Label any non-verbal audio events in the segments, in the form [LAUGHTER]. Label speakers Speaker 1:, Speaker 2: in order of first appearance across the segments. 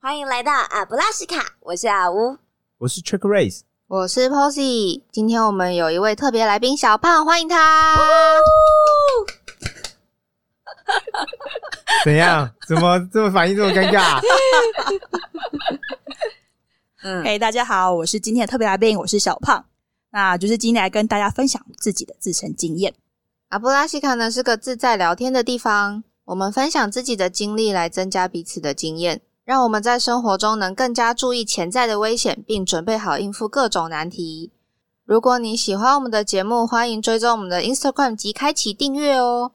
Speaker 1: 欢迎来到阿布拉什卡，我是阿乌。
Speaker 2: 我是 Trick Race，
Speaker 3: 我是 Posy，今天我们有一位特别来宾小胖，欢迎他。
Speaker 2: 怎样？怎么这么反应这么尴尬？
Speaker 1: 嗯
Speaker 4: 嘿、大家好，我是今天的特别来宾，我是小胖。那就是今天来跟大家分享自己的自身经验。
Speaker 3: 阿布拉西卡呢是个自在聊天的地方，我们分享自己的经历来增加彼此的经验，让我们在生活中能更加注意潜在的危险，并准备好应付各种难题。如果你喜欢我们的节目，欢迎追踪我们的 Instagram 及开启订阅哦。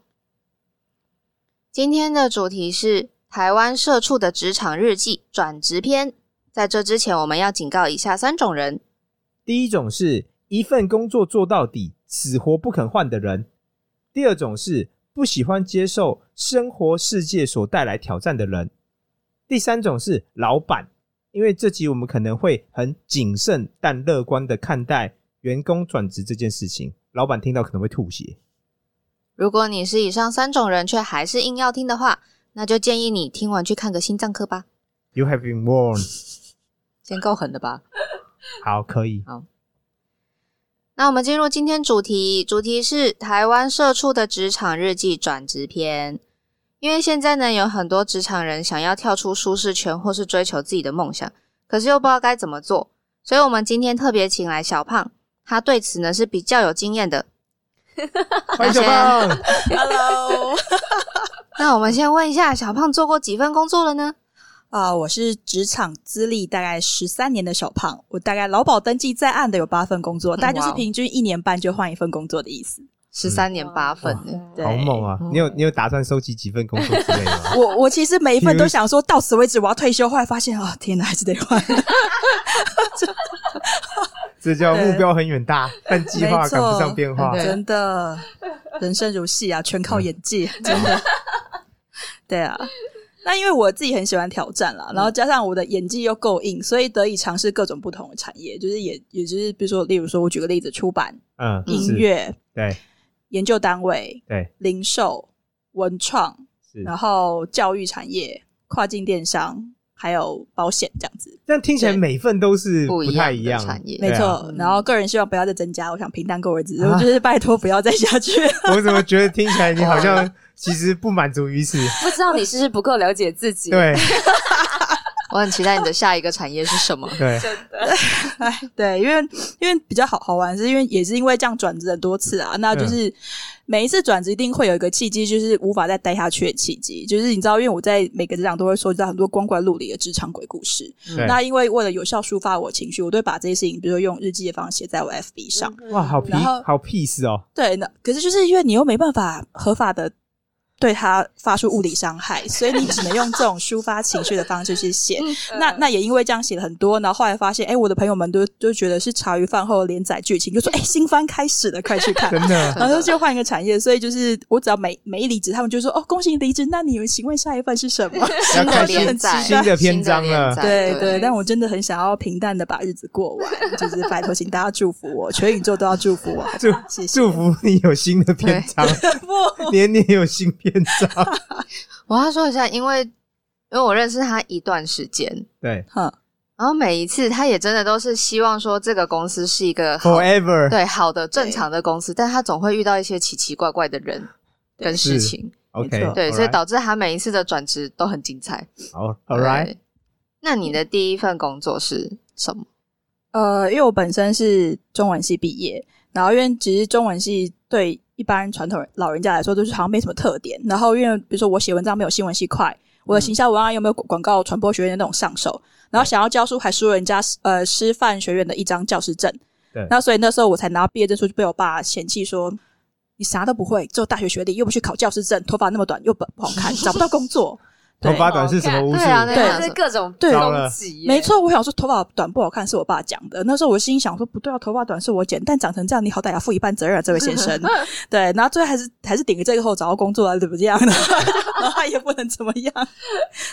Speaker 3: 今天的主题是台湾社畜的职场日记转职篇。在这之前，我们要警告以下三种人：
Speaker 2: 第一种是一份工作做到底，死活不肯换的人；第二种是不喜欢接受生活世界所带来挑战的人；第三种是老板。因为这集我们可能会很谨慎但乐观的看待员工转职这件事情，老板听到可能会吐血。
Speaker 3: 如果你是以上三种人却还是硬要听的话，那就建议你听完去看个心脏科吧，
Speaker 2: You have been warned。
Speaker 3: 先够狠的吧。
Speaker 2: 好，可以。
Speaker 3: 那我们进入今天主题，主题是台湾社畜的职场日记转职篇。因为现在呢，有很多职场人想要跳出舒适圈，或是追求自己的梦想，可是又不知道该怎么做，所以我们今天特别请来小胖，他对此呢是比较有经验的。
Speaker 2: 欢迎小胖。
Speaker 4: Hello，
Speaker 3: 那我们先问一下，小胖做过几份工作了呢？
Speaker 4: [LAUGHS] 啊、我是职场资历大概十三年的小胖，我大概劳保登记在案的有八份工作，大概就
Speaker 3: 哇
Speaker 4: 是
Speaker 3: 哦
Speaker 4: 平均一年半就换一份工作的意思。
Speaker 3: 十三年八份
Speaker 2: 哇，
Speaker 4: 嗯对
Speaker 2: 好猛啊！你有你有打算收集几份工作之类的吗？
Speaker 4: 我我其实每一份都想说到此为止，我要退休。后来发现啊、天哪，还是得换。
Speaker 2: 这叫目标很远大，但计划赶不上变化
Speaker 3: 没。错
Speaker 4: 真的，人生如戏啊，全靠
Speaker 2: 嗯
Speaker 4: 演技，真的。 [LAUGHS] 对啊，那因为我自己很喜欢挑战
Speaker 2: 嗯
Speaker 4: 啦，然后加上我的演技又够硬，所以得以尝试各种不同的产业，就是也也就是比如说，例如说，我举个例子，出版、
Speaker 2: 嗯，
Speaker 4: 音
Speaker 2: 是，
Speaker 4: 乐、
Speaker 2: 对
Speaker 4: 研究单位、
Speaker 2: 对
Speaker 4: 零售、文创，
Speaker 2: 是。
Speaker 4: 然后教育产业、跨境电商，还有保险这样子。
Speaker 2: 这样听起来每份都是
Speaker 3: 不一
Speaker 2: 太
Speaker 3: 样
Speaker 2: 一
Speaker 3: 的
Speaker 2: 样。
Speaker 3: 产业，
Speaker 4: 没
Speaker 2: 对啊
Speaker 4: 错，
Speaker 3: 嗯
Speaker 4: 然后个人希望不要再增加，我想平淡过日子，
Speaker 2: 啊
Speaker 4: 我就是拜托不要再下去。
Speaker 2: 我怎么觉得听起来你好像其实不满足于此？
Speaker 1: 不知道你是不是不够了解自己？
Speaker 2: 对。
Speaker 3: 我很期待你的下一个产业是什么
Speaker 2: [LAUGHS] 对，
Speaker 4: 哎，对，因为因为比较好好玩，是因为也是因为这样转职很多次啊，那就是每一次转职一定会有一个契机，就是无法再待下去的契机。就是你知道，因为我在每个职场都会收集到很多光怪陆离的职场鬼故事。
Speaker 2: 对
Speaker 4: 那因为为了有效抒发我情绪，我都会把这些事情，比如说用日记的方式写在我 FB 上。
Speaker 2: 哇，好皮
Speaker 4: 然后
Speaker 2: 好 peace 哦。
Speaker 4: 对，那可是就是因为你又没办法合法的对他发出物理伤害，所以你只能用这种抒发情绪的方式去写。那那也因为这样写了很多，然后后来发现，哎、我的朋友们都就觉得是茶余饭后的连载剧情，就说，哎、新番开始了，快去看
Speaker 2: 真。
Speaker 4: [LAUGHS]
Speaker 2: 的，
Speaker 4: 然后就换一个产业，所以就是我只要每每一离职，他们就说哦，恭喜你离职，那你们请问下一份是什么？
Speaker 2: 要
Speaker 3: 新
Speaker 2: 开
Speaker 3: 的
Speaker 2: 始
Speaker 3: 连载，
Speaker 2: 新的篇章了
Speaker 3: 新的连
Speaker 4: 对
Speaker 3: 载
Speaker 4: 对，但我真的很想要平淡的把日子过完，就是拜托，请大家祝福我，全宇宙都要祝福我，好不
Speaker 2: 祝
Speaker 4: 好谢谢
Speaker 2: 祝
Speaker 4: [LAUGHS]
Speaker 2: 福你有新的篇章， [LAUGHS] 年年有新篇章。
Speaker 3: 我要说一下，因为因为我认识他一段时间，
Speaker 2: 对
Speaker 4: 哼，
Speaker 3: 然后每一次他也真的都是希望说这个公司是一个好
Speaker 2: ，forever。
Speaker 3: 对好的正常的公司，但他总会遇到一些奇奇怪怪的人跟事情，
Speaker 4: 没
Speaker 2: OK，
Speaker 4: 错
Speaker 3: 对，所以导致他每一次的转职都很精彩。
Speaker 2: 好，All right，
Speaker 3: 对那你的第一份工作是什么？
Speaker 4: 呃，因为我本身是中文系毕业，然后因为其实中文系对一般传统人老人家来说，就是好像没什么特点。然后因为比如说我写文章没有新闻系快，我的行销文案又没有广广告传播学院的那种上手，然后想要教书还输人家呃师范学院的一张教师证。
Speaker 2: 对
Speaker 4: 那所以那时候我才拿到毕业证书，就被我爸嫌弃说。你啥都不会，只有大学学历，又不去考教师证，头发那么短又不不好看，找不到工作。
Speaker 2: 头
Speaker 4: 对
Speaker 2: 发短是什么巫术
Speaker 3: 对？啊，那
Speaker 4: 对
Speaker 3: 样
Speaker 1: 这
Speaker 3: 子
Speaker 1: 是各种
Speaker 4: 对
Speaker 1: 攻击耶，
Speaker 4: 没错，我想说头发短不好看是我爸讲的。那时候我心里想说不对啊，头发短是我剪，但长成这样你好歹要负一半责任啊，这位先生。对，然后最后还是还是顶着这个后找到工作啊，怎么这样的？然后他也不能怎么样。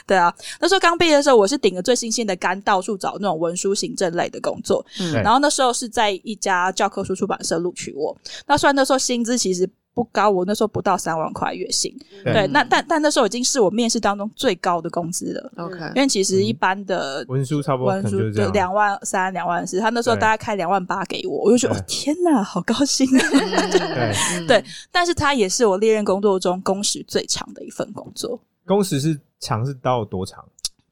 Speaker 4: 对啊，那时候刚毕业的时候，我是顶着最新鲜的肝到处找那种文书行政类的工作。
Speaker 2: 对
Speaker 3: 嗯
Speaker 4: 然后那时候是在一家教科书出版社录取我。那虽然那时候薪资其实。不高，我那时候不到三万块月薪。
Speaker 2: 对
Speaker 4: 对，那但但那时候已经是我面试当中最高的工资了，
Speaker 3: OK，
Speaker 4: [LAUGHS] 因为其
Speaker 2: 嗯
Speaker 4: 实一般的
Speaker 2: 文书差不多可
Speaker 4: 文
Speaker 2: 能
Speaker 4: 书
Speaker 2: 就是这
Speaker 4: 对
Speaker 2: 样。
Speaker 4: 两万三、两万四，他那时候
Speaker 2: 对
Speaker 4: 大概开两万八给我，我就觉得
Speaker 2: 对
Speaker 4: 哦天哪，好高兴啊！
Speaker 5: 嗯
Speaker 2: 对，
Speaker 3: 嗯
Speaker 4: 对， [LAUGHS] 但是他也是我历任工作中工时最长的一份工作，
Speaker 2: 工时是长是到多长？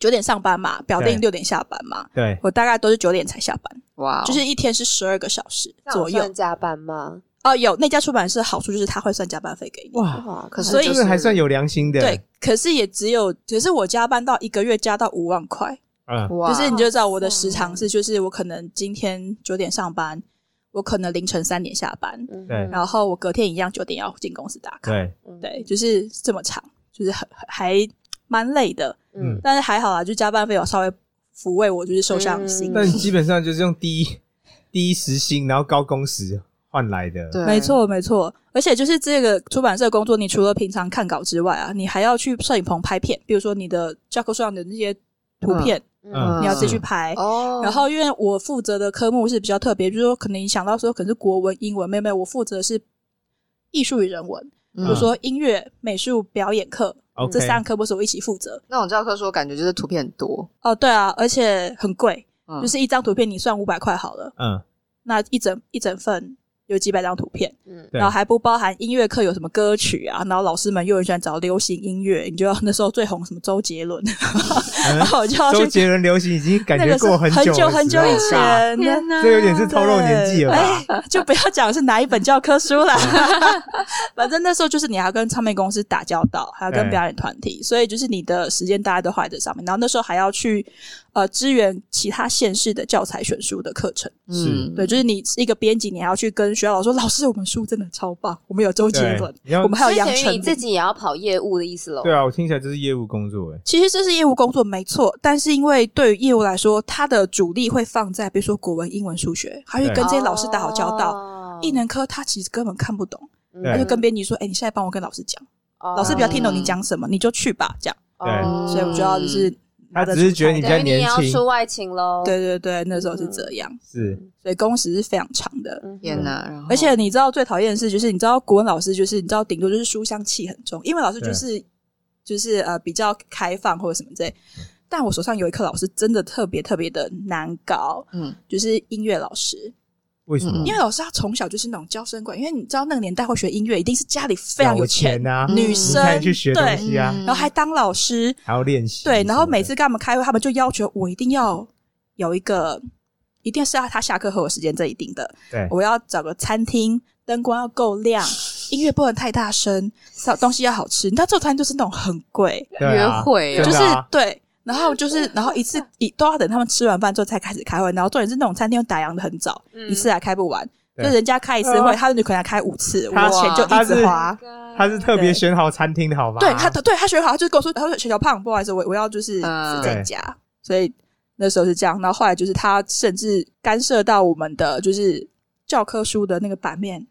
Speaker 4: 九点上班嘛，表定
Speaker 2: 对
Speaker 4: 六点下班嘛，
Speaker 2: 对，
Speaker 4: 我大概都是九点才下班，
Speaker 3: 哇哦，
Speaker 4: 就是一天是十二个小时
Speaker 5: 那有
Speaker 4: 左右
Speaker 5: 算。加班吗？
Speaker 4: 哦，有那家出版社好处就是他会算加班费给你，
Speaker 2: 哇，
Speaker 5: 哇，
Speaker 3: 可是
Speaker 4: 所以
Speaker 3: 就
Speaker 2: 这
Speaker 3: 是
Speaker 2: 个还算有良心的。
Speaker 4: 对，，可是也只有，可是我加班到一个月加到五万块，
Speaker 2: 嗯，
Speaker 3: 哇，哦
Speaker 4: 就是你就知道我的
Speaker 5: 哇塞
Speaker 4: 时长是，就是我可能今天九点上班，我可能凌晨三点下班，
Speaker 5: 嗯
Speaker 2: 对
Speaker 4: 然后我隔天一样九点要进公司打卡，
Speaker 2: 对，
Speaker 1: 嗯
Speaker 4: 对，就是这么长，就是很很还蛮累的，
Speaker 2: 嗯
Speaker 4: 但是还好啦，就加班费有稍微抚慰我就是受伤
Speaker 2: 嗯
Speaker 4: 心，
Speaker 2: 但基本上就是用低低时薪，然后高工时换来的。
Speaker 3: 对，
Speaker 4: 没，错，没错。而且就是这个出版社工作，你除了平常看稿之外啊，你还要去摄影棚拍片，比如说你的教科书上的那些图片，
Speaker 2: 嗯
Speaker 4: 你要自己去拍。
Speaker 3: 哦，
Speaker 4: 然后，因为我负责的科目是比较特别，就是说，可能你想到说可能是国文、英文，没有没有，我负责的是艺术与人文，比
Speaker 3: 嗯
Speaker 4: 如说音乐、美术、表演课
Speaker 2: OK
Speaker 4: 这三个科目是我一起负责。
Speaker 3: 那种教科书，我感觉就是图片很多，
Speaker 4: 哦，对啊，而且很贵，
Speaker 3: 嗯
Speaker 4: 就是一张图片你算五百块好了，
Speaker 2: 嗯，
Speaker 4: 那一整一整份有几百张图片，
Speaker 5: 嗯
Speaker 2: 对
Speaker 4: 然后还不包含音乐课有什么歌曲啊，然后老师们又很喜欢找流行音乐，你就要那时候最红什么周杰伦， [LAUGHS] 然后我就要
Speaker 2: 嗯周
Speaker 4: 去
Speaker 2: 杰伦流行已经感
Speaker 4: 那
Speaker 2: 觉
Speaker 4: 个是
Speaker 2: 过
Speaker 4: 很
Speaker 2: 久
Speaker 4: 久
Speaker 2: 的
Speaker 4: 很
Speaker 2: 时
Speaker 4: 久
Speaker 2: 候
Speaker 4: 以前，
Speaker 1: 天哪，
Speaker 2: [LAUGHS] 这有点是透露年纪了吧？
Speaker 4: 对哎就不要讲是哪一本教科书啦， [LAUGHS] 反正那时候就是你还要跟唱片公司打交道，还要跟
Speaker 2: 对
Speaker 4: 表演团体，所以就是你的时间大家都花在这上面。然后那时候还要去呃支援其他县市的教材选书的课程，
Speaker 2: 是
Speaker 4: 对，就是你是一个编辑，你还要去跟学校老师说，老师我们书真的超棒，我们有哎周杰
Speaker 2: 对
Speaker 4: 伦
Speaker 2: 你要，
Speaker 4: 我们还有杨
Speaker 1: 所以等于
Speaker 4: 丞
Speaker 1: 你
Speaker 4: 琳。
Speaker 1: 自己也要跑业务的意思喽？
Speaker 2: 对啊，我听起来这是业务工作哎。
Speaker 4: 其实这是业务工作没错，但是因为对于业务来说，它的主力会放在比如说国文、英文、数学，还会
Speaker 2: 对
Speaker 4: 跟这些老师打好交
Speaker 1: 哦
Speaker 4: 道。
Speaker 1: 嗯
Speaker 5: 道
Speaker 4: 艺能科他其实根本看不懂，
Speaker 2: 对
Speaker 4: 他就跟编辑说：“哎、你现在帮我跟老师讲，
Speaker 1: 哦
Speaker 4: 老师比较听懂你讲什么，你就去吧。”这样，
Speaker 1: 嗯
Speaker 2: 对
Speaker 4: 所以我就要就是拿
Speaker 2: 他
Speaker 4: 着
Speaker 2: 只是
Speaker 4: 出
Speaker 2: 觉得
Speaker 4: 差
Speaker 2: 你比
Speaker 4: 单
Speaker 2: 较
Speaker 1: 等于你也
Speaker 2: 年
Speaker 1: 要
Speaker 2: 轻，
Speaker 1: 出外勤喽？，
Speaker 4: 对对对，那时候是这样，
Speaker 2: 是
Speaker 4: 所以工时是非常长的。
Speaker 1: 嗯
Speaker 3: 天
Speaker 2: 嗯
Speaker 3: 哪，然后
Speaker 4: 而且你知道最讨厌的是，就是你知道国文老师就是你知道顶多就是书香气很重，英文老师就是就是呃比较开放或者什么之类。
Speaker 2: 嗯
Speaker 4: 但我手上有一科老师真的特别特别的难搞，
Speaker 3: 嗯
Speaker 4: 就是音乐老师。
Speaker 2: 为什么？
Speaker 4: 因为老师他从小就是那种娇生惯，因为你知道那个年代会学音乐，一定是家里非常有钱，
Speaker 2: 钱啊，
Speaker 4: 女
Speaker 2: 你
Speaker 4: 生
Speaker 2: 才去学东
Speaker 4: 对，
Speaker 2: 西啊，
Speaker 3: 嗯
Speaker 4: 然后还当老师，
Speaker 2: 还要练习什么的。
Speaker 4: 对，然后每次跟他们开会，他们就要求我一定要有一个，一定是要他下课和我时间，这一定的。
Speaker 2: 对
Speaker 4: 我要找个餐厅，灯光要够亮，
Speaker 2: [LAUGHS]
Speaker 4: 音乐不能太大声，少东西要好吃。那做餐就是那种很贵，
Speaker 2: 对啊
Speaker 3: 约会啊
Speaker 4: 就
Speaker 2: 真
Speaker 4: 是
Speaker 2: 的啊
Speaker 4: 对。然后就是，然后一次一都要等他们吃完饭之后才开始开会。然后重点是那种餐厅又打烊的很早，
Speaker 1: 嗯
Speaker 4: 一次啊还开不完。
Speaker 2: 嗯
Speaker 4: 就
Speaker 2: 对
Speaker 4: 人家开一次会，
Speaker 2: 啊
Speaker 4: 他们就可能开五次，我
Speaker 2: 他
Speaker 4: 钱就
Speaker 2: 他
Speaker 4: 一直
Speaker 2: 是
Speaker 4: 花。
Speaker 2: 他是特别选好餐厅的好吧？
Speaker 4: 对他，对他学好，他就跟我说，他说小小胖，不好意思，我我要就是
Speaker 3: 嗯
Speaker 4: 只在家，所以那时候是这样。然后后来就是他甚至干涉到我们的就是教科书的那个版面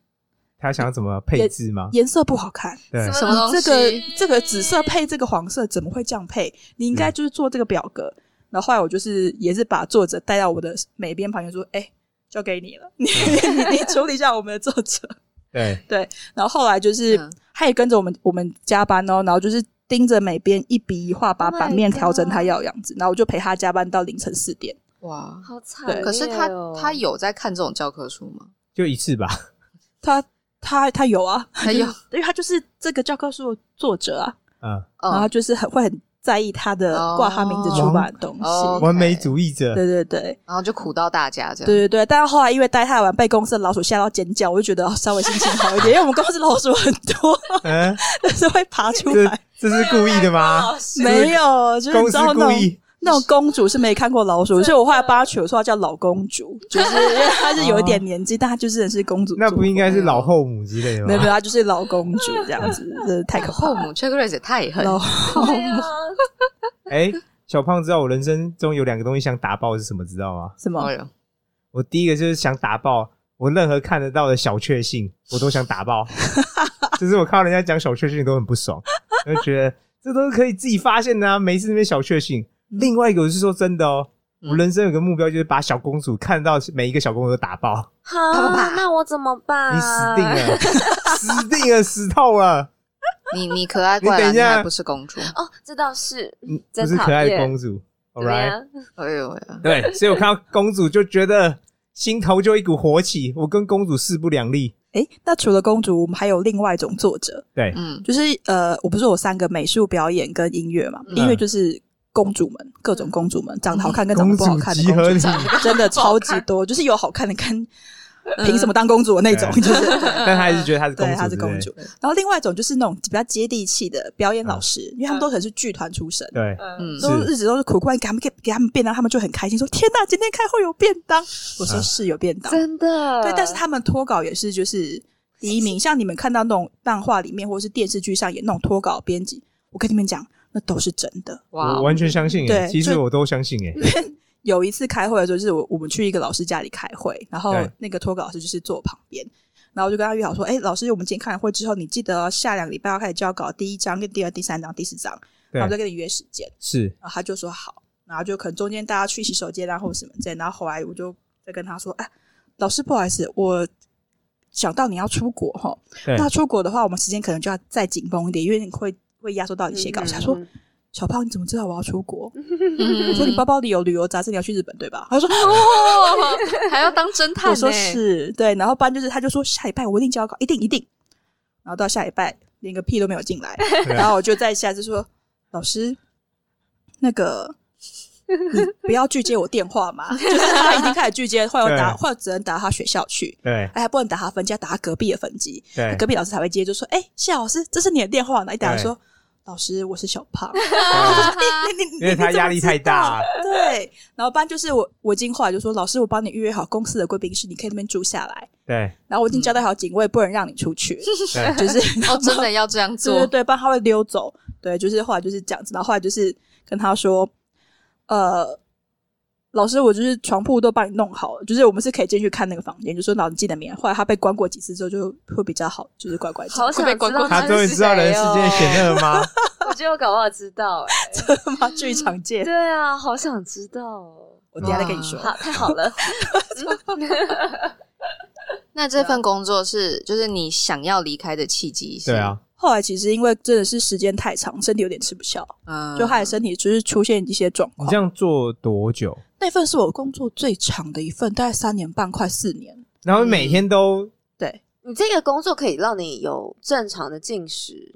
Speaker 2: 他想要怎么配置吗？
Speaker 4: 颜色不好看，
Speaker 2: 对
Speaker 3: 什
Speaker 1: 哦
Speaker 3: 么东
Speaker 4: 这
Speaker 3: 西
Speaker 4: 个这个紫色配这个黄色怎么会这样配？你应该就是做这个表格。然后后来我就是也是把作者带到我的美编旁边说，哎、交给你了， [LAUGHS] 你你你处理一下我们的作者。
Speaker 2: 对
Speaker 4: 然后后来就是、
Speaker 3: 嗯
Speaker 4: 他也跟着我们我们加班哦，然后就是盯着每边一笔一画把
Speaker 1: Oh my
Speaker 4: 版面调整
Speaker 1: God
Speaker 4: 他要的样子，然后我就陪他加班到凌晨四点。
Speaker 3: 哇，
Speaker 1: 好惨烈
Speaker 4: 对
Speaker 1: 哦。
Speaker 3: 可是他他有在看这种教科书
Speaker 4: [LAUGHS]
Speaker 3: 吗？
Speaker 2: 就一次吧。
Speaker 4: 他他他有啊，
Speaker 3: 他有，
Speaker 4: 因为他就是这个教科书的作者啊，
Speaker 2: 嗯，
Speaker 4: 然后
Speaker 3: 哦，
Speaker 4: 就是很会很在意他的
Speaker 3: 哦
Speaker 4: 挂他名字出版的东西。
Speaker 3: 哦 OK
Speaker 2: 完美主义者，
Speaker 4: 对对对
Speaker 3: 然后就苦到大家这
Speaker 4: 对
Speaker 3: 样，
Speaker 4: 对对，但是后来因为待太晚被公司的老鼠吓到尖叫，我就觉得哦稍微心情好一点，因为我们公司老鼠很多， [LAUGHS]
Speaker 2: 嗯，
Speaker 4: 就是会爬出
Speaker 2: 这
Speaker 4: 来。啊
Speaker 2: 这是故意的吗？
Speaker 1: 哦
Speaker 4: 没有，就是
Speaker 2: 公
Speaker 4: 你知
Speaker 2: 司
Speaker 4: 道那
Speaker 2: 故
Speaker 4: 种
Speaker 2: 意
Speaker 4: 那种公主是没看过老鼠，所以我后来帮她取的绰号叫老公主，就是因为她是有一点
Speaker 3: [LAUGHS]
Speaker 4: 年纪，但她就是真的是公主。
Speaker 2: 那不应该是老后母之类的
Speaker 4: 啊没有没
Speaker 2: 吗？
Speaker 4: 有，她就是老公主这样
Speaker 3: [LAUGHS]
Speaker 4: 子，真的太可怕
Speaker 3: 后
Speaker 4: 了。
Speaker 3: 母 c h a c k r a c e 太狠，
Speaker 4: 老
Speaker 1: 啊
Speaker 2: 哎，小胖知道我人生中有两个东西想打爆是什么？知道吗？
Speaker 4: 什么
Speaker 3: 哎？呦
Speaker 2: 我第一个就是想打爆我任何看得到的小确幸，我都想打
Speaker 4: [LAUGHS]
Speaker 2: 爆。就是我看到人家讲小确幸都很不爽，我
Speaker 4: 嗯
Speaker 2: 就觉得这都是可以自己发现的啊，没事那边小确幸。另外一个我是说真的哦，
Speaker 1: 嗯
Speaker 2: 我人生有个目标，就是把小公主看到每一个小公主都打爆，
Speaker 1: 哈
Speaker 3: 爸爸
Speaker 1: 那我怎么
Speaker 4: 啊
Speaker 1: 办？
Speaker 2: 你死定了，死定了，死透了。
Speaker 3: 你你可爱
Speaker 2: 你
Speaker 3: 怪了，
Speaker 2: 等一
Speaker 3: 你
Speaker 2: 下
Speaker 3: 还不是公主？
Speaker 1: 哦，这倒是
Speaker 2: 嗯
Speaker 1: 真
Speaker 2: 不是
Speaker 1: 讨
Speaker 2: 可爱的
Speaker 1: 厌
Speaker 2: 公主
Speaker 1: 怎么
Speaker 2: ，All right。
Speaker 1: 样？
Speaker 3: 哎呦喂啊！
Speaker 2: 对，所以我看到公主就觉得心头就一股火起，我跟公主势不两立。
Speaker 4: 诶，那除了公主，我们还有另外一种作者，
Speaker 2: 对，
Speaker 3: 嗯，
Speaker 4: 就是呃，我不是有三个美术表演跟音乐嘛？
Speaker 3: 嗯
Speaker 4: 音乐就是公主们，各种公主们，长得好看跟长
Speaker 2: 公
Speaker 4: 得不好
Speaker 2: 主
Speaker 4: 看的
Speaker 2: 集
Speaker 4: 公
Speaker 2: 合
Speaker 4: 主，
Speaker 2: 体，
Speaker 4: 真的超级多，就是有好看的
Speaker 3: [LAUGHS]
Speaker 4: 跟
Speaker 3: 嗯
Speaker 4: 凭什么当公主的那种，
Speaker 2: 对
Speaker 4: 就是
Speaker 2: 但她还是觉得她是公
Speaker 4: 对，
Speaker 2: 主，
Speaker 4: 她是公主。然后另外一种就是那种比较接地气的表演
Speaker 2: 嗯
Speaker 4: 老师，因为他们都可能是剧团出身，
Speaker 2: 对不对。
Speaker 1: 嗯
Speaker 3: 嗯
Speaker 4: 都日子都是苦过来，给他们给给他们便当，他们就很开心，说：“天哪，今天开会有便
Speaker 2: [LAUGHS]
Speaker 4: 当！”我说：“
Speaker 2: 啊
Speaker 4: 是有便当。
Speaker 1: 真的
Speaker 4: 对，但是他们脱稿也是就是第一名，像你们看到那种漫画里面或是电视剧上演那种脱稿编辑，我跟你们讲，那都是真的。
Speaker 2: 我完全相信、欸，
Speaker 4: 对嗯
Speaker 2: 其实
Speaker 4: 就
Speaker 2: 我都相信、欸，哎，
Speaker 4: 有一次开会的时候，就是我我们去一个老师家里开会，然后
Speaker 2: 对
Speaker 4: 那个托稿老师就是坐我旁边，然后我就跟他约好说，哎、老师，我们今天开完会之后，你记得哦下两个礼拜要开始交稿，第一章跟第二、第三章、第四章，
Speaker 2: 对
Speaker 4: 然后我再跟你约时间。
Speaker 2: 是
Speaker 4: 然后他就说好，然后就可能中间大家去洗手间啊或者什么之类，然后后来我就再跟他说，哎、老师不好意思，我想到你要出国哈，
Speaker 2: 对
Speaker 4: 那出国的话，我们时间可能就要再紧绷一点，因为你会会压缩到你写稿。他说，小胖，你怎么知道我要出国？我
Speaker 3: 嗯
Speaker 4: [LAUGHS] 说你包包里有旅游杂志，你要去日本对吧？他说 [LAUGHS]
Speaker 3: 哦，欸还要当侦探
Speaker 4: 我
Speaker 3: 呢？
Speaker 4: 说是对，然后不然就是他就说下礼拜我一定交稿，一定一定。然后到下礼拜连个屁都没有进来，
Speaker 2: 啊
Speaker 4: 然后我就再下次说老师，那个你不要拒接我电话嘛， [LAUGHS] 就是他已经开始拒接，或者打，
Speaker 2: 对
Speaker 4: 或者只能打他学校去。
Speaker 2: 对
Speaker 4: 哎，不能打他分机，要打他隔壁的分机，
Speaker 2: 对
Speaker 4: [LAUGHS] 隔壁老师才会接，就说：“哎、谢老师，这是你的电话呢。”一打
Speaker 2: 对
Speaker 4: 说：“老师，我是小
Speaker 2: [LAUGHS]
Speaker 4: 胖。” [LAUGHS] 你你
Speaker 2: 因为他压力太大。
Speaker 3: [LAUGHS]
Speaker 4: 你怎么知道对，然后不然就是我我已经后来就说，老师，我帮你预约好公司的贵宾室，你可以在那边住下来。
Speaker 2: 对
Speaker 4: 然后我已经交代好警卫，不能让你
Speaker 3: [LAUGHS]
Speaker 4: 出去，
Speaker 2: 对
Speaker 4: 就是
Speaker 3: 嗯哦，真的要这样
Speaker 4: [LAUGHS] 对对
Speaker 3: 做？
Speaker 4: 对，不然他会溜走。对，就是后来就是这样子，然后后来就是跟他说，呃，老师，我就是床铺都帮你弄好了，就是我们是可以进去看那个房间，就说老你记得明天。后来他被关过几次之后，就会比较好，就是乖乖 [LAUGHS]
Speaker 1: 好想
Speaker 3: 会被
Speaker 1: 知
Speaker 3: 关
Speaker 1: 道
Speaker 3: 过
Speaker 2: 他
Speaker 1: 是
Speaker 2: 终于知道人世界的
Speaker 1: 谁
Speaker 2: 险
Speaker 1: 哦
Speaker 2: 恶吗？
Speaker 1: 我觉得我搞不好知道哎。
Speaker 4: 的吗？剧场
Speaker 3: 嗯
Speaker 4: 界，
Speaker 1: 对啊，好想知道哦。
Speaker 4: 我等一下再跟你说。
Speaker 1: 好，太好了。
Speaker 3: 那这份工作是就是你想要离开的契机？
Speaker 2: [LAUGHS] 对，啊，
Speaker 4: 后来其实因为真的是时间太长，身体有点吃
Speaker 3: [LAUGHS]
Speaker 4: 不消，
Speaker 3: 嗯，
Speaker 4: 就害身体就是出现一些状
Speaker 2: 你
Speaker 4: 况
Speaker 2: 这。样做多久？
Speaker 4: 那份是我工作最长的一份，大概三年半，快四年。
Speaker 2: 然后每天
Speaker 4: 嗯
Speaker 2: 都
Speaker 4: 对，
Speaker 1: 你这个工作可以让你有正常的进食，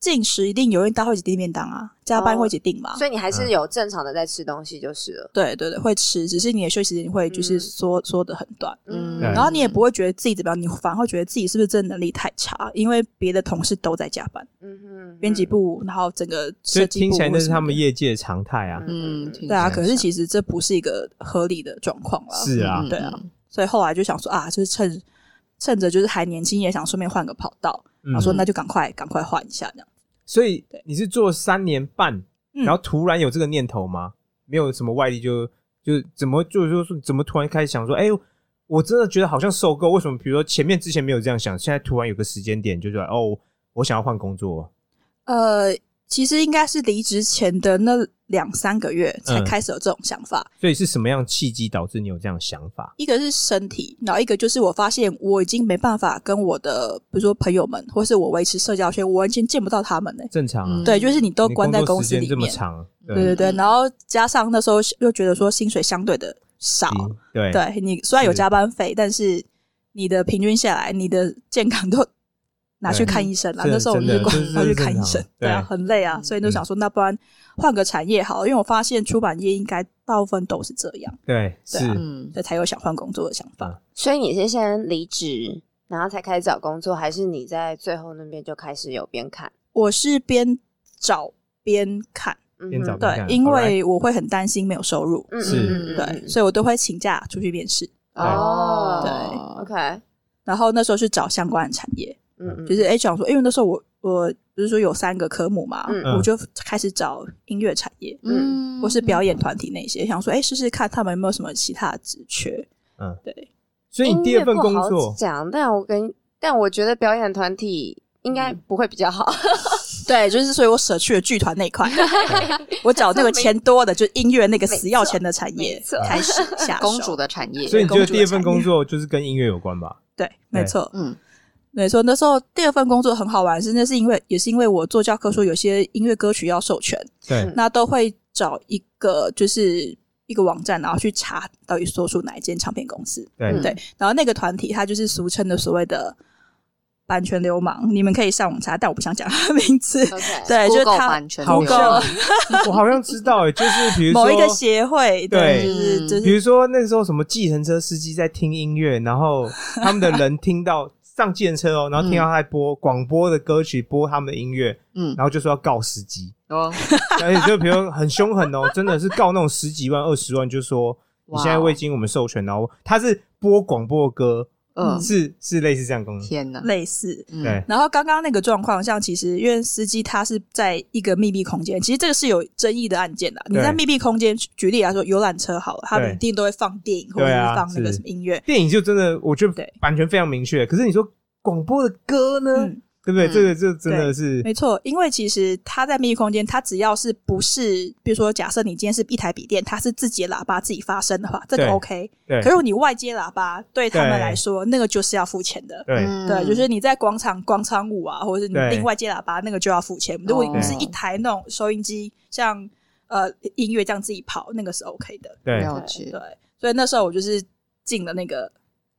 Speaker 4: 进食一定有人大家会一起订便当啊，加班
Speaker 1: 哦
Speaker 4: 会一起订嘛。
Speaker 1: 所以你还是
Speaker 2: 嗯
Speaker 1: 有正常的在吃东西就是了。
Speaker 4: 对对对，会吃，只是你的休息时间会就是
Speaker 1: 嗯
Speaker 4: 缩、缩的很短，
Speaker 1: 嗯，
Speaker 3: 嗯
Speaker 2: 对啊
Speaker 4: 然后你也不会觉得自己怎么样，你反而会觉得自己是不是真的能力太差，因为别的同事都在加班，
Speaker 1: 嗯哼，
Speaker 4: 编辑部，然后整个
Speaker 2: 所
Speaker 4: 设
Speaker 2: 以
Speaker 4: 计
Speaker 2: 听
Speaker 4: 部
Speaker 2: 起来那
Speaker 4: 或什
Speaker 2: 是他
Speaker 4: 么
Speaker 2: 们
Speaker 4: 的
Speaker 2: 业界常态啊。
Speaker 3: 嗯，听
Speaker 4: 对啊，
Speaker 3: 起来
Speaker 4: 可是其实这不是一个合理的状况了，
Speaker 2: 是啊
Speaker 3: 嗯，
Speaker 4: 对啊，所以后来就想说啊，就是趁趁着就是还年轻，也想顺便换个跑道，
Speaker 2: 嗯
Speaker 4: 然后说那就赶快赶快换一下这样。
Speaker 2: 所以
Speaker 4: 对
Speaker 2: 你是做三年半，
Speaker 4: 嗯
Speaker 2: 然后突然有这个念头吗？没有什么外力就，就怎么就是说怎么突然开始想说，哎、我真的觉得好像受够。为什么？比如说前面之前没有这样想，现在突然有个时间点，就是哦，我想要换工作。
Speaker 4: 呃，其实应该是离职前的那两三个月才
Speaker 2: 嗯
Speaker 4: 开始有这种想法，
Speaker 2: 所以是什么样的契机导致你有这样的想法？
Speaker 4: 一个是身体，然后一个就是我发现我已经没办法跟我的，比如说朋友们，或是我维持社交圈，我完全见不到他们呢、
Speaker 2: 正常啊，
Speaker 3: 嗯
Speaker 4: 对，就是你都
Speaker 2: 你
Speaker 4: 关在
Speaker 2: 工
Speaker 4: 公
Speaker 2: 作时
Speaker 4: 司
Speaker 2: 间
Speaker 4: 里
Speaker 2: 这么
Speaker 4: 面，
Speaker 2: 长，
Speaker 4: 对对对，
Speaker 3: 嗯
Speaker 4: 然后加上那时候又觉得说薪水相对的少，
Speaker 2: 低对
Speaker 4: 对你虽然有
Speaker 2: 是
Speaker 4: 加班费，但是你的平均下来，你的健康
Speaker 2: [LAUGHS]
Speaker 4: 都拿去
Speaker 2: 对
Speaker 4: 看医生了。
Speaker 2: 这
Speaker 4: 那时候我
Speaker 2: 真的
Speaker 4: 就光
Speaker 2: 这是
Speaker 4: 拿去
Speaker 2: 正
Speaker 4: 看医
Speaker 2: 常
Speaker 4: 生，
Speaker 2: 对嗯
Speaker 4: 对啊，很累啊，所以就想说，那不然换个产业好了，因为我发现出版业应该大部分都是这样，
Speaker 2: 对
Speaker 4: 对啊
Speaker 2: 是，
Speaker 3: 嗯，
Speaker 4: 所以才有想换工作的想法。
Speaker 1: 所以你是先离职，然后才开始找工作，还是你在最后那边就开始有边看？
Speaker 4: 我是边找边看，
Speaker 1: 嗯
Speaker 2: 边找
Speaker 1: 哼
Speaker 2: 边
Speaker 4: 对
Speaker 2: 看，
Speaker 4: 因为我会很担心没有收入，
Speaker 1: 嗯
Speaker 2: 是
Speaker 1: 嗯嗯嗯
Speaker 4: 对，
Speaker 1: 嗯
Speaker 4: 所以我都会请假出去面试。
Speaker 1: 哦，
Speaker 4: 对
Speaker 1: ，OK，
Speaker 4: 然后那时候是找相关的产业，
Speaker 1: 嗯嗯，
Speaker 4: 就是 HR 说，因为那时候我我不是说有三个科目嘛，
Speaker 1: 嗯
Speaker 4: 我就开始找音乐产业，
Speaker 3: 嗯
Speaker 4: 或是表演团体那些，想说哎试试看他们有没有什么其他的职缺。
Speaker 2: 嗯，
Speaker 4: 对，
Speaker 2: 所以你第二份工
Speaker 1: 嗯
Speaker 2: 作
Speaker 1: 讲，但我跟但我觉得表演团体应该不会比较好，
Speaker 4: 对，就是所以我舍去了剧团那
Speaker 1: [LAUGHS]
Speaker 4: 一块，我找那个钱多的，就是音乐那个死要钱的产业
Speaker 1: 没错
Speaker 4: 开始下
Speaker 1: [LAUGHS]
Speaker 4: 手
Speaker 3: 公主的产业，
Speaker 2: 所以你觉
Speaker 4: 公
Speaker 2: 得
Speaker 4: 主
Speaker 2: 第二
Speaker 4: 的
Speaker 2: 份
Speaker 4: 产
Speaker 2: 工
Speaker 4: 业
Speaker 2: 作就是跟音乐有关吧？
Speaker 4: 对，没错，
Speaker 3: 嗯，
Speaker 4: 没错。那时候第二份工作很好玩，是那是因为也是因为我做教科书，有些音乐歌曲要授权，
Speaker 2: 对
Speaker 1: 嗯，
Speaker 4: 那都会找一个就是一个网站，然后去查到底所属哪一间唱片公司。
Speaker 2: 对
Speaker 1: 嗯
Speaker 4: 对，然后那个团体它就是俗称的所谓的版权流氓，你们可以上网查，但我不想讲他的名字。
Speaker 1: [LAUGHS] OK，
Speaker 4: 对，就是
Speaker 3: 呃 Google
Speaker 4: 他
Speaker 3: 版权
Speaker 2: 好
Speaker 3: 流
Speaker 2: 像我好像知道诶，欸就是比如说
Speaker 4: 某一个协会，
Speaker 2: 对
Speaker 3: 嗯
Speaker 4: 就是就
Speaker 2: 比
Speaker 4: 是
Speaker 2: 如说那个时候什么计程车司机在听音乐，然后他们的人听到上计程车哦，然后听到他在播广播的歌曲，播他们的音乐，
Speaker 3: 嗯，
Speaker 2: 然后就说要告司机，
Speaker 3: 哦，
Speaker 2: 而且就比如很凶狠哦，真的是告那种十几万、二十万，就说你现在未经我们授权，然后他是播广播歌，
Speaker 3: 嗯，
Speaker 2: 是是类似这样的东西，
Speaker 3: 天哪，
Speaker 4: 类似。
Speaker 3: 嗯
Speaker 2: 对，
Speaker 4: 然后刚刚那个状况，像其实因为司机他是在一个密闭空间，其实这个是有争议的案件的。你
Speaker 2: 对
Speaker 4: 在密闭空间，举例来说，游览车好了，他们
Speaker 2: 对
Speaker 4: 一定都会放电影或
Speaker 2: 对
Speaker 4: 者是
Speaker 2: 啊
Speaker 4: 放那个
Speaker 2: 是
Speaker 4: 什么音乐。
Speaker 2: 电影就真的我觉得
Speaker 4: 对
Speaker 2: 版权非常明确，可是你说广播的歌呢，
Speaker 4: 嗯，
Speaker 2: 对不对？
Speaker 3: 嗯
Speaker 2: 这个就真的是
Speaker 4: 没错，因为其实它在密闭空间，它只要是不是，比如说假设你今天是一台笔电，它是自己的喇叭自己发声的话，这
Speaker 2: 对
Speaker 4: 个 OK。
Speaker 2: 对
Speaker 4: 可是如果你外接喇叭，对他们
Speaker 2: 对
Speaker 4: 来说，那个就是要付钱的。
Speaker 2: 对
Speaker 3: 嗯
Speaker 4: 对，就是你在广场广场舞啊，或者是你
Speaker 2: 对
Speaker 4: 另外接喇叭，那个就要付钱。如果
Speaker 3: 哦
Speaker 4: 你是一台那种收音机，像呃音乐这样自己跑，那个是 OK 的。
Speaker 2: 对
Speaker 3: 了解
Speaker 4: 对，，所以那时候我就是进了那个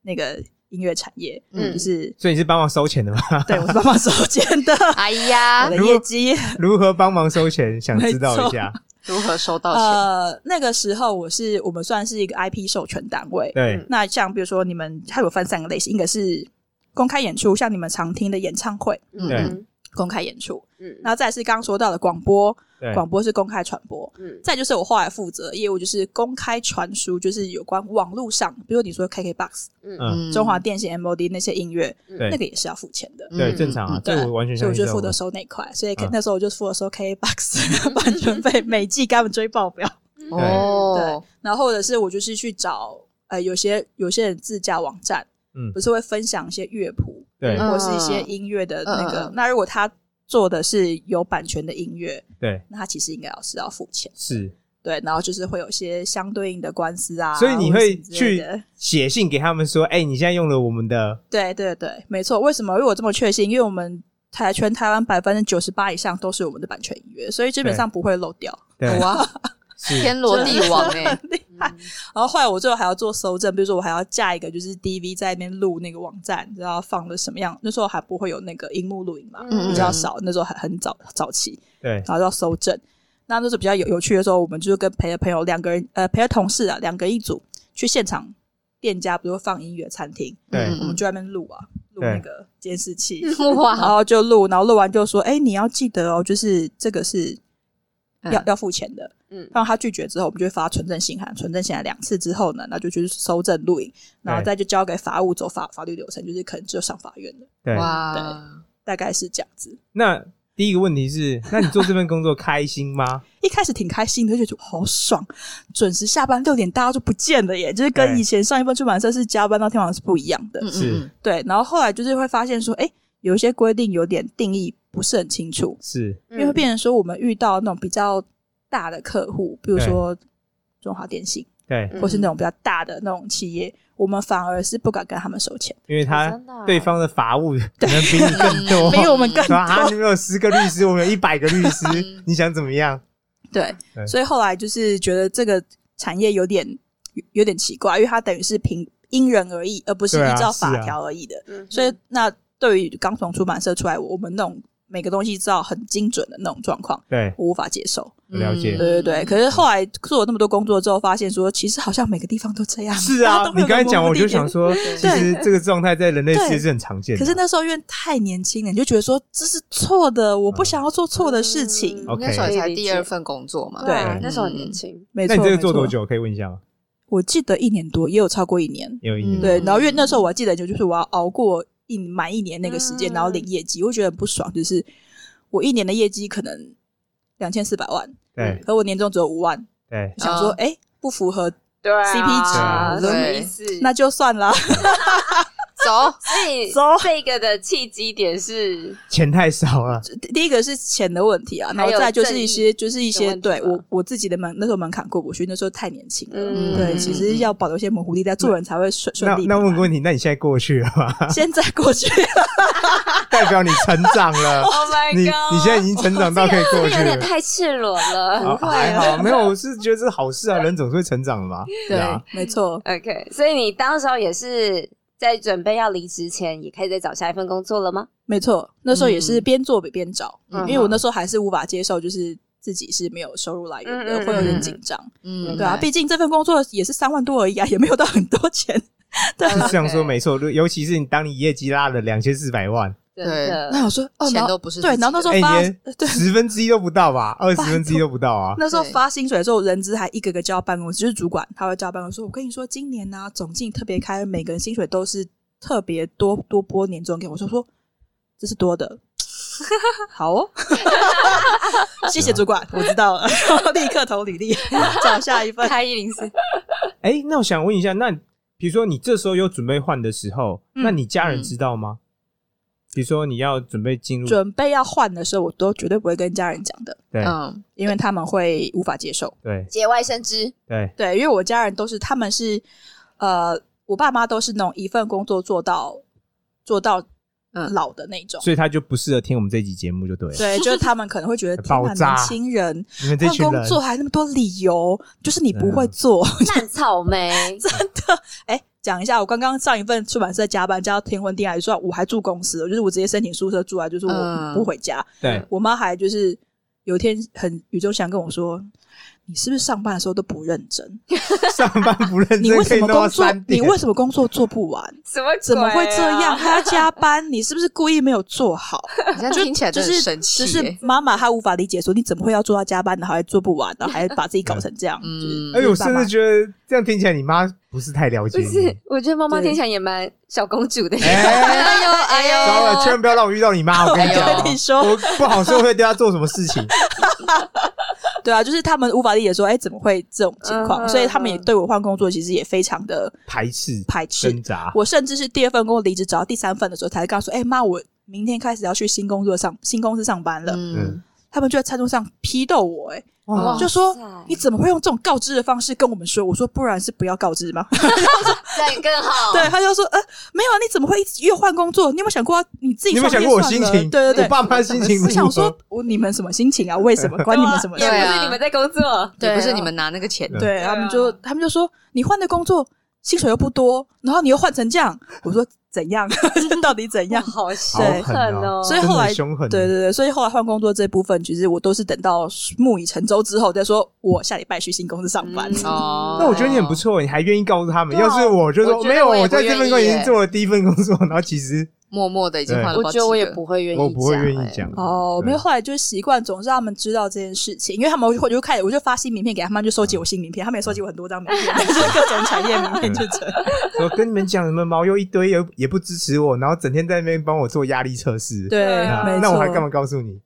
Speaker 4: 那个音乐产业，
Speaker 3: 嗯
Speaker 4: 就是
Speaker 2: 所以你是帮忙收钱的吗？ [LAUGHS]
Speaker 4: 对我是帮忙收 [LAUGHS] 钱的，
Speaker 3: 哎
Speaker 4: 我
Speaker 3: 呀，
Speaker 4: 的
Speaker 2: 如
Speaker 4: 业绩。
Speaker 2: 如何帮忙收钱？想知道一下。
Speaker 3: 如何收到钱？
Speaker 4: 呃，那个时候我是我们算是一个 IP 授权单位。
Speaker 2: 对
Speaker 1: 嗯，
Speaker 4: 那像比如说你们，它有分三个类型，一个是公开演出，像你们常听的演唱会，
Speaker 1: 嗯
Speaker 4: 公开演出；
Speaker 1: 嗯
Speaker 4: 然后再来是刚刚说到的广播，
Speaker 2: 对，
Speaker 4: 广播是公开传播。
Speaker 1: 嗯
Speaker 4: 再就是我后来负责的业务就是公开传输，就是有关网络上，比如你说 KKBox、
Speaker 1: 嗯
Speaker 3: 嗯
Speaker 4: 中华电信、MOD 那些音乐，
Speaker 1: 嗯
Speaker 2: 对
Speaker 4: 那个也是要付钱的。
Speaker 2: 对
Speaker 3: 嗯
Speaker 2: 正常啊，
Speaker 3: 嗯
Speaker 2: 这
Speaker 4: 对
Speaker 2: 我完全
Speaker 4: 所以
Speaker 2: 相
Speaker 4: 我就
Speaker 2: 信。
Speaker 4: 负责收那一块，所以可
Speaker 2: 嗯
Speaker 4: 那时候我就负责收 [LAUGHS] KBox 版权费，每季给他们追报表。
Speaker 1: 嗯
Speaker 3: 哦，
Speaker 4: 然后或者是我就是去找呃，有些有些人自驾网站，
Speaker 2: 嗯
Speaker 4: 不是会分享一些乐谱，
Speaker 2: 对
Speaker 3: 嗯
Speaker 4: 或是一些音乐的那个。
Speaker 3: 嗯嗯嗯
Speaker 4: 那如果他做的是有版权的音乐，
Speaker 2: 对
Speaker 4: 那他其实应该要是要付钱，
Speaker 2: 是，
Speaker 4: 对。然后就是会有一些相对应的官司啊，
Speaker 2: 所以你
Speaker 4: 或者
Speaker 2: 会
Speaker 4: 是之类
Speaker 2: 去
Speaker 4: 的
Speaker 2: 写信给他们说，哎，你现在用了我们的，
Speaker 4: 对对对，没错。为什么？因为我这么确信，因为我们。台全台湾百分之九十八以上都是我们的版权音乐，所以基本上不会漏
Speaker 3: [LAUGHS]
Speaker 4: 掉。
Speaker 2: 对，
Speaker 3: 哇，
Speaker 2: 是，
Speaker 3: 天罗地网哎，
Speaker 4: [LAUGHS] 然后后来我最后还要做搜证，比如说我还要架一个就是 DV 在那边录那个网站，你知道放的什么样？那时候还不会有那个荧幕录影嘛，
Speaker 1: 嗯
Speaker 4: 比较少，那时候还很早早期，
Speaker 2: 对，
Speaker 4: 然后要搜证。那那时候比较有有趣的时候，我们就是跟陪着朋友两个人，呃，陪着同事啊，两个一组去现场店家，比如说放音乐餐厅，
Speaker 2: 对
Speaker 4: 我们就在那边录啊，录
Speaker 2: 对
Speaker 4: 那个监视器，然
Speaker 3: 哇，
Speaker 4: 后就录，然后录完就说，哎、你要记得哦，就是这个是要、
Speaker 3: 嗯
Speaker 4: 要付钱的。
Speaker 1: 嗯
Speaker 4: 然后他拒绝之后，我们就会发纯正信函，纯正信函两次之后呢，那就去收证录影，然后
Speaker 2: 对
Speaker 4: 再就交给法务走法法律流程，就是可能就上法院了，
Speaker 2: 对。
Speaker 3: 哇，
Speaker 4: 大概是这样子。
Speaker 2: 那第一个问题是，那你做这份工作开心吗？ [LAUGHS]
Speaker 4: 一开始挺开心的，就觉得好爽，准时下班六点大家就不见了耶，就是跟
Speaker 2: 对
Speaker 4: 以前上一份出版社是加班到天晚上是不一样的。
Speaker 3: 嗯
Speaker 2: 是
Speaker 3: 嗯
Speaker 4: 对，然后后来就是会发现说，哎，有一些规定有点定义不是很清楚，
Speaker 2: 是，
Speaker 1: 因
Speaker 4: 因为会变成说我们遇到那种比较大的客户，比如说中华电信，
Speaker 2: 对，
Speaker 1: 嗯
Speaker 4: 或是那种比较大的那种企业，我们反而是不敢跟他们收钱，
Speaker 2: 因为
Speaker 1: 哦
Speaker 2: 他
Speaker 1: 真的啊
Speaker 2: 对方的法务可能比你更多，
Speaker 4: 比嗯我们更
Speaker 2: 说啊，
Speaker 4: 多。
Speaker 2: 你们有十个律师，我们有一百个律师
Speaker 3: 嗯，
Speaker 2: 你想怎么样？
Speaker 4: 对
Speaker 2: 对，
Speaker 4: 所以后来就是觉得这个产业有点有点奇怪，因为它等于是凭因人而异，而不是
Speaker 2: 对啊
Speaker 4: 依照
Speaker 2: 是
Speaker 4: 法
Speaker 2: 啊
Speaker 4: 条而已的。
Speaker 1: 嗯
Speaker 4: 所以那对于刚从出版社出来，我们那种每个东西知道很精准的那种状况，
Speaker 2: 对，
Speaker 4: 我无法接受。
Speaker 2: 我了解
Speaker 3: 嗯
Speaker 4: 对对对，可是后来做了那么多工作之后，发现说其实好像每个地方都这样。
Speaker 2: 是
Speaker 4: 大家
Speaker 2: 啊
Speaker 4: 都，会
Speaker 2: 你
Speaker 4: 有
Speaker 2: 刚才
Speaker 4: 个
Speaker 2: 讲，
Speaker 4: 目
Speaker 2: 我
Speaker 4: 的
Speaker 2: 就
Speaker 4: 地
Speaker 2: 想说，其实这个状态在人类世界是很常见的。
Speaker 4: 可是那时候因为太年轻了，你就觉得说这是错的，我
Speaker 2: 嗯
Speaker 4: 不想要做错的事情。
Speaker 1: 嗯
Speaker 3: 那时候也才第二份工作嘛，
Speaker 1: 对啊
Speaker 2: 对，
Speaker 1: 那时候很年轻，
Speaker 4: 没
Speaker 2: 那
Speaker 4: 错，
Speaker 2: 你这个做
Speaker 4: 没错
Speaker 2: 多？久？可以问一下吗？
Speaker 4: 我记得一年多，也有超过一年。
Speaker 2: 也有一年。
Speaker 4: 对，
Speaker 3: 嗯
Speaker 4: 然后因为那时候我还记得，就是我要熬过一满一年那个时间，
Speaker 1: 嗯
Speaker 4: 然后领业绩，我觉得很不爽，就是我一年的业绩可能两千四百万，
Speaker 2: 对
Speaker 4: 可我年终只有
Speaker 1: 嗯
Speaker 4: 五万，
Speaker 2: 对，
Speaker 4: 想说哎、诶不符合，
Speaker 1: 对啊
Speaker 4: CP
Speaker 2: 值
Speaker 1: 什么
Speaker 3: 对
Speaker 1: 意思？
Speaker 3: 嗯
Speaker 4: 那就算了。
Speaker 1: 走，所以
Speaker 4: 走
Speaker 1: 这个的契机点是
Speaker 2: 钱太少了，
Speaker 4: [LAUGHS] 第一个是钱的问题啊，然后
Speaker 1: 还有
Speaker 4: 再来就是一
Speaker 1: 正
Speaker 4: 些就是一些
Speaker 1: 的问题
Speaker 4: 对
Speaker 1: 吧
Speaker 4: 我我自己的门那时候门槛过不去，那时候太年轻了。
Speaker 1: 嗯
Speaker 4: 对，其实要保留一些模糊地带，做人才会顺顺
Speaker 2: 那
Speaker 4: 利。
Speaker 2: 那问个问题，那你现在过 [LAUGHS] 去了吗？ [LAUGHS]
Speaker 4: 现在过去了，
Speaker 2: 代表你成长
Speaker 4: [LAUGHS]
Speaker 2: 了
Speaker 1: ，Oh my
Speaker 2: [LAUGHS] 你
Speaker 1: God！
Speaker 2: 你现在已经成长到可以过
Speaker 1: 这
Speaker 2: 去
Speaker 1: 有点
Speaker 2: 了。
Speaker 1: 太赤裸了。啊
Speaker 2: 好哦还好，没有，我是觉得这是好事啊，人总是会成长的嘛。啊，
Speaker 4: 没错，
Speaker 1: OK，所以你当时候也是在准备要离职前，也开始在找下一份工作了吗？
Speaker 4: 没错。那时候也是边做边找，
Speaker 1: 嗯
Speaker 4: 因为我那时候还是无法接受，就是自己是没有收入来源的，
Speaker 1: 嗯嗯
Speaker 4: 会有点
Speaker 1: 嗯
Speaker 4: 紧张。
Speaker 3: 嗯
Speaker 4: 对啊，毕竟这份工作也是三万多而已啊，也没有到很多钱。
Speaker 2: [LAUGHS]
Speaker 4: [LAUGHS]
Speaker 2: 是这样说
Speaker 1: OK，
Speaker 2: 没错，尤其是你当你业绩拉了两千四百万，
Speaker 1: 真的
Speaker 4: 那我说，哦，然
Speaker 3: 钱
Speaker 4: 后
Speaker 3: 都不是
Speaker 4: 对，然后那时
Speaker 3: 候
Speaker 4: 候
Speaker 2: 哎，你
Speaker 4: 发
Speaker 2: 连
Speaker 4: 对
Speaker 2: 十分之一都不到吧，二十分之一都不到啊。
Speaker 4: 那时候
Speaker 3: 对
Speaker 4: 发薪水的时候，人资还一个个叫办公室，就是主管他会叫办公室说：“我跟你说，今年呢、啊总经理特别开，每个人薪水都是特别多多拨年终给我。”说说这是多的， [LAUGHS] 好哦， [LAUGHS] 谢谢主管，我知道了，然后立刻投履历 [LAUGHS] 找下一份。
Speaker 1: 开一零四，
Speaker 2: 哎，那我想问一下，那比如说你这时候有准备换的时候，
Speaker 4: 嗯
Speaker 2: 那你家人
Speaker 3: 嗯
Speaker 2: 知道吗？比如说你要准备进入，
Speaker 4: 准备要换的时候，我都绝对不会跟家人讲的，
Speaker 2: 对
Speaker 3: 嗯
Speaker 4: 因为他们会无法接受。
Speaker 2: 对
Speaker 3: 节外生枝，
Speaker 2: 对，
Speaker 4: 对，因为我家人都是他们是呃，我爸妈都是那种一份工作做到做到
Speaker 3: 嗯
Speaker 4: 老的那种。
Speaker 2: 所以他就不适合听我们这集节目，就对了。
Speaker 4: 对，就是他们可能会
Speaker 2: [LAUGHS]
Speaker 4: 觉得，天
Speaker 2: 爆
Speaker 4: 哪，
Speaker 2: 炸
Speaker 4: 年轻人
Speaker 2: 你们这
Speaker 4: 换
Speaker 2: 群
Speaker 4: 工
Speaker 2: 人，嗯
Speaker 4: 作还那么多理由，就是你不会做。 [LAUGHS]
Speaker 1: 烂草莓，
Speaker 4: 哎、讲一下，我刚刚上一份出版社加班加到天昏地暗，就说我还住公司，就是我直接申请宿舍住啊，就是我
Speaker 3: 嗯
Speaker 4: 不回家。 [LAUGHS]
Speaker 2: 对，
Speaker 4: 我妈还就是有一天很语重想跟我说。你是不是上班的时候都不认真？
Speaker 2: [LAUGHS] 上班不认真，
Speaker 4: 你为
Speaker 2: 可
Speaker 4: 什
Speaker 2: 以
Speaker 4: 么
Speaker 2: 弄
Speaker 4: 工
Speaker 2: 到
Speaker 4: 作
Speaker 2: 三？点。
Speaker 4: 你为什么工作做不完？
Speaker 1: 什么
Speaker 4: 怎么会
Speaker 1: 鬼啊
Speaker 4: 这样？？还要加班？你是不是故意没有做好？
Speaker 3: 你这样听起来
Speaker 4: 就
Speaker 3: 真的
Speaker 4: 是
Speaker 3: 很生气
Speaker 4: 就
Speaker 3: 耶，
Speaker 4: 是妈妈她无法理解说你怎么会要做到加班，然后还做不完，然后还把自己搞成这样。
Speaker 2: [LAUGHS]
Speaker 3: 嗯
Speaker 4: 嗯，
Speaker 2: 哎，我
Speaker 4: 爸
Speaker 2: 甚
Speaker 4: 妈
Speaker 2: 至觉得这样听起来，你妈不是太了解
Speaker 1: 不是
Speaker 2: 你。，
Speaker 1: 我觉得妈妈
Speaker 4: 对
Speaker 1: 听起来也蛮小公主的。 [LAUGHS]
Speaker 2: 哎，
Speaker 4: [LAUGHS]
Speaker 3: 哎呦
Speaker 2: 糟
Speaker 3: 哎
Speaker 2: 了，千
Speaker 3: 呦，
Speaker 2: 万不要让我遇到你妈！我跟你讲，
Speaker 4: 哎我跟你说
Speaker 2: 我不好说会对她做什么事情。
Speaker 4: 对啊，就是他们无法理解说，哎，怎么会这种情况？
Speaker 1: 嗯
Speaker 4: 所以他们也对我换工作其实也非常的
Speaker 2: 排斥、
Speaker 4: 排斥
Speaker 2: 挣。扎，
Speaker 4: 我甚至是第二份工作离职，找到第三份的时候，才告诉说，哎妈，我明天开始要去新工作上新公司上班了。
Speaker 2: 嗯
Speaker 3: 嗯，
Speaker 4: 他们就在餐桌上批斗我，哎，
Speaker 2: 哇
Speaker 3: 哇
Speaker 4: 就说
Speaker 1: 塞
Speaker 4: 你怎么会用这种告知的方式跟我们说？我说不然是不要告知吗？
Speaker 1: 这样更好。
Speaker 4: [LAUGHS]
Speaker 1: 啊
Speaker 4: 对，他就说，呃，没有啊，你怎么会一直越换工作？你有没有想过你自己
Speaker 2: 你有没有
Speaker 4: 创
Speaker 2: 想
Speaker 4: 业
Speaker 2: 过我
Speaker 4: 算
Speaker 2: 心
Speaker 4: 了
Speaker 2: 情？
Speaker 4: 对对对，
Speaker 2: 我爸妈心情如
Speaker 4: 我
Speaker 2: 何？
Speaker 4: 想说，我你们什么心情啊？为什么？关你们什么事？
Speaker 1: 也
Speaker 3: 对
Speaker 1: 不
Speaker 3: 啊
Speaker 1: 是你们在工作，
Speaker 3: 也
Speaker 4: 对
Speaker 3: 不是你们拿那个钱，
Speaker 2: 嗯
Speaker 4: 对
Speaker 1: 啊
Speaker 4: 他们就他们就说你换的工作薪水又不多，然后你又换成这样，我说怎样？ [LAUGHS] 到底怎
Speaker 1: 哇
Speaker 4: 样？
Speaker 1: 好凶
Speaker 4: 对
Speaker 1: 狠哦。
Speaker 4: 所以
Speaker 2: 真的
Speaker 4: 后来
Speaker 2: 很凶狠，欸
Speaker 4: 对对对，所以后来换工作这部分，其实我都是等到木已成舟之后再说，我下礼拜去新公司上班。
Speaker 1: 嗯
Speaker 3: 哦，
Speaker 2: 那我觉得你很不错，你还愿意告诉他们。
Speaker 1: 对啊
Speaker 2: 要是我就说
Speaker 3: 我觉得
Speaker 2: 没有，
Speaker 3: 我也
Speaker 2: 我在
Speaker 3: 不
Speaker 2: 这份
Speaker 3: 愿意
Speaker 2: 工已经
Speaker 3: 耶
Speaker 2: 做了第一份工作，然后其实
Speaker 3: 默默的已经
Speaker 2: 对
Speaker 3: 换了，
Speaker 1: 我觉得我也，不会愿意，哎
Speaker 2: 我不会愿意。讲。啊哎
Speaker 4: 哦，没有，
Speaker 2: 对，
Speaker 4: 后来就习惯，总是让他们知道这件事情，因为他们会就开始，我就发新名片给他们，他们就收
Speaker 2: 嗯
Speaker 4: 集我新名片，他们也收集我很多张名
Speaker 1: 嗯
Speaker 4: 片，就是各种产业名片，就这样。
Speaker 2: [LAUGHS] 说跟你们讲，你们毛又一堆，也也不支持我，然后整天在那边帮我做压力测试。
Speaker 4: 对
Speaker 1: 啊，
Speaker 4: 没
Speaker 2: 那我还
Speaker 4: 错
Speaker 2: 干嘛告诉你？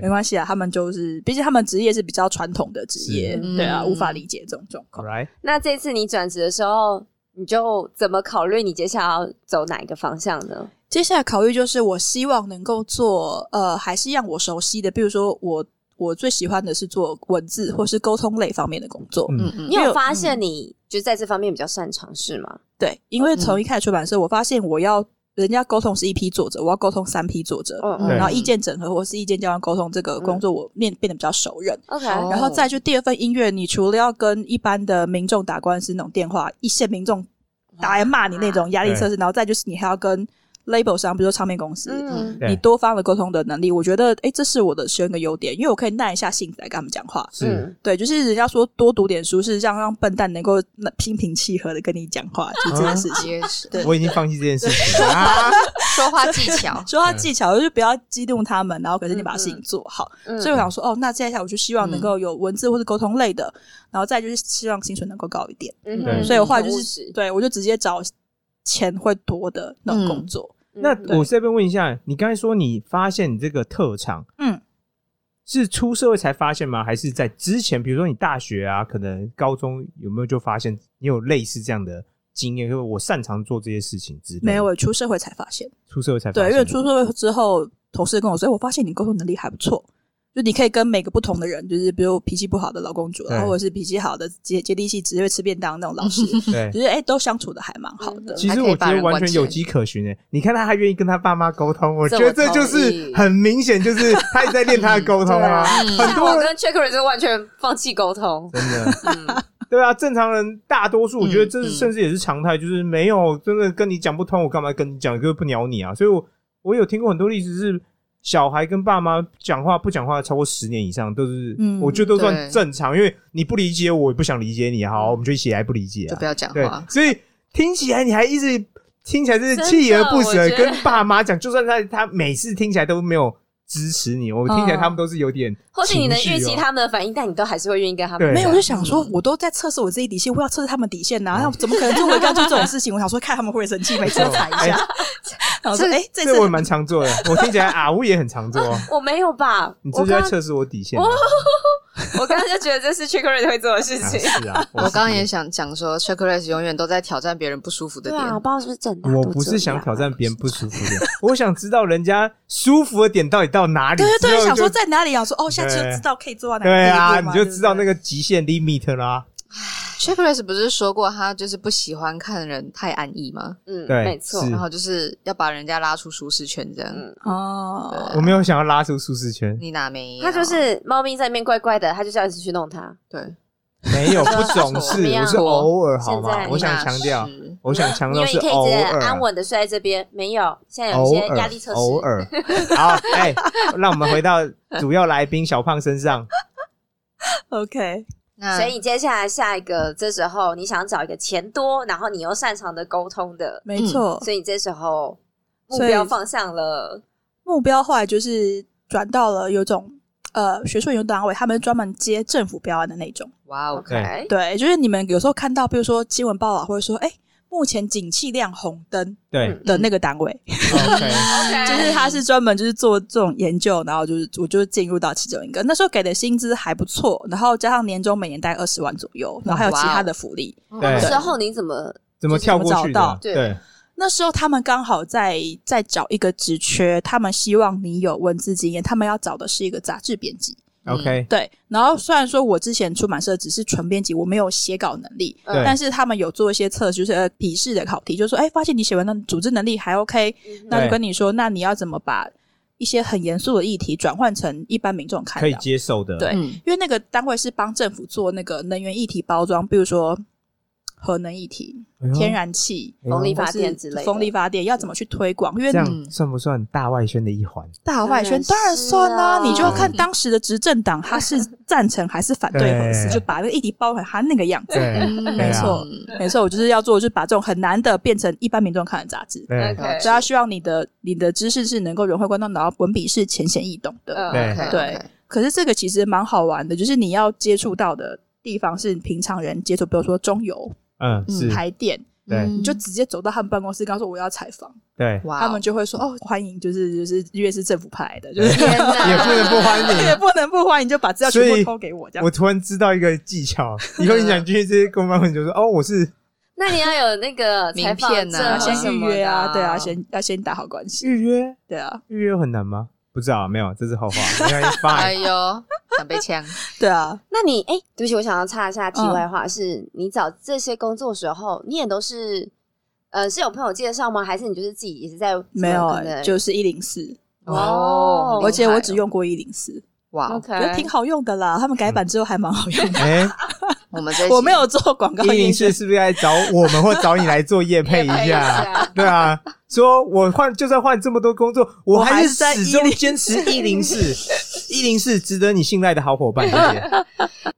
Speaker 4: 没关系啊，他们就是，毕竟他们职业是比较传统的职业，
Speaker 3: 是
Speaker 4: 对啊，
Speaker 3: 嗯
Speaker 4: 无法理解这种状况。
Speaker 2: 来，
Speaker 1: 那这次你转职的时候，你就怎么考虑你接下来要走哪一个方向呢？
Speaker 4: 接下来考虑就是，我希望能够做，呃，还是让我熟悉的，比如说我我最喜欢的是做文字或是沟通类方面的工作，
Speaker 2: 嗯
Speaker 3: 嗯嗯
Speaker 1: 你，有
Speaker 4: 有
Speaker 1: 发现你就在这方面比较擅长是吗？
Speaker 4: 对，因为从一开始出版社，我发现我要人家沟通是一批作者，我要沟通三批作者，
Speaker 1: 嗯
Speaker 2: 对
Speaker 4: 然后意见整合或是意见交换沟通这个工作，我练变得比较熟认。
Speaker 1: ，OK，
Speaker 3: 哦
Speaker 4: 然后再就第二份音乐，你除了要跟一般的民众打官司那种电话，一线民众打来骂你那种压力测试，然后再就是你还要跟 label 商，比如说唱片公司，
Speaker 1: 嗯，
Speaker 2: 对
Speaker 4: 你多方的沟通的能力，我觉得诶，这是我的其中一个优点，因为我可以耐一下性子来跟他们讲话。
Speaker 2: 是
Speaker 4: 对，就是人家说多读点书是让让笨蛋能够那心平气和的跟你讲话，就是这件事情。
Speaker 3: 结实，
Speaker 4: 对，
Speaker 2: 我已经放弃这件事情了啊。
Speaker 3: 说话技巧
Speaker 4: [LAUGHS]
Speaker 3: [LAUGHS]
Speaker 4: 说话技巧就是不要激动他们，然后可是你把事情做好。
Speaker 1: 嗯
Speaker 4: 所以我想说，哦，那接下来我就希望能够有文字或者沟通类的，然后再就是希望薪水能够高一点。
Speaker 1: 嗯
Speaker 2: 对
Speaker 4: 所以我后来就
Speaker 1: 很务
Speaker 4: 是
Speaker 1: 实
Speaker 4: 对我就直接找钱会多的那种工作。
Speaker 2: 那
Speaker 1: 嗯
Speaker 2: 我这边问一下，你刚才说你发现你这个特长
Speaker 4: 嗯，
Speaker 2: 是出社会才发现吗？还是在之前，比如说你大学啊，可能高中有没有就发现你有类似这样的经验，就是我擅长做这些事情之类的。
Speaker 4: 没有，我出社会才发现。
Speaker 2: 出社会才发
Speaker 4: 对，
Speaker 2: 现
Speaker 4: 因为出社会之后，同事跟我说，哎我发现你沟通能力还不错，就你可以跟每个不同的人，就是比如脾气不好的老公主，
Speaker 2: 对
Speaker 4: 然后或者是脾气好的接接地气，只会吃便当那种老师，
Speaker 2: [LAUGHS] 对
Speaker 4: 就，是哎、都相处的还蛮好的。
Speaker 2: 其实我觉得完全有迹可循诶、你看他还愿意跟他爸妈沟通，我
Speaker 1: 这
Speaker 2: 觉
Speaker 1: 我
Speaker 2: 得这就
Speaker 1: 同
Speaker 2: 是
Speaker 1: 意
Speaker 2: 很明显，就是他一直在练他的沟通啊。
Speaker 4: [LAUGHS]
Speaker 3: 嗯
Speaker 2: 很
Speaker 1: 像
Speaker 2: 多
Speaker 1: 我
Speaker 2: 人
Speaker 1: 跟 Checker 就完全放弃沟
Speaker 2: [LAUGHS]
Speaker 1: 通，
Speaker 4: 啊
Speaker 2: 真的，
Speaker 1: 嗯，
Speaker 2: 对啊，正常人大多数，我觉得这是
Speaker 1: 嗯
Speaker 2: 甚至也是常态，就是没有真的跟你讲不通，我干嘛跟你讲，就是不鸟你啊。所以我我有听过很多例子是。小孩跟爸妈讲话不讲话超过十年以上都是，
Speaker 4: 嗯
Speaker 2: 我觉得都算
Speaker 3: 对
Speaker 2: 正常，因为你不理解我，我也不想理解你，
Speaker 1: 嗯
Speaker 2: 好，我们就一起来不理解
Speaker 3: 就
Speaker 2: 啊
Speaker 3: 不。要讲
Speaker 2: 对
Speaker 3: 话，。
Speaker 2: 所以听起来你还一直听起来是
Speaker 1: 真的
Speaker 2: 锲而不舍
Speaker 1: 我觉得
Speaker 2: 跟爸妈讲，就算他他每次听起来都没有支持你，我听起来他们都是有点情绪哦、
Speaker 1: 嗯或许你能预期他们的反应，但你都还是会愿意跟他们
Speaker 2: 对嗯
Speaker 1: 讲。
Speaker 4: 没有，我就想说，我都在测试我自己底线，我要测试他们底线呐、然后怎么可能做我干出这种事情？我想说，看他们会不会生气，每次都踩一下。然后说，哎、这
Speaker 2: 哎这
Speaker 4: 次
Speaker 2: 我也蛮常做的，我听起来啊，我也很常做。
Speaker 1: 我没有吧？
Speaker 2: 你这
Speaker 1: 我
Speaker 2: 就在
Speaker 1: 刚哦
Speaker 2: 测试我底线啊、
Speaker 1: 我刚刚就觉得这是 Checker 会做的事
Speaker 2: 啊
Speaker 1: 情。
Speaker 2: 是啊，
Speaker 3: 我刚刚也
Speaker 2: 是。
Speaker 3: 想讲说，Chocolate 永远都在挑战别人不舒服的
Speaker 1: 对
Speaker 3: 点。
Speaker 1: 啊，我不知道是不是整大都
Speaker 2: 我不是
Speaker 1: 这
Speaker 2: 想
Speaker 1: 样
Speaker 2: 挑战别人不舒服
Speaker 1: [LAUGHS]
Speaker 2: 的，我想知道人家舒服的点到底到哪里。
Speaker 4: 对对
Speaker 2: 之
Speaker 4: 对，
Speaker 2: 后
Speaker 4: 想
Speaker 2: 就
Speaker 4: 说在哪里啊？说哦，下次就
Speaker 2: 对
Speaker 4: 知道可以做到哪
Speaker 2: 对
Speaker 4: 里
Speaker 2: 啊，你就知道那。
Speaker 4: 对不对
Speaker 2: 个极限 limit 啦。
Speaker 3: Chocolate 不是说过他就是不喜欢看人太安逸吗？
Speaker 1: 嗯，
Speaker 2: 对
Speaker 1: 没错
Speaker 2: 是。
Speaker 3: 然后就是要把人家拉出舒适圈这样。
Speaker 1: 嗯
Speaker 4: 哦，
Speaker 2: 我没有想要拉出舒适圈，
Speaker 3: 你哪没有？
Speaker 1: 他
Speaker 3: 啊
Speaker 1: 就是猫咪在那边怪怪的，他就是要一直去弄它。
Speaker 3: 对，
Speaker 2: 没有，不总
Speaker 3: 怎
Speaker 2: 是
Speaker 1: 么，样
Speaker 2: 我是偶尔，好
Speaker 1: 现
Speaker 2: 吗
Speaker 1: 在？
Speaker 2: 我想强调
Speaker 3: 你哪，是
Speaker 2: 我想
Speaker 1: 因
Speaker 2: 强调
Speaker 1: 为
Speaker 2: 是
Speaker 1: 你可以
Speaker 2: 偶
Speaker 1: 一直
Speaker 2: 尔，
Speaker 1: 安稳的睡在这边，没有。现在有一
Speaker 2: 偶
Speaker 1: 些
Speaker 2: 尔，
Speaker 1: 压力测试，
Speaker 2: 偶尔。好，哎，让我们回到主要来宾小胖身上。
Speaker 4: OK，
Speaker 3: 那
Speaker 1: 所以你接下来下一个，这时候你想找一个钱多，然后你又擅长的沟通的，
Speaker 2: 嗯
Speaker 4: 没错。
Speaker 1: 所以你这时候目
Speaker 4: 所以
Speaker 1: 标放向了，
Speaker 4: 目标后来就是转到了有一种呃学术研究单位，他们专门接政府标案的那种。
Speaker 3: 哇哦，
Speaker 1: OK，
Speaker 4: 对，就是你们有时候看到，比如说新闻报道，或者说哎、目前景气亮红灯
Speaker 2: 对
Speaker 1: 嗯
Speaker 4: 的那个单位，
Speaker 2: ，OK，
Speaker 4: 就是他是专门就是做这种研究，然后就是我就进入到其中一个。那时候给的薪资还不错，然后加上年终每年大概二十万左右，然后还有其他的福利。
Speaker 1: 那
Speaker 2: 对
Speaker 1: 时候你怎么
Speaker 2: 怎么跳过
Speaker 4: 就
Speaker 2: 去
Speaker 4: 是怎么找
Speaker 2: 的
Speaker 4: 到？
Speaker 1: 对
Speaker 2: 对，
Speaker 4: 那时候他们刚好在在找一个职缺，他们希望你有文字经验，他们要找的是一个杂志编辑。
Speaker 2: ，OK，
Speaker 4: 对，然后虽然说我之前出版社只是纯编辑，我没有写稿能力，
Speaker 1: 嗯
Speaker 2: 对
Speaker 4: 但是他们有做一些测试，就是呃笔试的考题，就是说，哎，发现你写文章组织能力还 OK，
Speaker 1: 嗯
Speaker 4: 那就
Speaker 2: 对
Speaker 4: 跟你说，那你要怎么把一些很严肃的议题转换成一般民众看
Speaker 2: 可以
Speaker 4: 到？
Speaker 2: 接受的。哎
Speaker 4: 对
Speaker 3: 嗯，
Speaker 4: 因为那个单位是帮政府做那个能源议题包装，比如说核能议题、
Speaker 2: 哎呦
Speaker 4: 天然气。
Speaker 2: 哎呦
Speaker 1: 风力
Speaker 4: 或
Speaker 1: 发
Speaker 4: 是
Speaker 1: 电之类的？
Speaker 4: 风力发电要怎么去推广？因为
Speaker 2: 这样
Speaker 3: 嗯
Speaker 2: 算不算大外宣的一环？
Speaker 4: 大外宣
Speaker 1: 当
Speaker 4: 当
Speaker 1: 然
Speaker 4: 然
Speaker 1: 是啊
Speaker 4: 算啦、你就要看当时的执政党他是赞成还是反对核四，
Speaker 2: 对
Speaker 4: 就把那个议题包含他那个样子。
Speaker 2: 对，啊
Speaker 3: 没
Speaker 4: 嗯没错，没错，我就是要做，就是把这种很难的变成一般民众看的杂志。
Speaker 2: 对，
Speaker 1: OK
Speaker 4: 所以他希望你的你的知识是能够融会贯通，然后文笔是浅显易懂的。
Speaker 1: 嗯
Speaker 2: 对
Speaker 1: OK
Speaker 4: 对可是这个其实蛮好玩的，就是你要接触到的地方是平常人接触，比如说中油、
Speaker 2: 嗯，是，
Speaker 4: 台电，
Speaker 2: 对
Speaker 4: 你就直接走到他们办公室，跟他说我要采访，
Speaker 2: 对，
Speaker 3: 哇哦，
Speaker 4: 他们就会说嗯哦，欢迎，就是就是越是政府派的，就是
Speaker 3: 天
Speaker 2: [LAUGHS]
Speaker 3: 哪，
Speaker 2: 也不能不欢迎
Speaker 4: 也不能不欢迎，就把资料
Speaker 2: 所
Speaker 4: 全
Speaker 2: 以
Speaker 4: 部偷给我这样
Speaker 2: 我。突然知道一个技巧，以后你想去这些公关会，你就说哦，我是
Speaker 1: [LAUGHS] 那你要有那个
Speaker 3: 名
Speaker 1: 采访
Speaker 3: 片
Speaker 1: 证
Speaker 3: 啊
Speaker 4: 要
Speaker 1: 啊嗯
Speaker 4: 先
Speaker 1: 什
Speaker 4: 预
Speaker 1: 么
Speaker 4: 约
Speaker 1: 的
Speaker 4: 啊，对啊，先要先打好关系，
Speaker 2: 预约，
Speaker 4: 对啊，
Speaker 2: 预约很难吗？不知道，没有，这是后话，没关系
Speaker 3: 哎
Speaker 2: ，fine。
Speaker 3: 呦，想被
Speaker 4: [LAUGHS]
Speaker 3: 呛，
Speaker 4: 对啊，
Speaker 1: 那你哎、对不起，我想要插一下题外话，是你找这些工作的时候，你也都是呃是有朋友介绍吗？还是你就是自己也是在
Speaker 4: 没有啊
Speaker 1: 可能，
Speaker 4: 就是一零四，
Speaker 1: 哦
Speaker 4: 而且我只
Speaker 3: 用
Speaker 4: 用过一零四，
Speaker 3: 哇，
Speaker 4: 觉得
Speaker 1: OK
Speaker 4: 挺好用的啦。他们改版之后还蛮好
Speaker 1: 嗯
Speaker 4: [LAUGHS] 用的，
Speaker 2: 哎，
Speaker 3: 我们这一集嗯
Speaker 4: 我没有做广告
Speaker 2: 一零
Speaker 4: 营销
Speaker 2: 四是不是该找我们或找你来做业配一
Speaker 1: 业配一
Speaker 2: 下
Speaker 1: 下？
Speaker 2: 对啊，说我换就算换这么多工作，我
Speaker 4: 我还
Speaker 2: 还
Speaker 4: 是在
Speaker 2: 始终
Speaker 4: 104
Speaker 2: 坚持一零四，一零四值得你信赖的好伙伴，谢谢。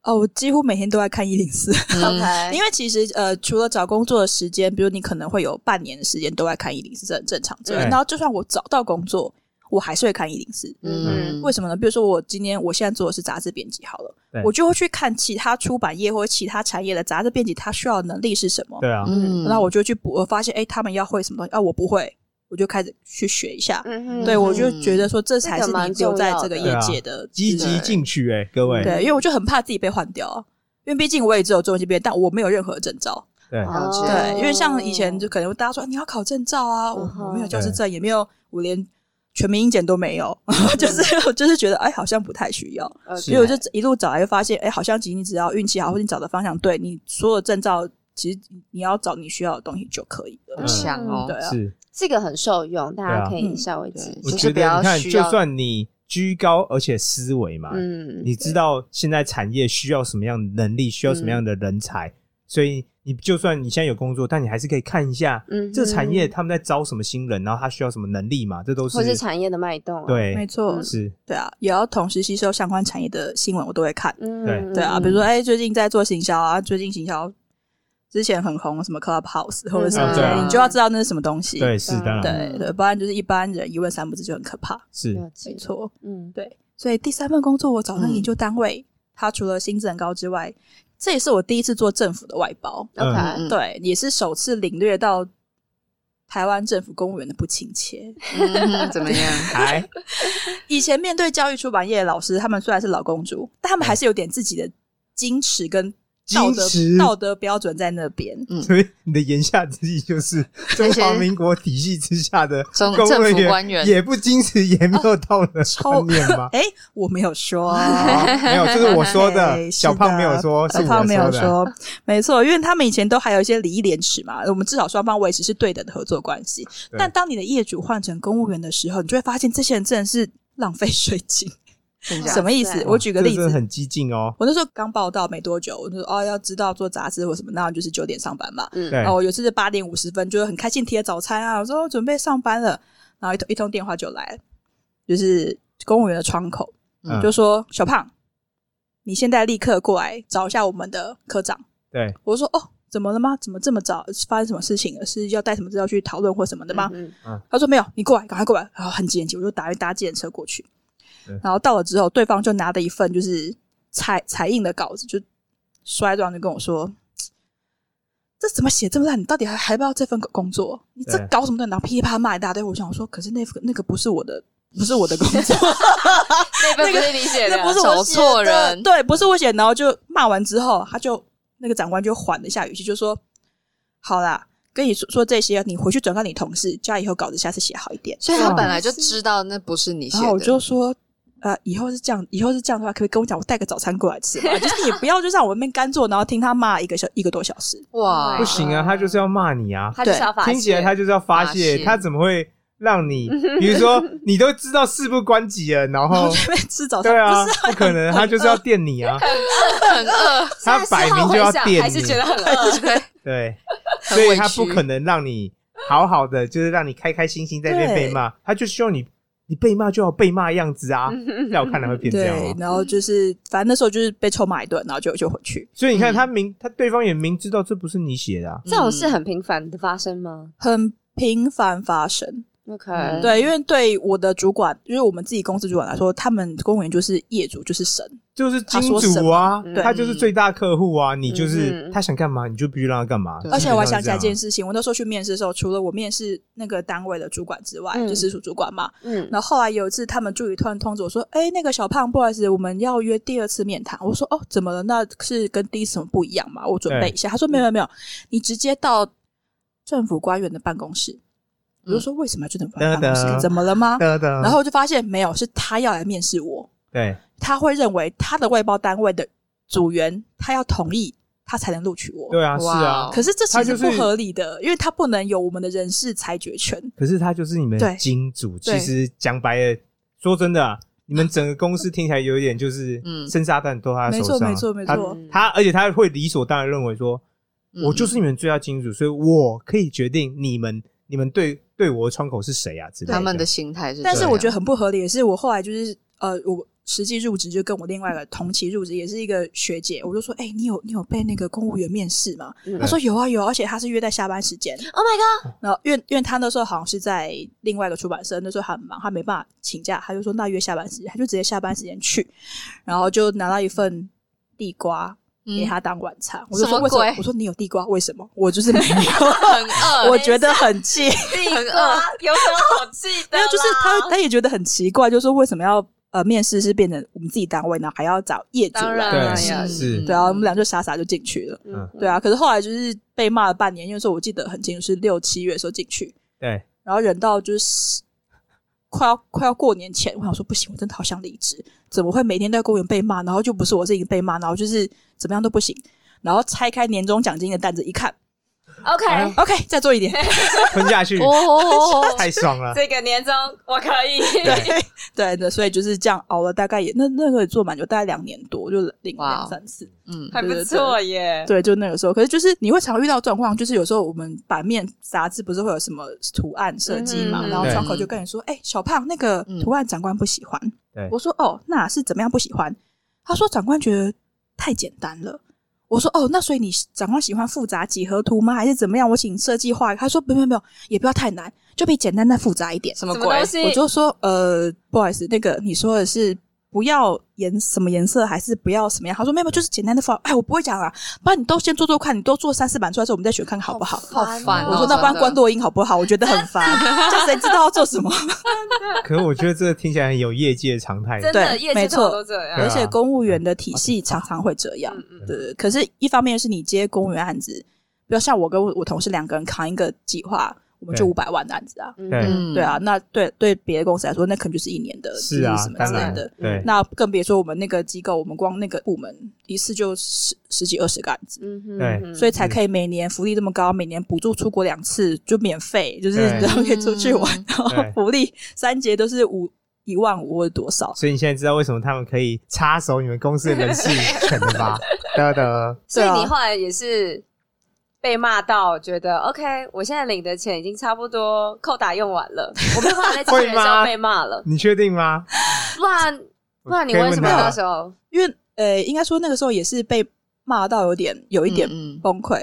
Speaker 4: 哦，我几乎每天都在看一零四，
Speaker 2: 嗯
Speaker 1: OK，
Speaker 4: 因为其实呃，除了找工作的时间，比如你可能会有半年的时间都在看一零四，这很正常。这
Speaker 2: 对
Speaker 4: 然后就算我找到工作，我还是会看一零四。
Speaker 1: 嗯
Speaker 4: 为什么呢？比如说我今天我现在做的是杂志编辑好了
Speaker 2: 对，
Speaker 4: 我就会去看其他出版业或者其他产业的杂志编辑，他需要的能力是什么。
Speaker 2: 对啊，
Speaker 3: 嗯
Speaker 4: 然后我就去补，我发现哎、诶他们要会什么东西啊，我不会，我就开始去学一下。
Speaker 1: 嗯哼
Speaker 4: 对，我就
Speaker 3: 嗯
Speaker 4: 觉得说这
Speaker 1: 这
Speaker 4: 才
Speaker 1: 个
Speaker 4: 是
Speaker 1: 蛮
Speaker 4: 你留
Speaker 1: 重
Speaker 4: 在
Speaker 1: 要
Speaker 4: 这个
Speaker 1: 的
Speaker 4: 业
Speaker 2: 对啊
Speaker 4: 界的
Speaker 2: 积极
Speaker 4: 对
Speaker 2: 进取哎，各位，
Speaker 4: 对，因为我就很怕自己被换掉啊，因为毕竟我也只有中文系毕业，但我没有任何证照，
Speaker 2: 对
Speaker 3: 了解
Speaker 4: 对，
Speaker 1: 哦
Speaker 4: 因为像以前就可能大家说你要考证照啊，我我没有教师证，也没有，我连全民英检都没有， [LAUGHS] 就是我就是觉得哎，好像不太需要，
Speaker 1: 哦
Speaker 2: 是
Speaker 4: 所以我就一路找来就发现，哎，好像其实你只要运气好，或者你找的方向对，你所有证照其实你要找你需要的东西就可以了
Speaker 2: 嗯
Speaker 3: 好。强哦
Speaker 4: 对，啊，
Speaker 2: 是，
Speaker 1: 这个很受用，大
Speaker 2: 对啊
Speaker 1: 家可以
Speaker 4: 嗯
Speaker 1: 稍微
Speaker 3: 对
Speaker 1: 记
Speaker 2: 我
Speaker 1: 一
Speaker 2: 觉
Speaker 3: 就是
Speaker 1: 下。
Speaker 3: 不
Speaker 2: 得
Speaker 3: 要
Speaker 2: 你看，
Speaker 3: 需
Speaker 2: 就
Speaker 3: 要
Speaker 2: 算你居高，而且思维嘛，
Speaker 1: 嗯，
Speaker 2: 啊你知道现在产业需要什么样的能力，需要什么样的人才，所以你就算你现在有工作，但你还是可以看一下
Speaker 1: 嗯哼
Speaker 2: 这产业他们在招什么新人，然后他需要什么能力嘛，这都是
Speaker 1: 或是产业的脉动啊，
Speaker 2: 对，
Speaker 4: 没错，
Speaker 2: 是
Speaker 4: 对啊，也要同时吸收相关产业的新闻，我都会看。
Speaker 1: 嗯，
Speaker 4: 对啊，
Speaker 1: 嗯
Speaker 4: 比如说，哎、最近在做行销啊，最近行销之前很红，什么 Clubhouse 或者什么之类的，
Speaker 2: 啊对啊
Speaker 4: 你就要知道那是什么东西。
Speaker 2: 对，是
Speaker 1: 对
Speaker 2: 当
Speaker 1: 啊
Speaker 2: 然
Speaker 4: 对对，不然就是一般人一问三不知就很可怕。
Speaker 2: 是
Speaker 1: 了解
Speaker 4: 嗯没错，
Speaker 1: 嗯，
Speaker 4: 对，所以第三份工作我找那个研究
Speaker 2: 嗯
Speaker 4: 单位，它除了薪资很高之外，这也是我第一次做政府的外包，
Speaker 2: 嗯
Speaker 1: ，OK，
Speaker 3: 嗯
Speaker 4: 对，也是首次领略到台湾政府公务员的不亲切。
Speaker 3: 嗯哼怎么
Speaker 4: [LAUGHS]
Speaker 3: 样？
Speaker 2: 还
Speaker 4: 以前面对教育出版业的老师，他们虽然是老公主，但他们还是有点自己的矜持跟道德
Speaker 2: 嗯矜持嗯
Speaker 4: 道德标准在那边。
Speaker 2: 所以你的言下之意就是，中华民国体系之下的
Speaker 3: 中
Speaker 2: 公务
Speaker 3: 政府官员
Speaker 2: 也不矜持，也没有到了
Speaker 4: 超？
Speaker 2: 观念吗
Speaker 4: 哎、我没
Speaker 2: [LAUGHS]
Speaker 4: 有说，
Speaker 2: 好哦没有，这是我说的，
Speaker 4: [LAUGHS] 对
Speaker 2: 小胖没有说，
Speaker 4: 哎小
Speaker 2: 是我
Speaker 4: 胖没有
Speaker 2: 的。
Speaker 4: 说，没错，因为他们以前都还有一些礼义廉耻嘛，我们至少双方维持是对等的合作关系。
Speaker 2: 对
Speaker 4: 但当你的业主换成公务员的时候，你就会发现这些人真的是浪费税金，
Speaker 3: 真假
Speaker 4: 什么意
Speaker 2: 啊
Speaker 4: 思？我举个例
Speaker 2: 哦这
Speaker 4: 子
Speaker 2: 真的，很激进哦，
Speaker 4: 我那时候刚报道没多久，我就说哦，要知道做杂志或什么，那就是九点上班嘛。
Speaker 1: 嗯
Speaker 2: 对
Speaker 4: 然后我有一次是八点五十分，就是很开心贴早餐啊，我说哦准备上班了，然后一通一通电话就来了，就是公务员的窗口，
Speaker 2: 嗯
Speaker 4: 就说小胖，你现在立刻过来找一下我们的科长。
Speaker 2: 对，
Speaker 4: 我说哦，怎么了吗？怎么这么早？发生什么事情了？是要带什么资料去讨论或什么的吗？
Speaker 1: 嗯
Speaker 4: 他说没有，你过来，赶快过来。然后很急很急，我就打搭计程车过去
Speaker 2: 对。
Speaker 4: 然后到了之后，对方就拿了一份就是彩彩印的稿子，就摔断，就跟我说：“这怎么写这么烂？你到底还还不要这份工作？你这
Speaker 2: 对
Speaker 4: 搞什么的？然后噼里啪啦骂一大堆。”我想说，可是那份那个不是我的，不是我的工
Speaker 3: [LAUGHS]
Speaker 4: 作。
Speaker 3: 那份不是你写的，啊
Speaker 4: 那不是
Speaker 3: 找
Speaker 4: 我写的
Speaker 3: 错人，
Speaker 4: 对，不是我写的。然后就骂完之后，他就那个长官就缓了一下语气，就说：“好啦，跟你说说这些，你回去转告你同事，叫以后稿子下次写好一点。
Speaker 3: 所以他
Speaker 2: 哇
Speaker 3: 本来就知道那不是你”写
Speaker 4: 然后我
Speaker 3: 的
Speaker 4: 就，说。呃，以后是这样，以后是这样的话，可不可以跟我讲，我带个早餐过来吃嘛？ [LAUGHS] 就是你不要就让我们干坐，然后听他骂一个小一个多小时。
Speaker 3: 哇
Speaker 2: 不，行啊，他就是要骂你啊，
Speaker 1: 他就是要发泄，
Speaker 2: 听
Speaker 1: [LAUGHS]
Speaker 2: 起来他就是要发
Speaker 3: 发
Speaker 2: 泄，
Speaker 3: 泄
Speaker 2: 他怎么会让
Speaker 4: [LAUGHS]
Speaker 2: 你？比如说，你都知道事不关己了，然
Speaker 4: 然后 [LAUGHS]
Speaker 2: 后
Speaker 4: 就被吃早餐，
Speaker 2: 哦对啊
Speaker 4: 不是，
Speaker 2: 不可能，他就是要电你
Speaker 4: [LAUGHS]
Speaker 2: 啊，
Speaker 3: 很饿，
Speaker 2: 他摆明就要电
Speaker 1: 还
Speaker 2: 你
Speaker 1: 是，觉得很饿，
Speaker 4: [LAUGHS]
Speaker 3: 对，
Speaker 2: 对，
Speaker 3: 很
Speaker 2: 所以他
Speaker 3: 委屈
Speaker 2: 不可能让你好好的，就是让你开开心心在那边
Speaker 4: 对
Speaker 2: 被骂，他就希望你你被骂就要被骂的样子
Speaker 4: [LAUGHS]
Speaker 2: 啊，在我看来会变这样
Speaker 4: 对
Speaker 2: 啊。，
Speaker 4: 然后就是反正那时候就是被臭骂一顿，然后就就回去，
Speaker 2: 所以你看，
Speaker 3: 嗯
Speaker 2: 他明他对方也明知道这不是你写的啊，
Speaker 1: 这种事很频繁的发生吗
Speaker 4: 很频繁发生。
Speaker 1: ？OK，
Speaker 3: 嗯
Speaker 4: 对，因为对我的主管，因为我们自己公司主管来说，他们公务员就是业主，就是神。
Speaker 2: 就是金
Speaker 4: 他说什
Speaker 2: 主啊
Speaker 1: 么，
Speaker 2: 他就是
Speaker 3: 嗯
Speaker 2: 最大客户啊，你就是
Speaker 1: 嗯
Speaker 2: 他想干嘛你就必须让他干嘛。
Speaker 3: 对
Speaker 4: 而且我还想
Speaker 2: 基本上
Speaker 4: 起来一
Speaker 2: 是这样
Speaker 4: 件事情，我那时候去面试的时候，除了我面试那个单位的主管之外，
Speaker 1: 嗯
Speaker 4: 就直属主管嘛。
Speaker 1: 嗯，
Speaker 4: 然后后来有一次，他们助理突然通知我说：“哎，那个小胖，不好意思，我们要约第二次面谈。”我说：“哦，怎么了？那是跟第一次什么不一样嘛？我准备一下。”他说：“
Speaker 2: 嗯
Speaker 4: 没有没有没有，你直接到政府官员的办公室。”我
Speaker 2: 嗯
Speaker 4: 就说：“为什么要去政府官员办
Speaker 2: 哒
Speaker 4: 公
Speaker 2: 啊
Speaker 4: 室？
Speaker 2: 哒
Speaker 4: 怎么了吗？”
Speaker 2: 得得，
Speaker 4: 然后我就发现没有，是他要来面试我。
Speaker 2: 对
Speaker 4: 他会认为他的外包单位的组员，他要同意他才能录取我。
Speaker 2: 对啊，是
Speaker 3: 哇
Speaker 2: 啊
Speaker 3: 哦，
Speaker 4: 可是这其
Speaker 2: 他就
Speaker 4: 实
Speaker 2: 是
Speaker 4: 不合理的，因为他不能有我们的人事裁决权。
Speaker 2: 可是他就是你们
Speaker 4: 对
Speaker 2: 金主。
Speaker 4: 对
Speaker 2: 其实讲白了，说真的啊，你们整个公司听起来有一点就是，
Speaker 3: 嗯
Speaker 2: 生杀蛋都在他
Speaker 4: 没
Speaker 2: 手
Speaker 4: 错，
Speaker 2: 上啊。
Speaker 4: 没错，没
Speaker 2: 他
Speaker 1: 嗯
Speaker 4: 错。
Speaker 2: 他而且他会理所当然认为说，
Speaker 3: 嗯
Speaker 2: 我就是你们最大金主，所以我可以决定你们你们对对我的窗口是谁啊之类
Speaker 3: 他们的心态是这样，
Speaker 4: 但是我觉得很不合理的是，我后来就是呃，我实际入职就跟我另外一个同期入职也是一个学姐，我就说，哎、你有你有被那个公务员面试吗？
Speaker 1: 嗯
Speaker 4: 她说有啊有啊，而且她是约在下班时间。
Speaker 1: Oh my god，
Speaker 4: 然后因为因为他那时候好像是在另外一个出版社，那时候他很忙，他没办法请假，他就说那约下班时间，他就直接下班时间去，然后就拿到一份地瓜
Speaker 3: 嗯
Speaker 4: 给他当晚餐。我就
Speaker 3: 什
Speaker 4: 说
Speaker 3: 么
Speaker 4: 为什么
Speaker 3: 鬼？
Speaker 4: 我说你有地瓜，为什么？我就是没有，
Speaker 3: [LAUGHS] 很饿，
Speaker 4: 我觉得很气。 [LAUGHS]
Speaker 1: 很饿，有什么好记的
Speaker 4: 没有，就是他他也觉得很奇怪，就说为什么要。呃面试是变成我们自己单位，然后还要找业主
Speaker 3: 当然
Speaker 4: 来
Speaker 3: 了
Speaker 4: 面试
Speaker 3: 呀
Speaker 2: 对，是
Speaker 4: 对啊，我们俩就傻傻就进去了。
Speaker 1: 嗯
Speaker 4: 对啊，可是后来就是被骂了半年，因为说我记得很清楚是六七月的时候进去，
Speaker 2: 对，
Speaker 4: 然后忍到就是快要快要过年前，我想说不行，我真的好想离职，怎么会每天都在公园被骂，然后就不是我自己被骂，然后就是怎么样都不行，然后拆开年终奖金的单子一看
Speaker 1: OK，
Speaker 2: 哎
Speaker 4: ，OK，再做一点，
Speaker 2: 吞下去，
Speaker 3: 哦，
Speaker 2: 太爽了。
Speaker 1: 这个年终我可以。
Speaker 4: 对对，所以就是这样熬了大概也那那个也做满就大概两年多，就领
Speaker 3: 哇
Speaker 4: 两三次，
Speaker 3: 嗯，
Speaker 1: 还不错耶，
Speaker 4: 对，就那个时候。可是就是你会常遇到状况，就是有时候我们版面杂志不是会有什么图案设计嘛，
Speaker 1: 嗯哼
Speaker 4: 然后
Speaker 2: 对
Speaker 4: 窗口就跟你说：“哎、小胖，那个
Speaker 3: 嗯
Speaker 4: 图案长官不喜欢。
Speaker 2: 对
Speaker 4: 我说：“哦，那是怎么样不喜欢？”他说：“长官觉得太简单了。”我说：“哦，那所以你长官喜欢复杂几何图吗？还是怎么样？我请设计画。”他说：“没有没有没有，也不要太难，就比简单再复杂一点。”
Speaker 3: 什么
Speaker 1: 什么
Speaker 3: 鬼
Speaker 1: 东？西？
Speaker 4: 我就说，呃，不好意思，那个你说的是不要颜什么颜色，还是不要什么样？他说没有，没有就是简单的方。哎，我不会讲啦，不然你都先做做看，你都做三四版出来之后，我们再选看看好不好？
Speaker 3: 好烦哦
Speaker 4: 我说那不然关落音好不好？我觉得很烦，
Speaker 2: [LAUGHS]
Speaker 4: 就谁知道要做什么？
Speaker 2: 可是我觉得这听起来很有业界常态。
Speaker 1: 真的
Speaker 4: 对
Speaker 1: 业绩
Speaker 4: 没
Speaker 1: 头
Speaker 4: 错
Speaker 1: 都这样
Speaker 2: 对啊
Speaker 4: 而且公务员的体系常常会这样
Speaker 1: 嗯，嗯
Speaker 4: 对对。对可是，一方面是你接公务员案子，比如像我跟我我同事两个人扛一个计划，我们就
Speaker 2: 对
Speaker 4: 五百万的案子啊。
Speaker 1: 嗯
Speaker 2: 对
Speaker 1: 嗯
Speaker 3: 嗯，
Speaker 4: 对啊，那对对别的公司来说，那可能就是一年的，
Speaker 2: 是啊
Speaker 4: 就是什，么
Speaker 2: 当
Speaker 4: 之类
Speaker 2: 然
Speaker 4: 的。嗯
Speaker 2: 对，
Speaker 4: 那更别说我们那个机构，我们光那个部门一次就十十几二十个案子，
Speaker 1: 嗯哼，
Speaker 2: 对
Speaker 1: 嗯哼
Speaker 4: 所以才可以每年福利这么高，每年补助出国两次就免费，就是
Speaker 2: 对
Speaker 4: 然后可以出去玩
Speaker 3: 嗯，
Speaker 4: 然后福利三节都是五一万五或者多少。
Speaker 2: 所以你现在知道为什么他们可以插手你们公司的人事权了
Speaker 4: [LAUGHS]
Speaker 2: 吧？得得，
Speaker 1: 所以
Speaker 4: 对啊
Speaker 1: 你后来也是被骂到，觉得 OK，我现在领的钱已经差不多扣打用完了，我没有办 [LAUGHS] 法再继续
Speaker 2: 会
Speaker 1: 忍
Speaker 2: 吗
Speaker 1: 受被骂了。
Speaker 2: 你确定吗？
Speaker 1: 不然不然你
Speaker 2: 可以
Speaker 1: 为什么
Speaker 2: 问他
Speaker 1: 到时候？
Speaker 4: 因为呃，应该说那个时候也是被骂到有点有一点
Speaker 3: 嗯嗯
Speaker 4: 崩溃，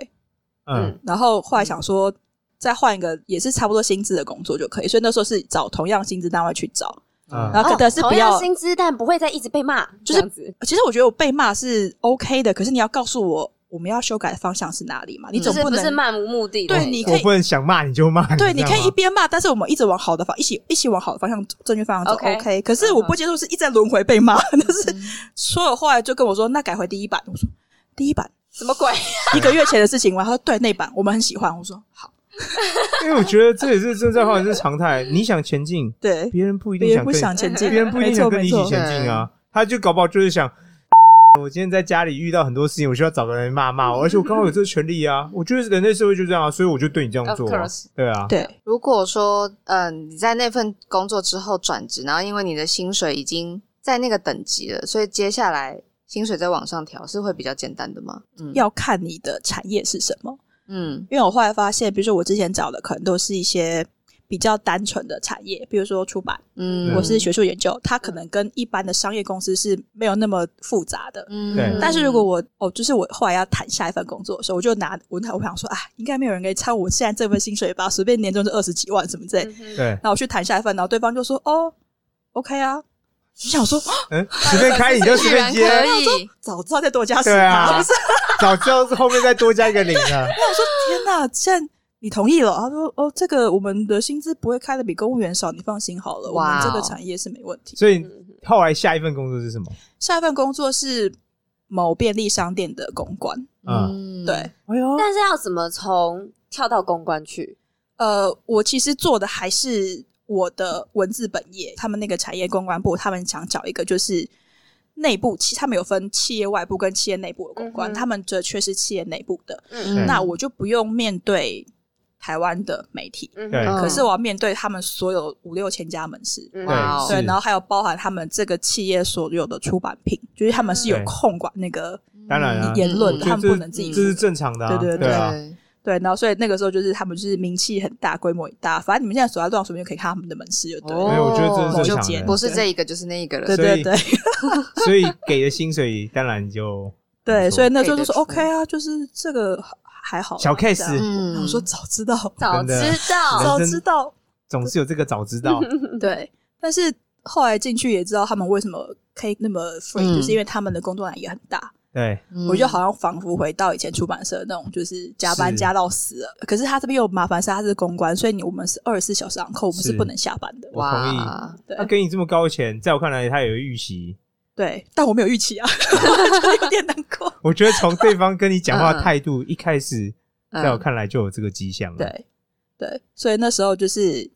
Speaker 2: 嗯，
Speaker 4: 然后后来想说再换一个也是差不多薪资的工作就可以，所以那时候是找同样薪资单位去找，
Speaker 3: 啊
Speaker 2: 嗯
Speaker 4: 然后啊可但是
Speaker 1: 哦同
Speaker 4: 不
Speaker 1: 样
Speaker 4: 要。
Speaker 1: 薪资，但不会再一直被骂，
Speaker 4: 就是
Speaker 1: 这样子。
Speaker 4: 其实我觉得我被骂是 OK 的，可是你要告诉我我们要修改的方向是哪里嘛？你
Speaker 1: 就
Speaker 4: 总
Speaker 1: 是嗯不
Speaker 4: 能
Speaker 1: 是漫无目的的那
Speaker 4: 对
Speaker 1: 种，
Speaker 4: 你可
Speaker 2: 我
Speaker 4: 以
Speaker 2: 不能想骂你就骂，
Speaker 4: 对，你
Speaker 2: 知道
Speaker 4: 可以一
Speaker 2: 吗
Speaker 4: 边骂，但是我们一直往好的方，一起一起往好的方向走，正确方向走
Speaker 1: OK
Speaker 4: OK。可是我不接受是一直在轮回被骂， [LAUGHS] 但是所有后来就跟我说，那改回第一版。我说第一版
Speaker 1: 什么鬼？
Speaker 4: 一个月前的事情吗？他说对，那版我们很喜欢。我说好，
Speaker 2: [LAUGHS] 因为我觉得这也是正在化是常态。你想前进，
Speaker 4: 对，
Speaker 2: 别人不一定
Speaker 4: 嗯别人
Speaker 2: 想
Speaker 4: 不
Speaker 2: 跟你
Speaker 4: 想前
Speaker 2: [LAUGHS]
Speaker 4: 进，
Speaker 2: 别人不一定
Speaker 4: 没
Speaker 2: 想
Speaker 4: 错
Speaker 2: 跟你
Speaker 4: 没
Speaker 2: 一起
Speaker 4: 错，嗯
Speaker 2: 前进啊。他就搞不好就是想， [LAUGHS] 我今天在家里遇到很多事情，我需要找个人骂骂我，而且我刚好有这个权利啊。我觉得人类社会就这样啊，所以我就对你这样
Speaker 1: Of
Speaker 2: 做啊
Speaker 1: course，
Speaker 2: 对啊，
Speaker 4: 对
Speaker 3: 如果说，嗯、你在那份工作之后转职，然后因为你的薪水已经在那个等级了，所以接下来薪水再往上调是会比较简单的吗？嗯，
Speaker 4: 要看你的产业是什么。
Speaker 3: 嗯
Speaker 4: 因为我后来发现，比如说我之前找的可能都是一些比较单纯的产业，比如说出版，
Speaker 3: 嗯，
Speaker 4: 我是学术研究，它可能跟一般的商业公司是没有那么复杂的。
Speaker 3: 嗯
Speaker 2: 对
Speaker 4: 但是如果我哦，就是我后来要谈下一份工作的时候，我就拿我拿我想说啊，应该没有人可以超我现在这份薪水吧，随便年终就二十几万什么之类。
Speaker 1: 嗯哼，
Speaker 2: 对，
Speaker 4: 然后我去谈下一份，然后对方就说哦，OK 啊，你想说啊
Speaker 2: 嗯，随便开你哎就随
Speaker 3: 居
Speaker 2: 便
Speaker 3: 然
Speaker 2: 接，
Speaker 3: 可以，
Speaker 4: 早知道再多加十
Speaker 2: 对
Speaker 4: 趴，
Speaker 2: 啊
Speaker 4: 不是？，
Speaker 2: 早知道是后面再多加一个零啊了，
Speaker 3: [LAUGHS]
Speaker 4: 天哪，现在。你同意了？他说：“哦，这个我们的薪资不会开的比公务员少，你放心好了，我们
Speaker 3: 哇哦
Speaker 4: 这个产业是没问题。
Speaker 2: 所以
Speaker 1: 嗯哼
Speaker 2: 后来下一份工作是什么？”
Speaker 4: 下一份工作是某便利商店的公关，
Speaker 2: 嗯，
Speaker 3: 嗯，
Speaker 4: 对，
Speaker 2: 哎呦，
Speaker 1: 但是要怎么从跳到公关去？
Speaker 4: 呃，我其实做的还是我的文字本业，他们那个产业公关部，他们想找一个就是内部企，他们有分企业外部跟企业内部的公关，
Speaker 1: 嗯哼
Speaker 4: 他们这却是企业内部的，
Speaker 1: 嗯
Speaker 2: 对
Speaker 4: 那我就不用面对台湾的媒体，
Speaker 1: 嗯
Speaker 2: 对
Speaker 1: 哼
Speaker 3: 嗯
Speaker 4: 可是我要面对他们所有五六千家门市。
Speaker 1: 嗯
Speaker 3: 哇哦
Speaker 2: 对，
Speaker 4: 对，
Speaker 2: 是
Speaker 4: 然后还有包含他们这个企业所有的出版品，就是他们是有
Speaker 2: 对
Speaker 4: 控管那个
Speaker 2: 当然啊
Speaker 4: 言论
Speaker 2: 我
Speaker 4: 的，
Speaker 2: 觉
Speaker 4: 他
Speaker 2: 得这
Speaker 4: 们嗯不能自己
Speaker 2: 这是
Speaker 4: 出
Speaker 2: 正常的啊，
Speaker 4: 对对
Speaker 2: 对啊，
Speaker 3: 对，
Speaker 4: 对，然后所以那个时候就是他们就是名气很大，规模很大，反正你们现在走在路上随便就可以看他们的门市，就对了。
Speaker 3: 哦
Speaker 2: 没哎有，我觉得这是正
Speaker 4: 某一
Speaker 2: 常
Speaker 4: 节
Speaker 2: 的
Speaker 3: 不。是这一个就是那一个了
Speaker 4: 对，
Speaker 2: 所以
Speaker 4: 对对
Speaker 2: 所以给的薪水当然就
Speaker 4: [LAUGHS] 对，所以那时候就说
Speaker 3: 可以的
Speaker 4: OK 啊，就是这个还好啦
Speaker 2: 小
Speaker 4: 这样
Speaker 2: case
Speaker 3: 嗯，
Speaker 4: 我说早知道，
Speaker 1: 早
Speaker 2: 真的
Speaker 1: 知道
Speaker 2: 人
Speaker 4: 早
Speaker 2: 生
Speaker 4: 知道，
Speaker 2: 总是有这个早知
Speaker 4: [LAUGHS]
Speaker 2: 道，
Speaker 4: 对。但是后来进去也知道他们为什么可以那么 free，、
Speaker 3: 嗯
Speaker 4: 就是因为他们的工作量也很大，
Speaker 2: 对，
Speaker 3: 嗯
Speaker 4: 我就好像仿佛回到以前出版社那种，就是加班
Speaker 2: 是
Speaker 4: 加到死了。可是他这边有麻烦是他是公关，所以你我们是二十四小时昂扣，我们是
Speaker 2: 是
Speaker 4: 不能下班的。
Speaker 2: 我同意
Speaker 3: 哇，
Speaker 4: 对
Speaker 2: 他给你这么高的钱，在我看来，他有预期。
Speaker 4: 对，但我没有预期啊， [LAUGHS] 就有点难过。
Speaker 2: 我觉得从对方跟你讲话
Speaker 3: 嗯嗯
Speaker 2: 态度一开始，
Speaker 3: 嗯
Speaker 2: 在我看来就有这个迹象了。
Speaker 4: [LAUGHS] 对对，所以那时候就是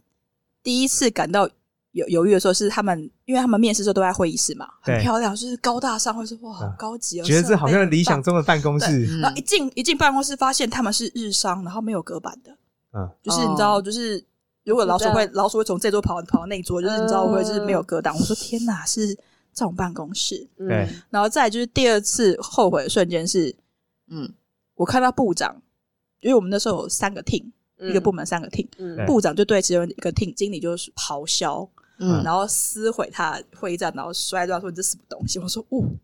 Speaker 4: 第一次感到犹犹豫的时候，是他们，因为他们面试的时候都在会议室嘛，很
Speaker 2: 对
Speaker 4: 漂亮，就是高大上，会说哇，好
Speaker 2: 啊
Speaker 4: 高级哦，
Speaker 2: 觉得
Speaker 4: 设
Speaker 2: 这好
Speaker 4: 备
Speaker 2: 像
Speaker 4: 很
Speaker 2: 理想
Speaker 4: 棒。
Speaker 2: 中的办公室，
Speaker 3: 嗯
Speaker 4: 然后一进一进办公室，发现他们是日商，然后没有隔板的，
Speaker 2: 嗯，
Speaker 4: 就是你知道，哦就是如果老鼠会，老鼠会从这桌跑跑到那桌，就是你知道会就是没有隔挡。我说天哪，是这种办公室。
Speaker 1: 嗯
Speaker 2: 对
Speaker 4: 然后再来就是第二次后悔的瞬间是，
Speaker 3: 嗯
Speaker 4: 我看到部长，因为我们那时候有三个 team，一个部，门三个 team，
Speaker 1: 嗯
Speaker 2: 对
Speaker 4: 部长就对其中一个 team 经理就是咆哮，
Speaker 3: 嗯，
Speaker 4: 然后撕毁他会议站，然后摔断说你这什么东西？我说哦，
Speaker 3: 嗯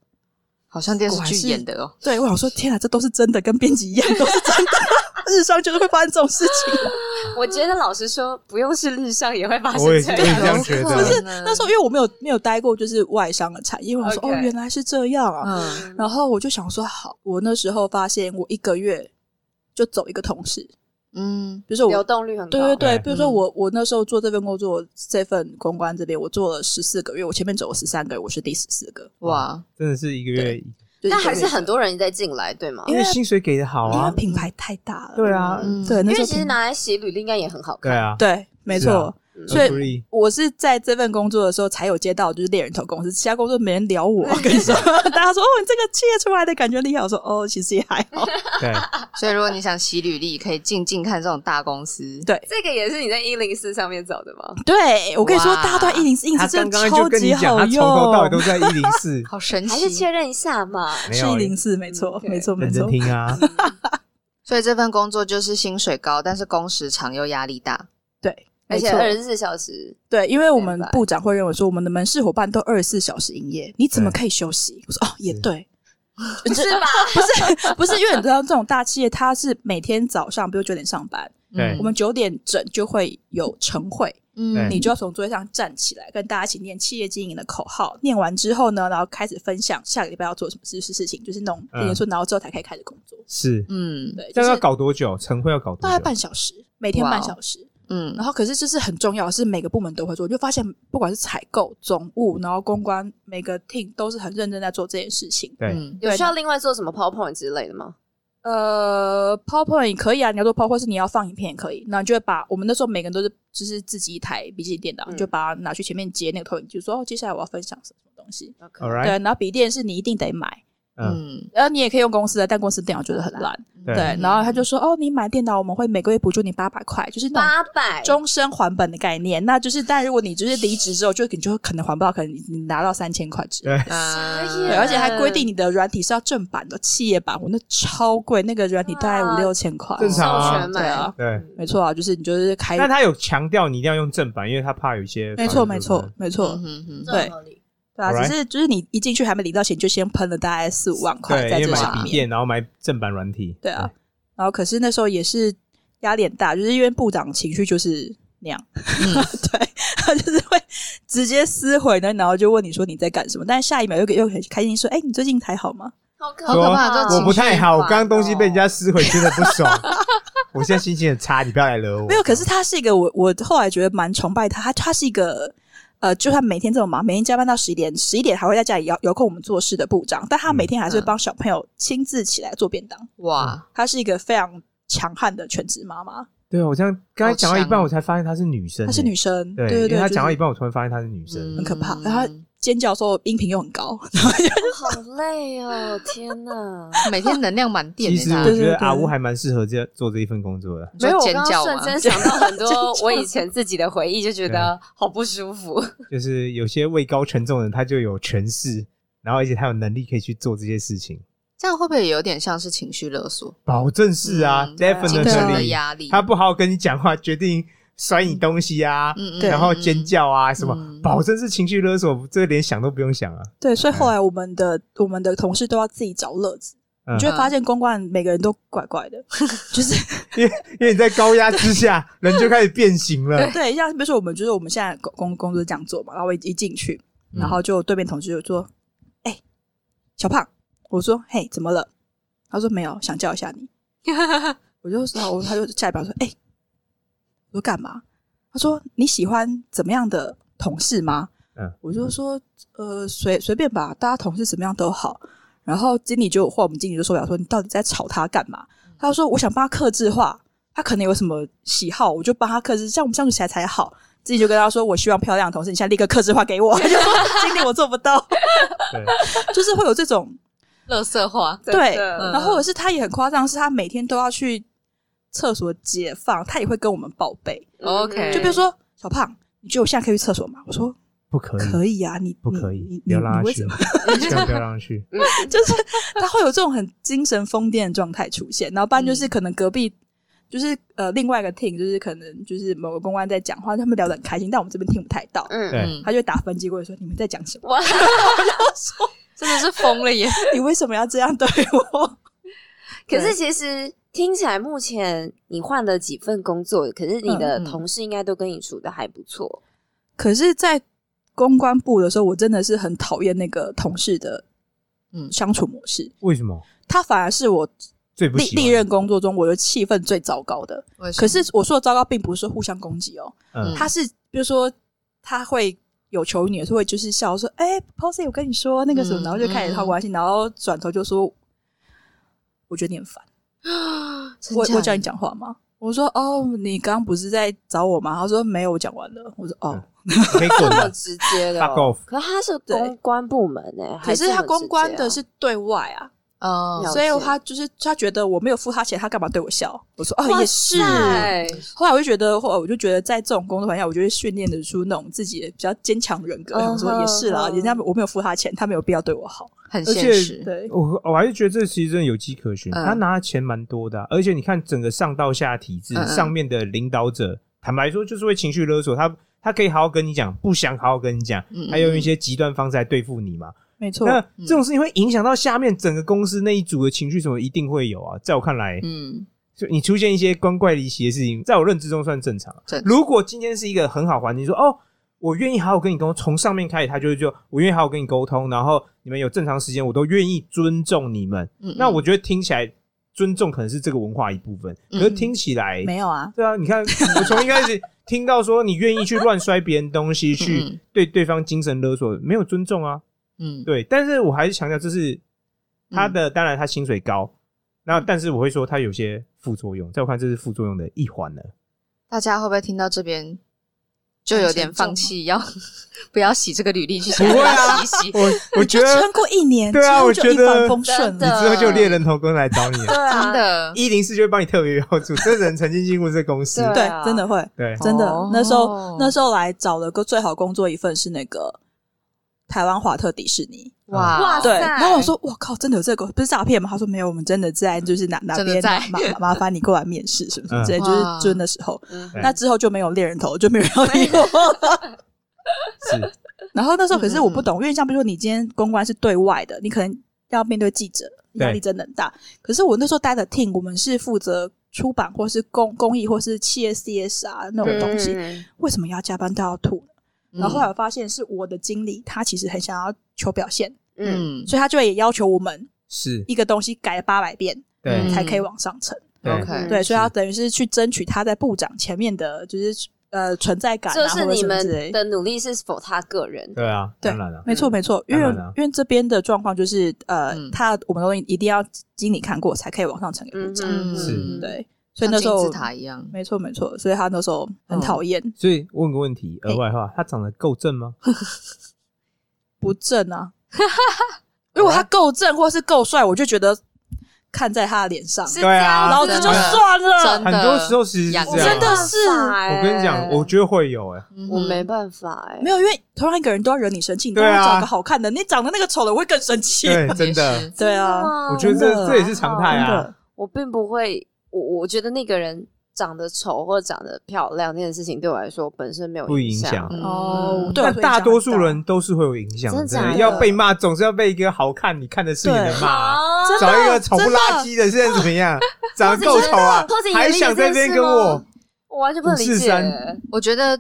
Speaker 3: 好像电视
Speaker 4: 果然是
Speaker 3: 剧演的哦。
Speaker 4: 对我想说天哪，啊这都是真的，跟编辑一样都是真的，
Speaker 3: [LAUGHS]
Speaker 4: 日商就是会发生这种事情。啊
Speaker 1: 我觉得老实说，不用是日上也会发生
Speaker 2: 我也
Speaker 1: 这
Speaker 2: 我也这
Speaker 1: 样。
Speaker 2: 样觉得。啊
Speaker 3: 不
Speaker 4: 是
Speaker 3: 嗯
Speaker 4: 那时候因为我没有没有待过就是外商的产业，我想说
Speaker 1: OK
Speaker 4: 哦原来是这样啊。
Speaker 3: 嗯
Speaker 4: 然后我就想说好，我那时候发现我一个月就走一个同事，
Speaker 3: 嗯
Speaker 4: 比如说
Speaker 1: 流
Speaker 4: 我。
Speaker 1: 动率很高，
Speaker 4: 对对对，
Speaker 2: 对
Speaker 4: 比如说我我那时候做这份工作，这份公关这边我做了十四个月，我前面走了十三个月，我是第十四个，
Speaker 3: 哇，
Speaker 2: 真的是一个月，
Speaker 4: 就
Speaker 1: 但
Speaker 4: 一个
Speaker 1: 还
Speaker 4: 月
Speaker 1: 是很多人在进来，对吗？
Speaker 2: 因为薪水给的好
Speaker 4: 因为
Speaker 2: 啊，
Speaker 4: 品牌太大了，
Speaker 2: 对啊，
Speaker 3: 嗯
Speaker 4: 对，那
Speaker 1: 因
Speaker 4: 时
Speaker 1: 为
Speaker 4: 候
Speaker 1: 其实
Speaker 4: 品
Speaker 1: 拿来洗履历应该也很好
Speaker 2: 对
Speaker 1: 看。
Speaker 2: 啊，
Speaker 4: 对，没
Speaker 2: 是啊
Speaker 4: 错，
Speaker 1: 嗯
Speaker 4: 所以 [LAUGHS]
Speaker 2: agree
Speaker 4: 我是在这份工作的时候才有接到，就是猎人头公司，其他工作没人聊我。跟你说， [LAUGHS] 大家说哦，你这个企业出来的感觉厉害，我说哦，其实也还
Speaker 1: [LAUGHS]
Speaker 4: 好。
Speaker 2: 对，
Speaker 3: 所以如果你想洗履历，可以静静看这种大公司。
Speaker 4: 对
Speaker 1: 这个也是你在一零四上面找的吗？
Speaker 4: 对我跟你说，
Speaker 3: 哇
Speaker 4: 大家都在一零四，一零
Speaker 2: 他
Speaker 4: 四真
Speaker 2: 刚
Speaker 4: 的
Speaker 2: 刚
Speaker 4: 超
Speaker 2: 就跟
Speaker 4: 级
Speaker 2: 你讲，
Speaker 4: 好
Speaker 2: 他从头到尾都
Speaker 4: 用，
Speaker 2: 在一零四，
Speaker 4: [LAUGHS]
Speaker 3: 好神
Speaker 1: 还是
Speaker 3: 奇
Speaker 1: 确。认一下嘛？
Speaker 2: 没
Speaker 4: 是
Speaker 2: 有
Speaker 4: 一零四，没错，
Speaker 1: 嗯对
Speaker 4: 没错，没
Speaker 2: 认
Speaker 4: 错
Speaker 2: 真。听
Speaker 4: [LAUGHS]
Speaker 2: 啊，
Speaker 1: 嗯
Speaker 3: 所以这份工作就是薪水高，但是工时长又压力大。
Speaker 4: 对，
Speaker 1: 而
Speaker 4: 没
Speaker 1: 且
Speaker 4: 错，
Speaker 1: 二十四小时，
Speaker 4: 对，因为我们
Speaker 1: 明白
Speaker 4: 部长会认为说，我们的门市伙伴都二十四小时营业，你怎么
Speaker 2: 对
Speaker 4: 可以休息？我说哦，也
Speaker 2: 是
Speaker 4: 对，
Speaker 1: 是吧？
Speaker 4: [LAUGHS] 不是不是，因为你知道这种大企业，它是每天早上，比如九点上班，
Speaker 2: 对
Speaker 4: 我们九点整就会有晨会，
Speaker 3: 嗯
Speaker 4: 你就要从座位上站起来，跟大家一起念企业经营的口号。念完之后呢，然后开始分享下个礼拜要做什么事事事情，就是那种
Speaker 2: 嗯
Speaker 4: 跟人说，然后之后才可以开始工作。
Speaker 2: 是，
Speaker 3: 嗯
Speaker 4: 对，
Speaker 2: 这
Speaker 4: 就
Speaker 2: 样要
Speaker 4: 是
Speaker 2: 搞多久？晨会要搞多
Speaker 4: 大概
Speaker 2: 久啊
Speaker 4: 半？小时，每天
Speaker 3: 哇哦
Speaker 4: 半小时。
Speaker 3: 嗯
Speaker 4: 然后，可是这是很重要，是每个部门都会做。我就发现，不管是采购、总务，然后公关，每个 team 都是很认真在做这件事情。
Speaker 2: 对，
Speaker 3: 嗯
Speaker 1: 有需要另外做什么 PowerPoint 之类的吗？
Speaker 4: 呃，PowerPoint 也可以啊，你要做 PowerPoint，或是你要放影片也可以。那你就会把我们那时候每个人都是就是自己一台笔记本电脑，
Speaker 1: 嗯
Speaker 4: 你就把它拿去前面接那个投影机，就说哦，接下来我要分享什么东西。
Speaker 2: ，All
Speaker 4: 对，
Speaker 2: right，
Speaker 4: 然后笔电是你一定得买，
Speaker 2: 嗯，
Speaker 3: 嗯
Speaker 4: 然后你也可以用公司的，但公司电脑觉得很烂。
Speaker 2: 对
Speaker 4: 对，然后他就说哦，你买电脑我们会每个月补助你八百块，就是那种
Speaker 1: 八百，
Speaker 4: 终身还本的概念。那就是，但如果你就是离职之后，就你就可能还不到，可能你你拿到三千块之类的。
Speaker 2: 对，
Speaker 3: 啊
Speaker 1: 所以
Speaker 4: 对，而且还规定你的软体是要正版的、企业版，我那超贵，那个软体大概
Speaker 1: 哇
Speaker 4: 五六千块。
Speaker 2: 正常
Speaker 1: 授
Speaker 2: 啊
Speaker 1: 权嗯
Speaker 4: 对
Speaker 1: 买
Speaker 4: 啊
Speaker 2: 对。
Speaker 4: 没错啊，就是你就是开，
Speaker 2: 但他有强调你一定要用正版，因为他怕有一些
Speaker 4: 没错没错没错
Speaker 3: 嗯，哼哼
Speaker 1: 这很合理
Speaker 4: 对啊，
Speaker 2: Alright
Speaker 4: 只是就是你一进去还没领到钱，就先喷了大概四五万块
Speaker 2: 对，因
Speaker 4: 在
Speaker 2: 为
Speaker 4: 这
Speaker 2: 买
Speaker 4: 上
Speaker 2: 笔
Speaker 4: 面，
Speaker 2: 电，然后买正版软体，
Speaker 4: 对啊，然后可是那时候也是压力很大，就是因为部长情绪就是那样，
Speaker 2: 嗯
Speaker 4: [LAUGHS] 对他就是会直接撕毁呢，然后就问你说你在干什么，但是下一秒又给又很开心说，哎，你最近还好吗？
Speaker 1: 好可
Speaker 3: 好可怕
Speaker 1: 怕！
Speaker 3: 这
Speaker 2: 我
Speaker 3: 情
Speaker 2: 不太好，我
Speaker 1: 情绪哦
Speaker 2: 刚刚东西被人
Speaker 4: 哦
Speaker 2: 家
Speaker 1: 化
Speaker 2: 撕毁，真的不
Speaker 4: [LAUGHS]
Speaker 2: 爽。我现在心情很差，你不要来惹我。
Speaker 4: 没有，可是他是一个我我后来觉得蛮崇拜他，他他是一个呃，就算每天这么忙，每天加班到十一点，十一点还会在家里遥遥控我们做事的部长，但他每天还是会帮小朋友亲自起来做便
Speaker 2: 嗯
Speaker 4: 当。
Speaker 3: 哇，
Speaker 4: 他是一个非常强悍的全职妈妈，
Speaker 2: 对啊，我这样刚才讲到一半，
Speaker 3: 好强
Speaker 2: 我才发现她是女生欸，
Speaker 4: 她是女生，
Speaker 2: 对
Speaker 4: 对对
Speaker 2: 因为
Speaker 4: 对，
Speaker 2: 她讲到一
Speaker 4: 就是
Speaker 2: 半，我突然发现她是女生。
Speaker 4: 很可怕
Speaker 3: 嗯
Speaker 4: 然后尖叫的时候音频又很高，然后就
Speaker 1: 好累哦，天哪！
Speaker 3: 每天能量满点
Speaker 2: 其
Speaker 3: 欸，
Speaker 2: 实
Speaker 3: 他
Speaker 2: 我
Speaker 4: 对
Speaker 2: 觉
Speaker 4: 对
Speaker 2: 得
Speaker 4: 对
Speaker 2: 阿乌还蛮适合这做这一份工作的。
Speaker 3: 你
Speaker 1: 没
Speaker 3: 说
Speaker 1: 有，我
Speaker 3: 尖
Speaker 1: 刚刚
Speaker 3: 叫
Speaker 1: 瞬
Speaker 3: 吗？
Speaker 1: 间想到很
Speaker 4: [LAUGHS]
Speaker 1: 多我以前自己的回忆，就觉
Speaker 2: 啊
Speaker 1: 得好不舒服。
Speaker 4: [LAUGHS]
Speaker 2: 就是有些位高权重的人，他就有权势，然后而且他有能力可以去做这些事情，
Speaker 3: 这样会不会也有点像是情绪勒索？
Speaker 2: 保证是啊、
Speaker 3: 嗯
Speaker 2: d e f i
Speaker 3: 精
Speaker 2: n
Speaker 3: 神
Speaker 2: i
Speaker 3: 的
Speaker 2: t e
Speaker 3: 压力，
Speaker 2: 他不好好跟你讲话，决定摔你东西啊，
Speaker 3: 嗯嗯
Speaker 2: 然后尖叫啊、什么，
Speaker 3: 嗯
Speaker 2: 保证是情绪勒索，这个连想都不用想啊。
Speaker 4: 对，所以后来我们的我们的同事都要自己找乐子，
Speaker 2: 嗯
Speaker 4: 你就会发现公关每个人都怪怪的，就是
Speaker 2: 因为因为你在高压之下，人就开始变形了。
Speaker 4: [LAUGHS] 对，像比如说我们就是我们现在工工工作是这样做嘛，然后我一一进去，
Speaker 2: 嗯
Speaker 4: 然后就对面同事就说：“哎、小胖，我说：“嘿，怎么了？”他说：“没有，想叫一下你。”
Speaker 1: 嗯
Speaker 4: 我就说：“我他就下一秒说：‘哎、我说干嘛？’他说：‘你喜欢怎么样的同事吗？’
Speaker 2: 嗯
Speaker 4: 我就说：‘呃，随随便吧，大家同事怎么样都好。’然后经理就或我们经理就受不了，说：‘你到底在吵他干嘛？’他说：‘我想帮他克制化，他可能有什么喜好，我就帮他克制，这样我们相处起来才好。’自己就跟他说：‘我希望漂亮的同事，你现在立刻克制化给我。’ [LAUGHS] 他就说：‘经理，我做不到。’ [LAUGHS]
Speaker 2: 对，
Speaker 4: 就是会有这种
Speaker 5: 乐色化，
Speaker 4: 对，
Speaker 5: 嗯
Speaker 4: 然后或者是他也很夸张，是他每天都要去厕所解放，他也会跟我们报备。
Speaker 5: OK
Speaker 4: 就比如说小胖，你觉得我现在可以去厕所吗？我说
Speaker 2: 不可以，
Speaker 4: 可以啊，你
Speaker 2: 不可以
Speaker 4: 你，
Speaker 2: 不
Speaker 4: 你
Speaker 2: 要
Speaker 4: 你
Speaker 2: 让他
Speaker 4: 为
Speaker 2: 去
Speaker 4: 什么？，
Speaker 2: 千万不要让他去。
Speaker 4: 就是 [LAUGHS] 他会有这种很精神疯癫的状态出现，然后不然就是可能隔壁。就是呃，另外一个 team 就是可能就是某个公关在讲话，他们聊得很开心，但我们这边听不太到，
Speaker 1: 嗯，
Speaker 2: 对，
Speaker 5: 嗯，
Speaker 4: 他就会打分机过来说：“你们在讲什么？ [LAUGHS]
Speaker 5: 哇，真的是疯了耶！
Speaker 4: 你为什么要这样对我
Speaker 1: 可是其实听起来，目前你换了几份工作，可是你的
Speaker 5: 嗯嗯
Speaker 1: 同事应该都跟你处的还不错。？”
Speaker 4: 啊可是，在公关部的时候，我真的是很讨厌那个同事的
Speaker 5: 嗯，
Speaker 4: 相处模式，
Speaker 2: 为什么
Speaker 4: 他反而是我
Speaker 2: 最不
Speaker 4: 历
Speaker 2: 喜欢
Speaker 4: 历任工作中我的气氛最糟糕的。可是我说的糟糕，并不是互相攻击哦，
Speaker 2: 嗯
Speaker 4: 他是比如说他会有求于你，会就是笑说：“哎、p o s y 我跟你说那个什么”，
Speaker 5: 嗯
Speaker 4: 然后就开始套关系，然后转头就说：“我觉得你很烦，
Speaker 5: 真
Speaker 4: 我
Speaker 5: 假的
Speaker 4: 我叫你讲话吗？”我说：“哦，你刚刚不是在找我吗？”他说：“没有，我讲完了。”我说：“哦。
Speaker 2: 嗯可以
Speaker 1: 这
Speaker 2: 滚
Speaker 1: 么
Speaker 2: 了。
Speaker 1: 直接的
Speaker 2: Fuck off
Speaker 1: 哦，可是他是
Speaker 4: 对
Speaker 1: 公关部门哎，
Speaker 4: 可
Speaker 1: 还
Speaker 4: 是
Speaker 1: 这
Speaker 4: 他
Speaker 1: 么直接啊
Speaker 4: 公关的是对外啊，
Speaker 5: 哦，
Speaker 1: 了
Speaker 4: 所以
Speaker 1: 解
Speaker 4: 他就是他觉得我没有付他钱，他干嘛对我笑？我说哦，
Speaker 1: 哇
Speaker 4: 也是，
Speaker 1: 塞
Speaker 4: 后来我就觉得，后来我就觉得，在这种工作环境下，我就会训练得出那种自己比较坚强人格。
Speaker 1: 嗯
Speaker 4: 想说也是啦，
Speaker 1: 嗯
Speaker 4: 人家我没有付他钱，他没有必要对我好。
Speaker 5: 很
Speaker 2: 而
Speaker 5: 现
Speaker 2: 且
Speaker 5: 实，
Speaker 4: 对
Speaker 2: 我我还是觉得这其实真的有迹可循，
Speaker 5: 嗯
Speaker 2: 他拿的钱蛮多的啊、而且你看整个上到下体制，
Speaker 5: 嗯嗯
Speaker 2: 上面的领导者，坦白说就是会情绪勒索他，他可以好好跟你讲，不想好好跟你讲，
Speaker 5: 嗯嗯嗯
Speaker 2: 他用一些极端方式来对付你嘛。
Speaker 4: 没错
Speaker 2: 那这种事情会影响到下面整个公司那一组的情绪，什么一定会有啊。在我看来，
Speaker 5: 嗯，
Speaker 2: 就你出现一些光怪离奇的事情，在我认知中算正常啊
Speaker 5: 正。常
Speaker 2: 如果今天是一个很好环境，说哦，我愿意好好跟你沟通，从上面开始，他就会就我愿意好好跟你沟通，然后你们有正常时间，我都愿意尊重你们。
Speaker 5: 嗯
Speaker 2: 那我觉得听起来尊重可能是这个文化一部分，可
Speaker 5: 嗯
Speaker 2: 是听起来、
Speaker 4: 没有啊，
Speaker 2: 对啊，你看我从一开始听到说你愿意去乱摔别人东西，
Speaker 5: 嗯
Speaker 2: 去
Speaker 5: 嗯
Speaker 2: 对对方精神勒索，没有尊重啊。
Speaker 5: 嗯，
Speaker 2: 对，但是我还是强调，这是他的，当然他薪水高，那
Speaker 5: 嗯
Speaker 2: 但是我会说他有些副作用，在我看这是副作用的一环了。
Speaker 5: 大家会不会听到这边就有点放弃，要 [LAUGHS] 不要洗这个履历去洗
Speaker 2: 不会啊
Speaker 5: 洗一
Speaker 2: [LAUGHS]
Speaker 5: 洗？
Speaker 2: 我我觉
Speaker 4: 就
Speaker 2: 得
Speaker 4: 撑过一年，
Speaker 2: 对啊
Speaker 4: 之后
Speaker 2: 我
Speaker 4: 就
Speaker 2: 觉得
Speaker 4: 一帆风顺
Speaker 1: 真
Speaker 2: 你
Speaker 1: 的
Speaker 4: 了。
Speaker 2: 之后就猎人头公来找你了，
Speaker 1: 对
Speaker 5: 真
Speaker 1: 啊，
Speaker 3: 呃
Speaker 5: 的，
Speaker 2: [LAUGHS] 一零四就会帮你特别标注，这人曾经进过这公司，
Speaker 1: 对
Speaker 4: 对
Speaker 1: 啊，
Speaker 4: 真的会，
Speaker 2: 对，
Speaker 4: 真的
Speaker 5: 哦。
Speaker 4: 那时候那时候来找了个最好工作一份是那个台湾华特迪士尼。
Speaker 5: 哇
Speaker 1: 哇
Speaker 4: 对，
Speaker 1: 塞
Speaker 4: 然后我说我靠，真的有这个不是诈骗吗？他说没有，我们真的在就是哪哪
Speaker 5: 真的
Speaker 4: 边
Speaker 5: 在
Speaker 4: 麻麻麻烦你过来面试什么什么之类，
Speaker 5: 嗯
Speaker 4: 就是
Speaker 5: 哇
Speaker 4: 就是那时候。
Speaker 1: 嗯
Speaker 2: 对啊
Speaker 4: 那之后就没有猎人头，就没有人要理我。
Speaker 2: 是
Speaker 4: [LAUGHS] 然后那时候可是我不懂，因为像比如说你今天公关是对外的，你可能要面对记者，
Speaker 2: 对
Speaker 4: 压力真的很大。可是我那时候待的 team，我们是负责出版或是公公益或是企业 CS 啊那种东西，
Speaker 1: 嗯
Speaker 4: 为什么要加班到要吐
Speaker 5: 嗯
Speaker 4: 呢？然后后来我发现是我的经理，他其实很想要求表现，
Speaker 1: 嗯，
Speaker 4: 所以他就也要求我们
Speaker 2: 是，
Speaker 4: 一个东西改了八百遍
Speaker 2: 对嗯
Speaker 5: 嗯
Speaker 4: 才可以往上层。
Speaker 2: 对
Speaker 1: 嗯
Speaker 5: OK
Speaker 4: 对，所以他等于是去争取他在部长前面的，就是呃存在感、啊，
Speaker 1: 就是你
Speaker 4: 或者什么之
Speaker 1: 们
Speaker 4: 类
Speaker 1: 的努力是否他个人？
Speaker 2: 对啊，
Speaker 4: 对
Speaker 2: 当然了，
Speaker 4: 没错，没错，因
Speaker 2: 嗯当
Speaker 4: 为
Speaker 2: 然啊了
Speaker 4: 因为这边的状况就是，呃，
Speaker 5: 嗯
Speaker 4: 他我们东西一定要经理看过才可以往上呈给部
Speaker 1: 嗯
Speaker 4: 长，
Speaker 1: 嗯，
Speaker 5: 是
Speaker 1: 嗯，
Speaker 4: 对，所
Speaker 5: 像
Speaker 4: 以那时候
Speaker 5: 金字塔一样，
Speaker 4: 没错没错，所以他那时候很讨厌、
Speaker 2: 所以问个问题，额外话，他长得够正吗？
Speaker 4: 不
Speaker 1: [LAUGHS]
Speaker 4: 正啊，如果他够正或是够帅，我就觉得看在他的脸上，
Speaker 1: 是这
Speaker 2: 对
Speaker 1: 样
Speaker 2: 啊
Speaker 1: 子
Speaker 4: 老
Speaker 1: 吗，
Speaker 4: 子就算了
Speaker 5: 真，
Speaker 2: 很多时候其实是
Speaker 5: 养
Speaker 2: 这
Speaker 1: 我
Speaker 2: 样
Speaker 1: 真
Speaker 2: 啊，
Speaker 1: 的是，
Speaker 2: 我
Speaker 1: 我
Speaker 2: 跟你讲，我觉得会有哎，
Speaker 5: 嗯
Speaker 1: 我没办法哎，
Speaker 4: 没有，因为同样一个人都要惹你生气，你都
Speaker 2: 对
Speaker 4: 要
Speaker 2: 啊
Speaker 4: 找个好看的，你长得那个丑的，我会更生气。
Speaker 2: 对，真
Speaker 5: 也
Speaker 2: 的
Speaker 5: 是，
Speaker 4: [LAUGHS] 对
Speaker 1: 真的
Speaker 4: 啊，
Speaker 1: 吗
Speaker 2: 我觉得
Speaker 4: 真
Speaker 2: 这
Speaker 4: 的
Speaker 2: 这也是常态
Speaker 4: 真
Speaker 2: 啊
Speaker 4: 的。
Speaker 1: 我并不会，我我觉得那个人长得丑或者长得漂亮这件事情对我来说本身没有
Speaker 2: 不影
Speaker 1: 响啊
Speaker 2: 响。
Speaker 5: 嗯
Speaker 4: 哦，对我
Speaker 2: 但
Speaker 4: 来说
Speaker 2: 大
Speaker 4: 影响
Speaker 2: 多
Speaker 4: 很
Speaker 2: 数人都是会有影响，
Speaker 1: 真的
Speaker 2: 真的
Speaker 1: 假的
Speaker 2: 要被骂，总是要被一个好看、你看得顺眼的骂啊。
Speaker 1: 啊
Speaker 4: 真的
Speaker 2: 找一个丑不拉几的，现在怎么样？长得够丑啊
Speaker 1: 或者，
Speaker 2: 还想在这边跟我？
Speaker 1: 我完全不能理解。
Speaker 2: 543
Speaker 5: 我觉得，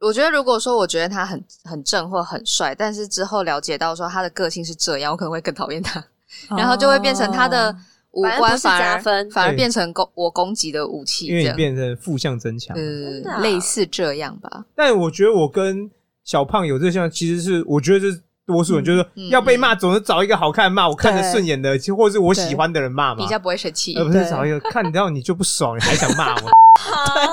Speaker 5: 我觉得如果说我觉得他很很正或很帅，但是之后了解到说他的个性是这样，我可能会更讨厌他。 [LAUGHS] 然后就会变成他的
Speaker 4: 哦
Speaker 5: 五
Speaker 1: 反而不
Speaker 5: 官
Speaker 1: 是
Speaker 5: 反
Speaker 1: 加
Speaker 5: 而
Speaker 1: 分
Speaker 5: 反而
Speaker 2: 对
Speaker 5: 变成攻我攻击的武器，
Speaker 2: 因
Speaker 5: 这
Speaker 2: 为你
Speaker 5: 样，
Speaker 2: 变成负向增强。
Speaker 5: 呃
Speaker 1: 真的啊
Speaker 5: 类似这样吧。
Speaker 2: 但我觉得我跟小胖有这项，其实是我觉得这是多数人，就是说
Speaker 5: 嗯
Speaker 2: 要被骂，总是找一个好看骂，我看着顺眼的，其实或者是我喜欢的人骂嘛
Speaker 5: 比，较不会生气
Speaker 2: 而，不是
Speaker 4: 对
Speaker 2: 找一个看到你就不爽，你还想骂我。 [LAUGHS]
Speaker 1: 好啊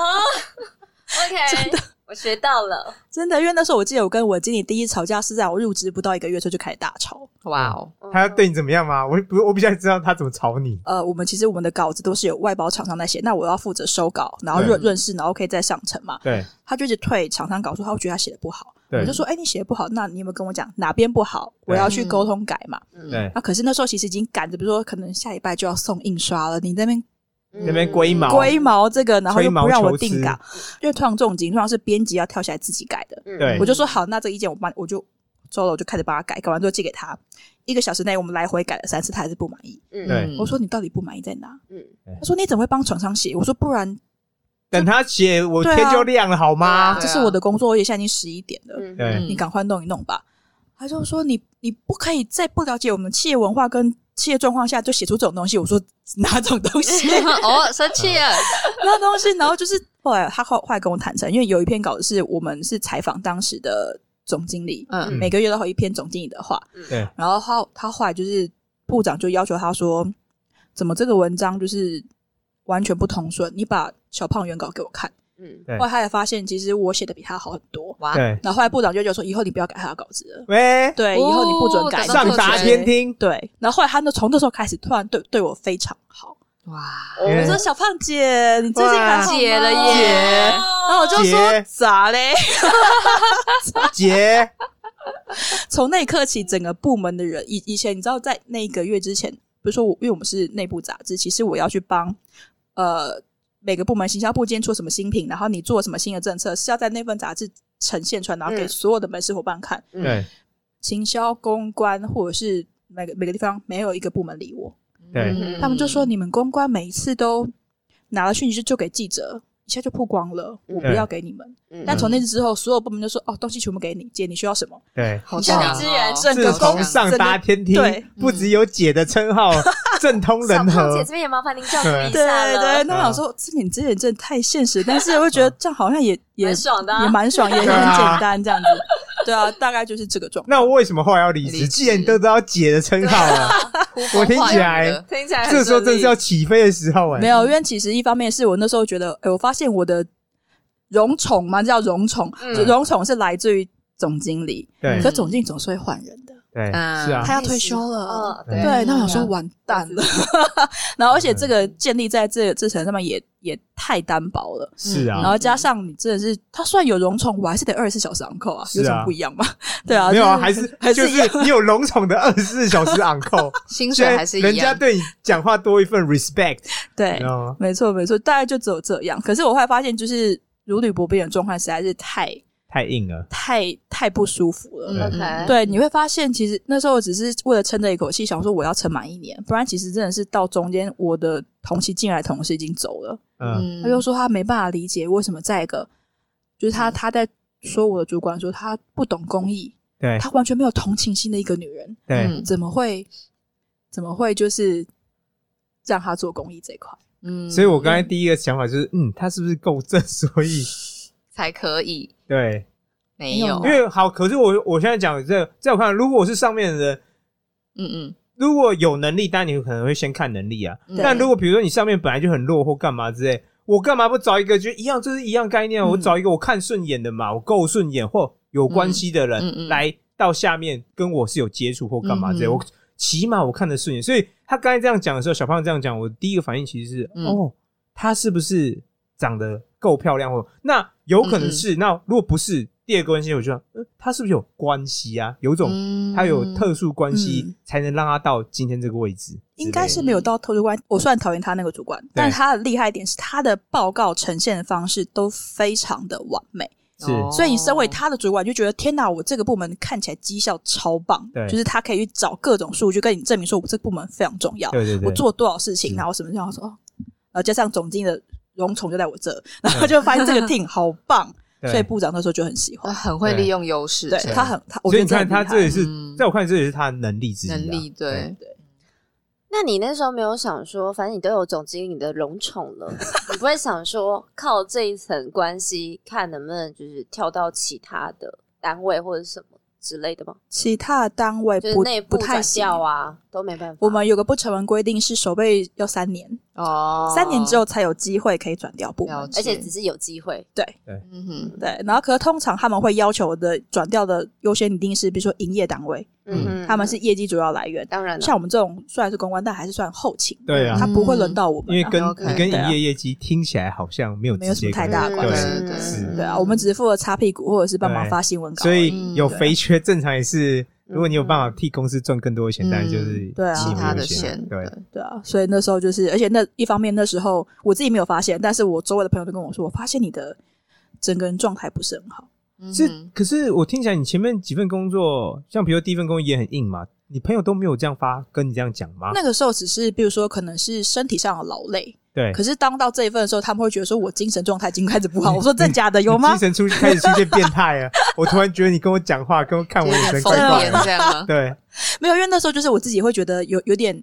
Speaker 1: ，OK，我学到了。
Speaker 4: 真的，因为那时候我记得我跟我经理第一吵架是在我入职不到一个月之后就开始大吵。
Speaker 5: 哇哦，
Speaker 2: 他要对你怎么样吗？我不，我比较知道他怎么吵你。
Speaker 4: 呃，我们其实我们的稿子都是有外包厂商在写，那我要负责收稿，然后润
Speaker 5: 对
Speaker 4: 润饰，然后可以再上层嘛。
Speaker 2: 对
Speaker 4: 他就一直退厂商稿说他觉得他写的不好，
Speaker 2: 对
Speaker 4: 我就说，哎、你写的不好，那你有没有跟我讲哪边不好？我
Speaker 2: 对
Speaker 4: 要去沟通改嘛。
Speaker 1: 嗯
Speaker 2: 对，
Speaker 4: 啊，可是那时候其实已经赶着，比如说可能下礼拜就要送印刷了，你那边
Speaker 1: 嗯
Speaker 2: 那边龟毛
Speaker 4: 龟毛这个，然后又不让我定
Speaker 2: 吹毛
Speaker 4: 稿，因为通常这种情况是编辑要跳下来自己改的，
Speaker 1: 嗯
Speaker 2: 对
Speaker 4: 我就说好，那这个意见我帮我就收了，我就开始帮他改，改完之后寄给他。一个小时内我们来回改了三次，他还是不满意。
Speaker 1: 嗯
Speaker 2: 对
Speaker 5: 嗯
Speaker 4: 我说你到底不满意在哪？
Speaker 1: 嗯
Speaker 4: 他说你怎么会帮厂商写？我说不然
Speaker 2: 等他写，我
Speaker 4: 对啊
Speaker 2: 天就亮了，好吗
Speaker 5: 对啊？
Speaker 4: 这是我的工作，而且现在已经十一点了，
Speaker 1: 嗯
Speaker 2: 对
Speaker 5: 嗯
Speaker 4: 你赶快弄一弄吧。他就说你你不可以在不了解我们企业文化跟企业状况下就写出这种东西。我说哪种东西？
Speaker 5: [LAUGHS] 哦，生气了，
Speaker 2: 嗯
Speaker 4: 那东西，然后就是后来他后后来跟我坦诚，因为有一篇稿子是我们是采访当时的总经理，
Speaker 5: 嗯，
Speaker 4: 每个月都会有一篇总经理的话，
Speaker 2: 对，
Speaker 4: 然后他他后来就是部长就要求他说，怎么这个文章就是完全不通顺，你把小胖原稿给我看，
Speaker 1: 嗯
Speaker 2: 对
Speaker 4: 后来他也发现其实我写的比他好很多，
Speaker 3: 啊
Speaker 5: 哇，
Speaker 2: 对，
Speaker 4: 然后后来部长就觉得说以后你不要改他的稿子了，
Speaker 2: 喂，
Speaker 4: 对，以后你不准
Speaker 5: 哦
Speaker 4: 改，
Speaker 5: 得到
Speaker 2: 上
Speaker 5: 特
Speaker 2: 达
Speaker 5: 权
Speaker 2: 天听，
Speaker 4: 对，然后后来他呢从那时候开始突然对对我非常好，
Speaker 5: 哇，
Speaker 1: 我
Speaker 4: 我说小胖姐，你最近还好吗
Speaker 5: 解了耶，
Speaker 4: 然后哦我就说
Speaker 2: 姐
Speaker 4: 咋嘞？
Speaker 2: 姐，
Speaker 4: [LAUGHS] 从那一刻起，整个部门的人，以以前你知道，在那一个月之前，比如说我，因为我们是内部杂志，其实我要去帮呃每个部门行销部今天出什么新品，然后你做什么新的政策，是要在那份杂志呈现出来，然后给
Speaker 1: 嗯
Speaker 4: 所有的门市伙伴看。
Speaker 2: 对
Speaker 4: 行销、公关或者是每个每个地方没有一个部门理我，
Speaker 2: 对
Speaker 5: 嗯
Speaker 4: 他们就说你们公关每一次都拿了讯息就就给记者。一下就曝光了，我不
Speaker 2: 嗯
Speaker 4: 要给你们。
Speaker 1: 嗯
Speaker 4: 但从那次之后，所有部门就说：“哦，东西全部给你，姐，你需要什么？
Speaker 2: 对。
Speaker 5: 好
Speaker 1: 像
Speaker 5: 强
Speaker 1: 一只
Speaker 5: 哦
Speaker 1: 人
Speaker 4: 整个
Speaker 2: 自
Speaker 4: 公
Speaker 2: 从
Speaker 4: 司
Speaker 2: 上达天听
Speaker 4: 整个对，
Speaker 2: 不只有姐的称
Speaker 5: 嗯
Speaker 2: [LAUGHS] 号，政通
Speaker 1: 小
Speaker 2: 人
Speaker 1: 胖
Speaker 2: 和
Speaker 1: 姐这。边也麻烦您照顾
Speaker 2: 对
Speaker 1: 一下
Speaker 4: 对对，
Speaker 1: 了，
Speaker 4: 那我想
Speaker 2: 嗯
Speaker 4: 说，这你之前真的太现实，但是我会觉得这样好像也也
Speaker 1: 蛮爽的啊
Speaker 4: 也蛮
Speaker 1: [LAUGHS]
Speaker 4: 爽，也很
Speaker 2: 对啊
Speaker 4: 简单这样子。对啊，大概就是这个状况。
Speaker 2: 那我为什么后来要离
Speaker 5: 离职啊
Speaker 2: 职？既然你都知道姐的称号了，我听起来
Speaker 1: 听起来很
Speaker 2: [LAUGHS] 这时候正是要
Speaker 1: 顺利
Speaker 2: 起飞的时候哎。
Speaker 4: 没有，因为其实一方面是我那时候觉得，哎、我发现我的荣宠嘛，叫荣宠，
Speaker 1: 嗯
Speaker 4: 就荣宠是来自于总经理，
Speaker 2: 对
Speaker 4: 可总经理总是会换人的，
Speaker 2: 对，
Speaker 5: 嗯
Speaker 2: 是啊
Speaker 4: 他，要退休了。
Speaker 1: 哦，
Speaker 2: 对
Speaker 4: 对，那我想说
Speaker 1: 嗯
Speaker 4: 完蛋了，然后而且这个建立在这这层上面也也太单薄了，
Speaker 2: 是
Speaker 4: 然
Speaker 2: 啊，
Speaker 4: 后加上你真的是，他虽然有荣宠，我还是得二十四小时昂扣啊，
Speaker 2: 是啊
Speaker 4: 有什么不一样吗？对啊，
Speaker 2: 没有啊，
Speaker 4: 就
Speaker 2: 还是
Speaker 4: 还
Speaker 2: 就是
Speaker 4: 一样
Speaker 2: 是你有龙宠的二十四小时 on call，
Speaker 5: [LAUGHS] 薪水
Speaker 2: 虽
Speaker 5: 还
Speaker 2: 然
Speaker 5: 是
Speaker 2: 人
Speaker 5: 一
Speaker 2: 家
Speaker 5: 样，
Speaker 2: 对你讲话多一份 respect，你
Speaker 4: 对
Speaker 2: 知，道吗？
Speaker 4: 没错没错，大概就只有这样。可是我后来发现，就是如履薄冰的状况实在是太
Speaker 2: 太硬了，
Speaker 4: 太太不舒服了。
Speaker 5: 嗯
Speaker 1: OK
Speaker 4: 对，你会发现，其实那时候我只是为了撑这一口气，想说我要撑满一年，不然其实真的是到中间，我的同期进来的同事已经走了，
Speaker 2: 嗯，
Speaker 4: 他就说他没办法理解为什么在一个，就
Speaker 5: 嗯
Speaker 4: 是他他在说我的主管说他不懂公益，
Speaker 2: 对
Speaker 4: 她完全没有同情心的一个女人，
Speaker 2: 对，
Speaker 5: 哎嗯
Speaker 4: 怎么会怎么会就是让她做公益这一块？
Speaker 5: 嗯
Speaker 2: 所以我刚才第一个想法就是，嗯，他是不是够正？所以
Speaker 5: 才可以
Speaker 2: 对，
Speaker 5: 没有，
Speaker 2: 因为好，可是我我现在讲这，在我看来，如果我是上面的人，
Speaker 5: 嗯
Speaker 2: 如果有能力，当然你可能会先看能力啊。
Speaker 5: 嗯，
Speaker 2: 但如
Speaker 5: 果
Speaker 2: 果比如说你上面本来就很弱或干嘛之类，我干嘛不找一个就一样，这是一样概念啊，
Speaker 4: 嗯
Speaker 2: 我找一个我看顺眼的嘛，我够顺眼或有关系的
Speaker 5: 嗯嗯嗯
Speaker 2: 人来到下面跟我是有接触或干嘛之类，
Speaker 5: 嗯嗯
Speaker 2: 我起码我看得顺眼。所以他刚才这样讲的时候，小胖这样讲，我第一个反应其实是、
Speaker 5: 嗯
Speaker 2: 哦，她是不是长得够漂亮或那有可能
Speaker 5: 嗯
Speaker 2: 是，那如果不是，第二个关系我就想，呃，她是不是有关系啊？有
Speaker 5: 嗯
Speaker 2: 种。她有特殊关系
Speaker 4: 嗯，
Speaker 2: 才能让她到今天这个位置之类的。嗯
Speaker 4: 应该是没有到特殊关。我虽然讨厌她那个主管，但是她的厉害点是她的报告呈现的方式都非常的完美，
Speaker 2: 是
Speaker 5: 哦
Speaker 4: 所以你
Speaker 2: 哦
Speaker 4: 身为她的主管，你就觉得天哪，我这个部门看起来绩效超棒，
Speaker 2: 对
Speaker 4: 就是她可以去找各种数据跟你证明说我这个部门非常重要，
Speaker 2: 对对对，嗯
Speaker 4: 我做多少事情，
Speaker 2: 是
Speaker 4: 然后什么样说，哦然后加上总经理的荣宠就在我这，然后就发现这个 team 好棒，
Speaker 2: [LAUGHS] 对
Speaker 4: 所以部长那时候就很喜欢。
Speaker 5: 很会利用优势，
Speaker 4: 对
Speaker 2: 啊
Speaker 5: 这样
Speaker 4: 他很，他我
Speaker 2: 所以
Speaker 4: 觉得
Speaker 2: 你看
Speaker 4: 这很
Speaker 2: 他
Speaker 4: 厉害
Speaker 2: 这也是
Speaker 5: 嗯
Speaker 2: 在我看来这也是他的能力之一啊，
Speaker 5: 能力对
Speaker 4: 对
Speaker 1: 那你那时候没有想说，反正你都有总经理的荣宠了，你不会想说靠这一层关系看能不能就是跳到其他的单位或者什么之类的吗？
Speaker 4: 其他的单位
Speaker 1: 就是
Speaker 4: 不
Speaker 1: 内
Speaker 4: 不
Speaker 1: 部
Speaker 4: 太
Speaker 1: 转
Speaker 4: 行。
Speaker 1: 校啊，都没办法。
Speaker 4: 我们有个不成文规定是守备要三年，
Speaker 5: 哦，
Speaker 4: 三年之后才有机会可以转调部
Speaker 5: 了
Speaker 4: 门。
Speaker 5: 解，
Speaker 1: 而且只是有机会，
Speaker 4: 对
Speaker 5: 嗯哼，
Speaker 4: 对，然后可是通常他们会要求的转调的优先一定是，比如说营业单位，
Speaker 2: 嗯
Speaker 1: 哼
Speaker 4: 他们是业绩主要来源。
Speaker 1: 嗯当然了
Speaker 4: 像我们这种虽然是公关，但还是算后勤，
Speaker 2: 对啊
Speaker 4: 他不会轮到我们啊，
Speaker 2: 因为跟
Speaker 5: ，OK
Speaker 2: 你跟
Speaker 4: 对
Speaker 2: 营
Speaker 4: 啊
Speaker 2: 业业绩听起来好像没有
Speaker 4: 没有
Speaker 2: 直接
Speaker 4: 什么太
Speaker 2: 关
Speaker 4: 大
Speaker 2: 系
Speaker 4: 关
Speaker 2: 对
Speaker 4: 系
Speaker 5: 对
Speaker 2: 是
Speaker 4: 对啊，我们只是负责擦屁股或者是帮忙
Speaker 2: 对
Speaker 4: 发新闻稿而已，
Speaker 2: 所以有
Speaker 5: 嗯
Speaker 2: 肥缺，正常也是，如果你有
Speaker 1: 嗯
Speaker 2: 办法替公司赚更多的钱，
Speaker 5: 嗯
Speaker 2: 当然就是
Speaker 4: 对啊
Speaker 2: 其
Speaker 5: 其他的
Speaker 2: 钱
Speaker 5: 线，，
Speaker 2: 对，
Speaker 4: 对啊，所以那时候就是，而且那一方面那时候我自己没有发现，但是我周围的朋友都跟我说，我发现你的整个人状态不是很好。
Speaker 5: 嗯
Speaker 2: 是
Speaker 5: 哼，
Speaker 2: 可是我听起来你前面几份工作，像比如第一份工也很硬嘛，你朋友都没有这样发跟你这样讲吗？
Speaker 4: 那个时候只是，比如说可能是身体上的劳累，
Speaker 2: 对，
Speaker 4: 可是当到这一份的时候，他们会觉得说我精神状态已经开始不好。我说真假的有
Speaker 2: 嗯 [LAUGHS]
Speaker 4: 吗
Speaker 2: 你？精神出开始出现变态了，我突然觉得你跟我讲话，跟我看我
Speaker 5: 有
Speaker 2: 眼
Speaker 5: 点
Speaker 2: 神
Speaker 5: 疯
Speaker 2: 怪怪
Speaker 5: 癫
Speaker 2: 的，
Speaker 5: 这样啊
Speaker 2: [LAUGHS]
Speaker 5: 吗？
Speaker 2: 对，
Speaker 4: 没有，因为那时候就是我自己会觉得有有点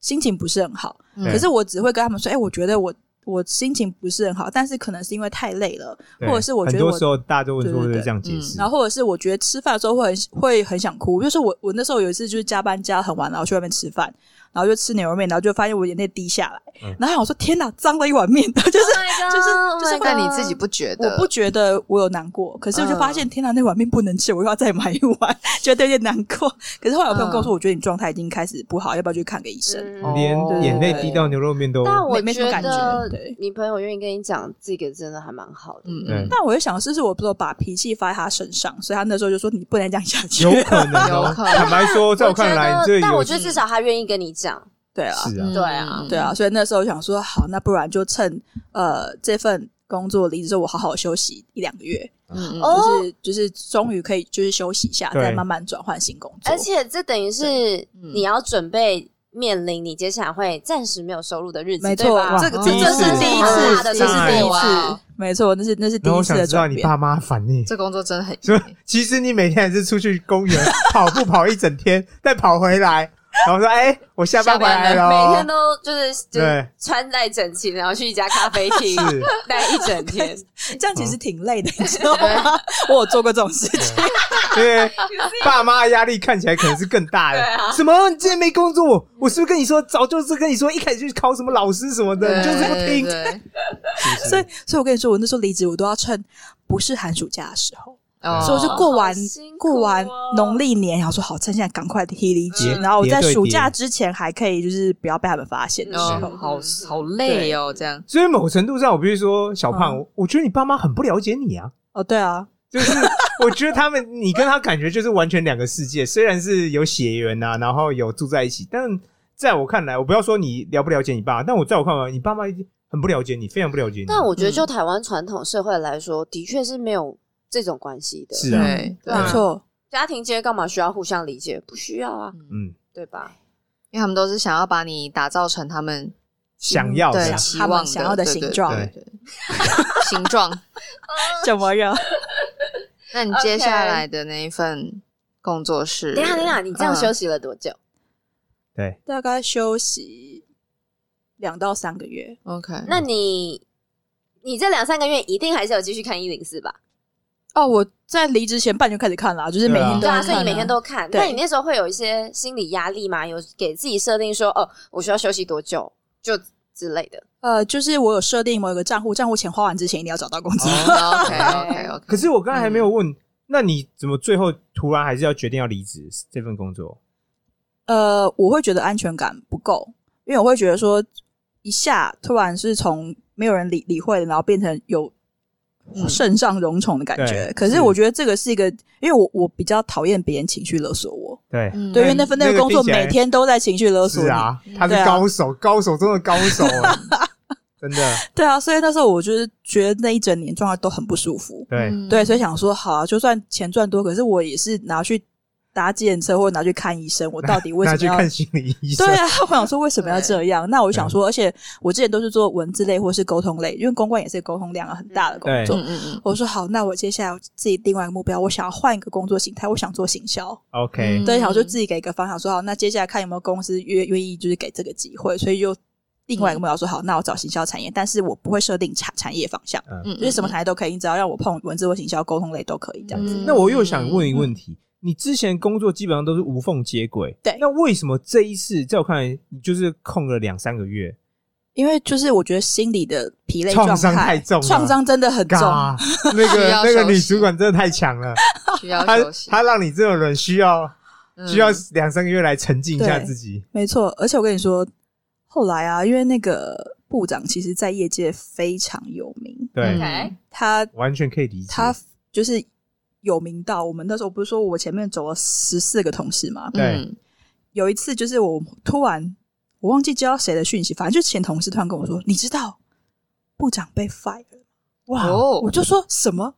Speaker 4: 心情不是很好，
Speaker 5: 嗯
Speaker 4: 可是我只会跟他们说，哎、我觉得我我心情不是很好，但是可能是因为太累了，
Speaker 2: 对
Speaker 4: 或者是我觉
Speaker 2: 很
Speaker 4: 得我
Speaker 2: 多时候大家都会说
Speaker 4: 对对
Speaker 2: 是
Speaker 4: 对
Speaker 2: 这样解释
Speaker 5: 嗯，
Speaker 4: 然后或者是我觉得吃饭的时候会很会很想哭，就是我我那时候有一次就是加班加很晚，然后去外面吃饭，然后就吃牛肉面，然后就发现我眼泪滴下来，
Speaker 2: 嗯
Speaker 4: 然后我想说天哪，脏了一碗面， [LAUGHS] 就是
Speaker 1: Oh my
Speaker 4: 就是
Speaker 1: God，
Speaker 4: 就是
Speaker 1: Oh my
Speaker 5: 但你
Speaker 1: God
Speaker 5: 自己不觉
Speaker 4: 我
Speaker 5: 得？
Speaker 4: 不觉得我有难过，可是我就发
Speaker 5: 嗯
Speaker 4: 现、天哪，那碗面不能吃，我又要再买一碗，觉得有点难过。可是后来我朋友
Speaker 5: 嗯
Speaker 4: 跟我说，我觉得你状态已经开始不好，要不要去看个医生？
Speaker 1: 嗯
Speaker 5: 哦
Speaker 2: 连眼泪
Speaker 5: 对
Speaker 2: 滴到牛肉面都，
Speaker 1: 但我
Speaker 4: 没没什么
Speaker 1: 觉
Speaker 4: 感觉
Speaker 1: 得
Speaker 4: 对
Speaker 1: 你朋友愿意跟你讲这个，真的还蛮好的。
Speaker 5: 嗯
Speaker 2: 对
Speaker 5: 嗯，
Speaker 4: 但我就想，是不是我不是把脾气发在他身上，所以他那时候就说你不能这样下去。
Speaker 2: 有可能哦
Speaker 5: 有。可能
Speaker 2: 坦白说，在我
Speaker 1: 我觉
Speaker 2: 看来，
Speaker 1: 得
Speaker 2: 这
Speaker 1: 但
Speaker 2: 有
Speaker 1: 我觉得至少他愿意跟你讲，
Speaker 4: [LAUGHS] 对啊，
Speaker 2: 是啊
Speaker 5: 嗯，
Speaker 1: 对啊
Speaker 5: 嗯
Speaker 4: 对啊，所以那时候想说，好，那不然就趁呃这份工作离职之后，我好好休息一两个月，
Speaker 5: 嗯嗯
Speaker 1: 哦
Speaker 4: 就是就是终于可以就是休息一下，
Speaker 2: 对
Speaker 4: 再慢慢转换新工作。
Speaker 1: 而且这等于是
Speaker 5: 嗯
Speaker 1: 你要准备面临你接下来会暂时没有收入的日子，
Speaker 4: 没
Speaker 1: 对
Speaker 4: 错
Speaker 1: 吧
Speaker 4: 哇
Speaker 5: 这个
Speaker 2: 第一
Speaker 5: 这
Speaker 2: 次
Speaker 5: 是第一
Speaker 1: 大
Speaker 5: 次，啊
Speaker 1: 的
Speaker 5: 这是第一
Speaker 1: 哇
Speaker 5: 次，
Speaker 4: 没错，那是那是第
Speaker 2: 然后
Speaker 4: 一
Speaker 2: 我
Speaker 4: 次
Speaker 2: 想
Speaker 4: 的
Speaker 2: 知道
Speaker 4: 转
Speaker 2: 你
Speaker 4: 变。
Speaker 2: 爸妈烦你，
Speaker 5: 这工作真的很
Speaker 2: 说其实你每天还是出去公园跑步跑一整天，再跑回来，然后说：“哎、我下班
Speaker 5: 下
Speaker 2: 回
Speaker 5: 班
Speaker 2: 来了。”哦
Speaker 1: 每天都就是就是
Speaker 2: 对
Speaker 1: 穿戴整齐，然后去一家咖啡厅
Speaker 2: 是
Speaker 1: [LAUGHS] 待一整天。
Speaker 4: 这样其
Speaker 1: 嗯
Speaker 4: 实挺累的，你知道吗？我有做过这种事
Speaker 1: [LAUGHS]
Speaker 4: 情，
Speaker 2: [LAUGHS] 因为爸妈的压力看起来可能是更大的。
Speaker 1: 对啊
Speaker 2: 什么？你今天没工作？我是不是跟你说，早就是跟你说，一开始就去考什么老师什么的，
Speaker 5: 对
Speaker 2: 你就是不听。
Speaker 5: 对对
Speaker 2: 是不是
Speaker 4: 所以所以我跟你说，我那时候离职，我都要趁不是寒暑假的时候，
Speaker 5: 哦
Speaker 4: 所以我就过完
Speaker 1: 好辛苦哦
Speaker 4: 过完农历年，然后说好，趁现在赶快提离职，
Speaker 2: 嗯
Speaker 4: 然后我在
Speaker 2: 叠对
Speaker 4: 暑
Speaker 2: 叠
Speaker 4: 假之前还可以就是不要被他们发现的时候。
Speaker 5: 哦，好好累哦，这样
Speaker 2: 所以某程度上，我必须说，小胖，
Speaker 4: 嗯
Speaker 2: 我我觉得你爸妈很不了解你啊。
Speaker 4: 哦，对啊，
Speaker 2: 就是
Speaker 5: [LAUGHS]
Speaker 2: 我觉得他们，你跟他感觉就是完全两个世界。虽然是有血缘呐、啊，然后有住在一起，但在我看来，我不要说你了不了解你爸，但我在我看来，你爸妈一定很不了解你，非常不了解你。
Speaker 1: [LAUGHS] 但我觉得，
Speaker 5: 嗯
Speaker 1: 就台湾传统社会来说，的确是没有这种关系的。
Speaker 2: 是啊，
Speaker 5: 对对
Speaker 4: 没，错，
Speaker 1: 家庭间干嘛需要互相理解？不需要啊，
Speaker 2: 嗯，
Speaker 1: 对吧？
Speaker 5: 因为他们都是想要把你打造成他们
Speaker 2: 想要的
Speaker 5: 对
Speaker 2: 啊
Speaker 5: 期
Speaker 4: 他们
Speaker 5: 望
Speaker 4: 想要的
Speaker 5: 对
Speaker 4: 形
Speaker 5: 对
Speaker 4: 状
Speaker 5: 对对
Speaker 2: [LAUGHS]
Speaker 5: 形状。
Speaker 4: 怎么样？
Speaker 5: 那你接下来的那一份工作是？
Speaker 1: 等一下，等一下，你这样
Speaker 5: 嗯
Speaker 1: 休息了多久？
Speaker 2: 对，
Speaker 4: [LAUGHS] 大概休息两到三个月。
Speaker 5: OK，
Speaker 1: 那你你这两三个月一定还是有继续看一零四吧？
Speaker 4: 哦，我在离职前半就开始看了啊，就是每
Speaker 2: 对啊
Speaker 4: 天都
Speaker 1: 对啊，
Speaker 4: 在看、
Speaker 1: 所以你每天都看。
Speaker 4: 对
Speaker 1: 那你那时候会有一些心理压力吗？有给自己设定说，哦，我需要休息多久就之类的？
Speaker 4: 呃，就是我有设定某一个账户，账户钱花完之前一定要找到工作。
Speaker 5: 哦 OK OK OK，
Speaker 2: 可是我刚才还没有问，
Speaker 4: 嗯
Speaker 2: 那你怎么最后突然还是要决定要离职这份工作？
Speaker 4: 呃，我会觉得安全感不够，因为我会觉得说一下突然是从没有人理理会的，然后变成有
Speaker 5: 嗯
Speaker 4: 肾上荣宠的感觉。
Speaker 2: 对
Speaker 4: 可是
Speaker 2: 是
Speaker 4: 我觉得这个是一个，因为我我比较讨厌别人情绪勒索我，
Speaker 2: 对，
Speaker 5: 嗯
Speaker 4: 对，因为
Speaker 2: 那
Speaker 4: 那份那
Speaker 2: 那
Speaker 4: 个
Speaker 2: 个
Speaker 4: 工作
Speaker 2: 听起来
Speaker 4: 每天都在情绪勒索
Speaker 2: 是
Speaker 4: 你。
Speaker 2: 啊，他是
Speaker 4: 对啊
Speaker 2: 高手，高手中的高手
Speaker 4: [LAUGHS]
Speaker 2: 啊，真的，
Speaker 4: 对啊，所以那时候我就是觉得那一整年状态都很不舒服。
Speaker 2: 对，
Speaker 5: 嗯
Speaker 4: 对，所以想说，好啊，就算钱赚多，可是我也是拿去搭计程车或者拿去看医生，我到底为什
Speaker 2: 那
Speaker 4: 么
Speaker 2: 去
Speaker 4: 要
Speaker 2: 看心理医生
Speaker 4: 对。啊，我想说为什么要这样？那
Speaker 2: 嗯
Speaker 4: 我就想说，而且我之前都是做文字类或是沟通类，因为公关也是沟通量很大的工作。
Speaker 5: 嗯嗯嗯，
Speaker 4: 我说好，那我接下来自己定完一个目标，我想要换一个工作形态，我想做行销。
Speaker 2: OK，
Speaker 5: 嗯
Speaker 4: 对，想就自己给一个方向，说好，那接下来看有没有公司愿愿意就是给这个机会，所以就
Speaker 5: 嗯
Speaker 4: 另外一个目标说好，那我找行销产业，但是我不会设定产产业方向，
Speaker 5: 嗯嗯
Speaker 4: 就是什么产业都可以，你只要让我碰文字或行销、沟通类都可以这样子。
Speaker 2: 那我又想问一个问题：你之前工作基本上都是无缝接轨，
Speaker 4: 对
Speaker 2: 那为什么这一次在我看来，你就是空了两三个月？
Speaker 4: 因为就是我觉得心理的疲累
Speaker 2: 创
Speaker 4: 状
Speaker 2: 伤
Speaker 4: 态
Speaker 2: 太重了
Speaker 4: 创伤真的很重。
Speaker 2: 嘎，那
Speaker 5: [LAUGHS] 需
Speaker 2: 个
Speaker 5: 要
Speaker 2: 那
Speaker 5: 休
Speaker 2: 个女
Speaker 5: 息
Speaker 2: 主管真的太强了，
Speaker 5: 需要
Speaker 2: 她
Speaker 5: 休息，
Speaker 2: 她让你这种人需要
Speaker 5: 嗯
Speaker 2: 需要两三个月来沉浸一下
Speaker 4: 对
Speaker 2: 自己。
Speaker 4: 没错，而且我跟你说，后来啊，因为那个部长其实在业界非常有名，
Speaker 2: 对，
Speaker 5: 嗯
Speaker 4: 他
Speaker 2: 完全可以理解。
Speaker 4: 他就是有名到我们那时候不是说我前面走了十四个同事嘛，
Speaker 2: 对
Speaker 5: 嗯
Speaker 4: 有一次就是我突然我忘记接到谁的讯息，反正就是前同事突然跟我说，你知道部长被 fire 了，
Speaker 2: 哇
Speaker 5: 哦
Speaker 4: 我，就说什么？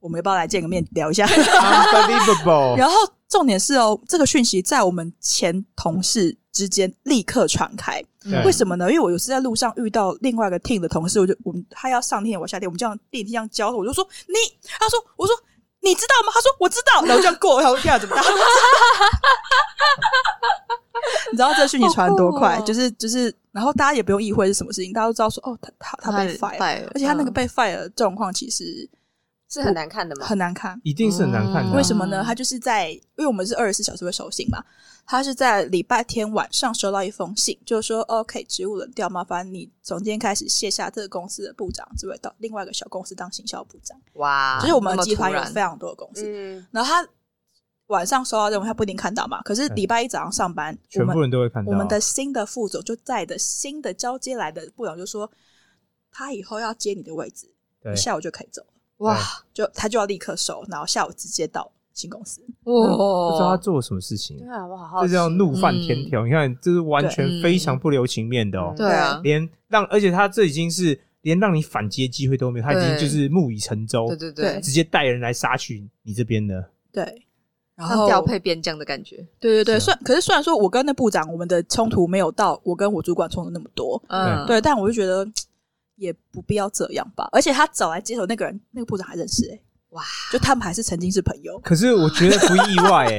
Speaker 4: 我们要不要来见个面聊一下？
Speaker 2: ，unbelievable！
Speaker 4: 然后重点是哦，这个讯息在我们前同事之间立刻传开，
Speaker 2: 对
Speaker 5: 哎
Speaker 4: 为什么呢？因为我有次在路上遇到另外一个 team 的同事，我就我们他要上电梯，我下电梯，我们这样电梯这样交头，我就说你，他说我说你知道吗？他说我知道，然后我这样 [LAUGHS] 过，然后我说天啊，怎么大家都知道？你知道这讯息传得多快？
Speaker 5: 好酷哦
Speaker 4: 就是就是，然后大家也不用意会是什么事情，大家都知道说哦，他他他被 fire，了
Speaker 5: 了
Speaker 4: 而且他那个被 fire 的状况其实
Speaker 1: 是很难看的吗？
Speaker 4: 很难看。
Speaker 2: 一定是很难看的啊。
Speaker 4: 为什么呢？
Speaker 5: 嗯
Speaker 4: 他就是在，因为我们是二十四小时会收信嘛，他是在礼拜天晚上收到一封信，就是说，OK，职哦务冷掉，麻烦你从今天开始卸下这个公司的部长职位，到另外一个小公司当行销部长。
Speaker 2: 啊
Speaker 5: 哇，
Speaker 4: 就是我们
Speaker 5: 那么
Speaker 4: 集团
Speaker 5: 突
Speaker 4: 有
Speaker 5: 然
Speaker 4: 非常多的公司，
Speaker 1: 嗯，
Speaker 4: 然后他晚上收到这种，他不一定看到嘛，可是礼拜一早上上班，我
Speaker 2: 全
Speaker 4: 们
Speaker 2: 部人都会看到啊
Speaker 4: 我们的新的副总就在的新的交接来的部长就说，他以后要接你的位置，
Speaker 2: 对
Speaker 4: 你下午就可以走了，
Speaker 5: 哇
Speaker 4: 就他就要立刻收，然后下午直接到新公司。
Speaker 2: 不知道他
Speaker 5: 哇，
Speaker 2: 做了什么事情
Speaker 1: 对，啊，我好好
Speaker 2: 这
Speaker 4: 哦
Speaker 1: 奇，
Speaker 2: 叫怒犯天
Speaker 4: 嗯
Speaker 2: 条。你看，这是完全
Speaker 5: 对
Speaker 2: 非常不留情面的哦
Speaker 1: 嗯，
Speaker 5: 对啊，
Speaker 2: 连让而且他这已经是连让你反击的机会都没有，他已经
Speaker 5: 对
Speaker 2: 就是木已成舟
Speaker 5: 对，对对，
Speaker 2: 直接带人来杀去你这边的。
Speaker 4: 对，然
Speaker 5: 像调配边疆的感觉，
Speaker 4: 对对对，
Speaker 2: 是
Speaker 4: 虽可是啊虽然说我跟那部长我们的冲突没有到我跟我主管冲突那么多，
Speaker 5: 嗯，
Speaker 4: 对，但我就觉得嘖也不必要这样吧。而且他找来接手那个人，那个部长还认识哎、
Speaker 5: 哇，
Speaker 4: 就他们还是曾经是朋友。
Speaker 2: 可是我觉得不意外
Speaker 4: [LAUGHS]
Speaker 2: 哎，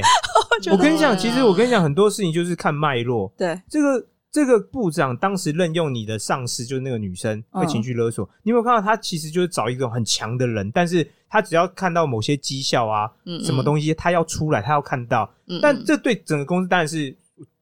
Speaker 4: 觉
Speaker 2: 我
Speaker 4: 得嗯
Speaker 2: 跟你讲，其实我跟你讲，很多事情就是看脉络。
Speaker 4: 对，
Speaker 2: 这个这个部长当时任用你的上司就是那个女生，
Speaker 4: 嗯
Speaker 2: 会情绪勒索。你有没有看到他其实就是找一个很强的人，但是他只要看到某些绩效啊，
Speaker 5: 嗯
Speaker 2: 什么东西他要出来，他要看到。
Speaker 5: 嗯
Speaker 2: 但这对整个公司当然是，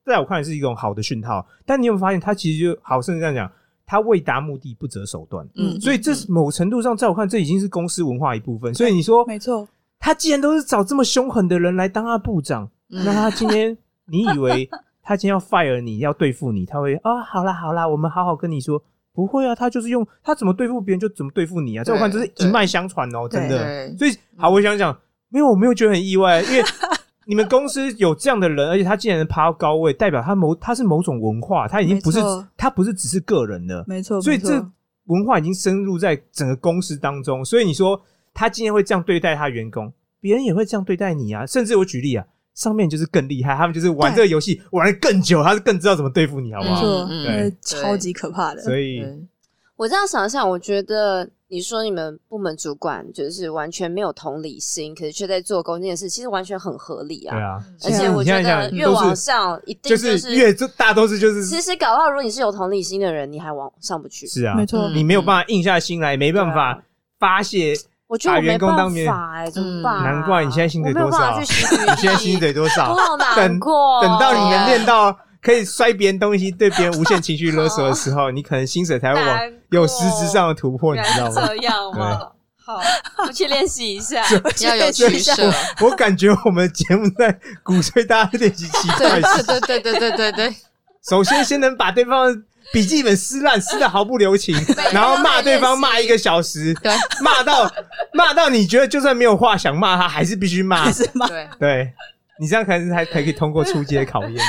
Speaker 2: 在我看来是一种好的讯号。但你有没有发现，他其实就好，甚至这样讲，他为达目的不择手段。
Speaker 5: 嗯
Speaker 2: 所以这是某程度上，在我看，这已经是公司文化一部分。所以你说，
Speaker 4: 哦没错，
Speaker 2: 他既然都是找这么凶狠的人来当他部长，
Speaker 5: 嗯
Speaker 2: 那他今天，你以为他今天要 fire 你，要对付你，他会啊、好啦好啦，我们好好跟你说，不会啊，他就是用他怎么对付别人就怎么对付你啊，在我看这是一脉相传哦，
Speaker 4: 对
Speaker 2: 真的
Speaker 5: 对。
Speaker 2: 所以好，我想想，没有，我没有觉得很意外，因为 [LAUGHS] 你们公司有这样的人，而且他竟然爬到高位，代表他某他是某种文化，他已经不是
Speaker 4: 没错
Speaker 2: 他不是只是个人的，
Speaker 4: 没错，
Speaker 2: 所以
Speaker 4: 没错
Speaker 2: 这文化已经深入在整个公司当中。所以你说他今天会这样对待他员工，别人也会这样对待你啊。甚至我举例啊，上面就是更厉害，他们就是玩这个游戏玩的更久，他是更知道怎么对付你，好不
Speaker 4: 没
Speaker 2: 好？
Speaker 4: 错，
Speaker 5: 嗯嗯
Speaker 4: 那
Speaker 2: 对
Speaker 4: 超级可怕的。
Speaker 2: 所以
Speaker 5: 嗯
Speaker 1: 我这样想一想，我觉得你说你们部门主管就是完全没有同理心，可是却在做公这件事，其实完全很合理
Speaker 2: 对
Speaker 1: 啊。
Speaker 2: 啊，
Speaker 1: 而
Speaker 2: 其
Speaker 1: 且
Speaker 2: 实
Speaker 1: 我
Speaker 2: 你
Speaker 1: 觉
Speaker 2: 现在
Speaker 1: 得
Speaker 2: 想
Speaker 1: 越往
Speaker 2: 都是
Speaker 1: 上，一定
Speaker 2: 就是越这大都是就
Speaker 1: 其
Speaker 2: 是
Speaker 1: 实搞不好，如果你是有同理心的人，你还往上不去。
Speaker 2: 是啊
Speaker 4: 没，错，
Speaker 5: 嗯
Speaker 2: 你没有办法硬下心来，没办
Speaker 1: 对
Speaker 2: 法发泄。
Speaker 1: 我觉得我
Speaker 2: 把员
Speaker 1: 没
Speaker 2: 工当
Speaker 1: 办
Speaker 2: 面
Speaker 1: 法哎、怎么办啊、
Speaker 2: 难怪你现在薪水
Speaker 1: 啊我没有
Speaker 2: 多
Speaker 1: 办
Speaker 2: 少？
Speaker 1: 法
Speaker 2: [LAUGHS] 你
Speaker 1: 去洗浴
Speaker 2: 现在薪水多少
Speaker 1: [LAUGHS] 我？好难
Speaker 2: 等
Speaker 1: 过。
Speaker 2: 等到你能
Speaker 5: 哦
Speaker 2: 练到可以摔别人东西、对别人无限情绪勒索的时候，你可能薪水才会往
Speaker 1: 难
Speaker 2: 有实质上的突
Speaker 1: 过
Speaker 2: 破，你知道吗？
Speaker 1: 这样吗？好，我去练习一下。
Speaker 5: 要有取舍，
Speaker 2: [LAUGHS] 我感觉我们节目在鼓吹大家练习奇怪
Speaker 5: 对
Speaker 2: 事。
Speaker 5: 对对对对对对对，
Speaker 2: 首先，先能把对方的笔记本撕烂，撕的毫不留情，然后骂对方骂一个小时，
Speaker 5: 对
Speaker 2: 骂到骂到你觉得就算没有话想骂他，还是必须骂
Speaker 4: 还。 [LAUGHS] 是蛮
Speaker 5: 对，
Speaker 2: 对你这样可能才才可以通过初阶考验。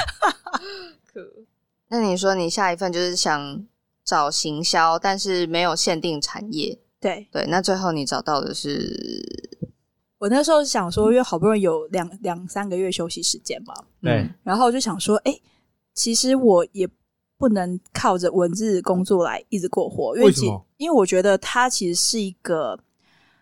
Speaker 3: 那你说你下一份就是想找行销，但是没有限定产业，
Speaker 4: 对。
Speaker 3: 对？那最后你找到的是
Speaker 4: 我那时候想说，因为好不容易有两两三个月休息时间嘛，
Speaker 2: 对，
Speaker 4: 然后我就想说，哎、其实我也不能靠着文字工作来一直过活，因
Speaker 2: 为什
Speaker 4: 其
Speaker 2: 么
Speaker 4: 因为我觉得它其实是一个，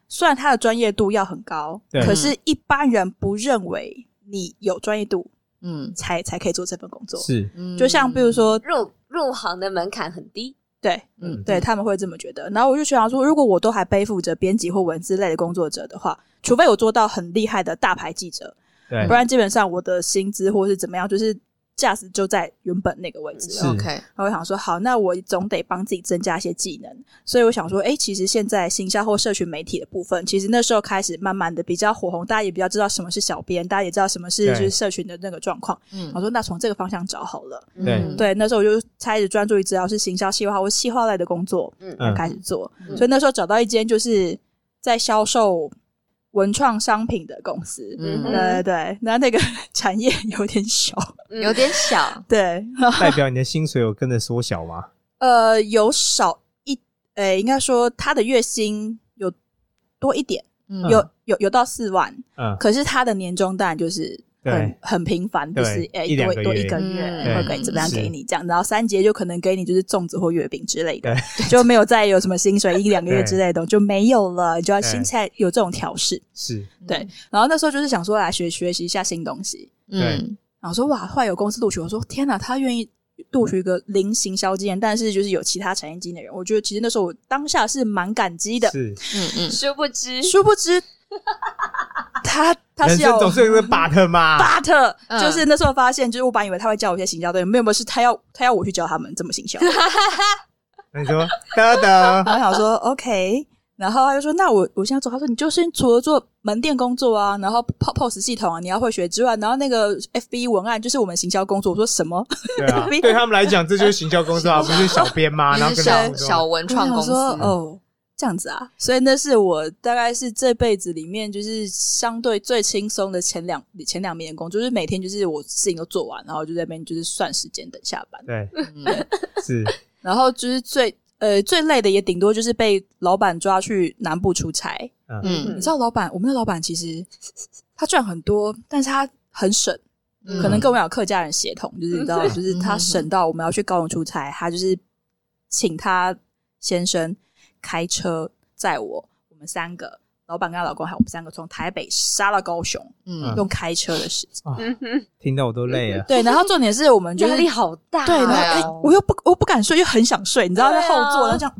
Speaker 4: 虽然它的专业度要很高，
Speaker 2: 对
Speaker 4: 可是一般人不认为你有专业度
Speaker 5: 嗯
Speaker 4: 才才可以做这份工作。
Speaker 2: 是，
Speaker 5: 嗯
Speaker 4: 就像比如说，
Speaker 1: 入入行的门槛很低，
Speaker 4: 对
Speaker 5: 嗯
Speaker 4: 对，他们会这么觉得。然后我就想说，如果我都还背负着编辑或文字类的工作者的话，除非我做到很厉害的大牌记者，
Speaker 2: 对
Speaker 4: 不，然基本上我的薪资或是怎么样，就是价值就在原本那个位置
Speaker 2: 是
Speaker 4: 了。
Speaker 5: OK，
Speaker 4: 然后我想说，好，那我总得帮自己增加一些技能，所以我想说，哎，其实现在行销或社群媒体的部分，其实那时候开始慢慢的比较火红，大家也比较知道什么是小编，大家也知道什么是
Speaker 2: 对
Speaker 4: 就是社群的那个状况。我
Speaker 5: 嗯，
Speaker 4: 说，那从这个方向找好了。
Speaker 2: 对
Speaker 5: 嗯，
Speaker 4: 对，那时候我就开始专注于只要是行销细化或细化类的工作，
Speaker 1: 嗯
Speaker 2: 嗯
Speaker 4: 开始做。
Speaker 1: 嗯
Speaker 4: 所以那时候找到一间就是在销售文创商品的公司。
Speaker 5: 嗯
Speaker 4: 对对对，那那个 [LAUGHS] 产业有点小，
Speaker 1: 嗯
Speaker 5: 有点小，
Speaker 4: 对，
Speaker 2: 代表你的薪水有跟着缩小吗？
Speaker 4: 呃，有少一，呃，应该说他的月薪有多一点，
Speaker 5: 嗯
Speaker 4: 有有有到四万，
Speaker 2: 嗯，
Speaker 4: 可是他的年终当然就是很
Speaker 2: 对
Speaker 4: 很平凡，
Speaker 2: 对
Speaker 4: 就是呃
Speaker 2: 一两
Speaker 4: 多
Speaker 2: 个
Speaker 4: 多
Speaker 2: 月
Speaker 4: 一个
Speaker 5: 嗯
Speaker 4: 月会给
Speaker 5: 对
Speaker 4: 怎么样
Speaker 2: 是
Speaker 4: 给你这样，然后三节就可能给你就是粽子或月饼之类的
Speaker 2: 对，
Speaker 4: [LAUGHS] 就没有再有什么薪水一两个月之类的就没有了，你就要
Speaker 2: 对
Speaker 4: 心态有这种调试。
Speaker 2: 是，
Speaker 4: [LAUGHS] 对，然后那时候就是想说来学学习一下新东西，
Speaker 5: 嗯
Speaker 4: 然后说哇，后来有公司录取，我说天哪，他愿意录取一个零行销经验，但是就是有其他产业经验的人，我觉得其实那时候我当下是蛮感激的。
Speaker 2: 是，
Speaker 5: 嗯嗯，
Speaker 1: 殊不知
Speaker 4: 殊不知，他他
Speaker 2: 人
Speaker 4: 是要
Speaker 2: 生总是有
Speaker 4: [LAUGHS]
Speaker 2: 个 but 嘛，
Speaker 4: but，、
Speaker 5: 嗯
Speaker 4: 就是那时候发现，就是我本来以为他会教我一些行销的，没有没有，是他要他要我去教他们怎么行销。
Speaker 2: 那你说，得得，
Speaker 4: [LAUGHS] 然后想说 OK，然后他就说那我我现在做，他说你就是除了做门店工作啊，然后 PO- POS 系统啊，你要会学之外，然后那个 FB 文案就是我们行销工作。我说什么？
Speaker 2: 对啊，对他们来讲，这就是行销工作
Speaker 4: [LAUGHS]
Speaker 2: 啊，不是小编吗？然后
Speaker 5: 嗯就是
Speaker 2: 跟他
Speaker 5: 小
Speaker 2: 们说
Speaker 5: 小文创公司，嗯
Speaker 4: 我想说哦，这样子啊，所以那是我大概是这辈子里面就是相对最轻松的前两前两名的工作，就是每天就是我事情都做完，然后就在那边就是算时间等下班，
Speaker 2: 对，
Speaker 5: 嗯
Speaker 2: 是，
Speaker 4: 然后就是最。呃，最累的也顶多就是被老板抓去南部出差。
Speaker 5: 嗯
Speaker 4: 你知道，老板，我们的老板其实他赚很多，但是他很省，
Speaker 5: 嗯
Speaker 4: 可能跟我们有客家人协同，就是你知道，就是他
Speaker 5: 嗯
Speaker 4: 省到我们要去高雄出差，他就是请他先生开车载我，我们三个，老板跟她老公还有我们三个从台北杀到高雄，
Speaker 5: 嗯
Speaker 4: 用开车的时间。
Speaker 2: 啊，
Speaker 1: 嗯哼
Speaker 2: 听到我都累了，
Speaker 4: 对，然后重点是我们就是
Speaker 1: 压力好大哦，
Speaker 4: 对，然后哎、我又不我不敢睡，又很想睡，你知道在
Speaker 1: 对啊
Speaker 4: 后座，然后这样，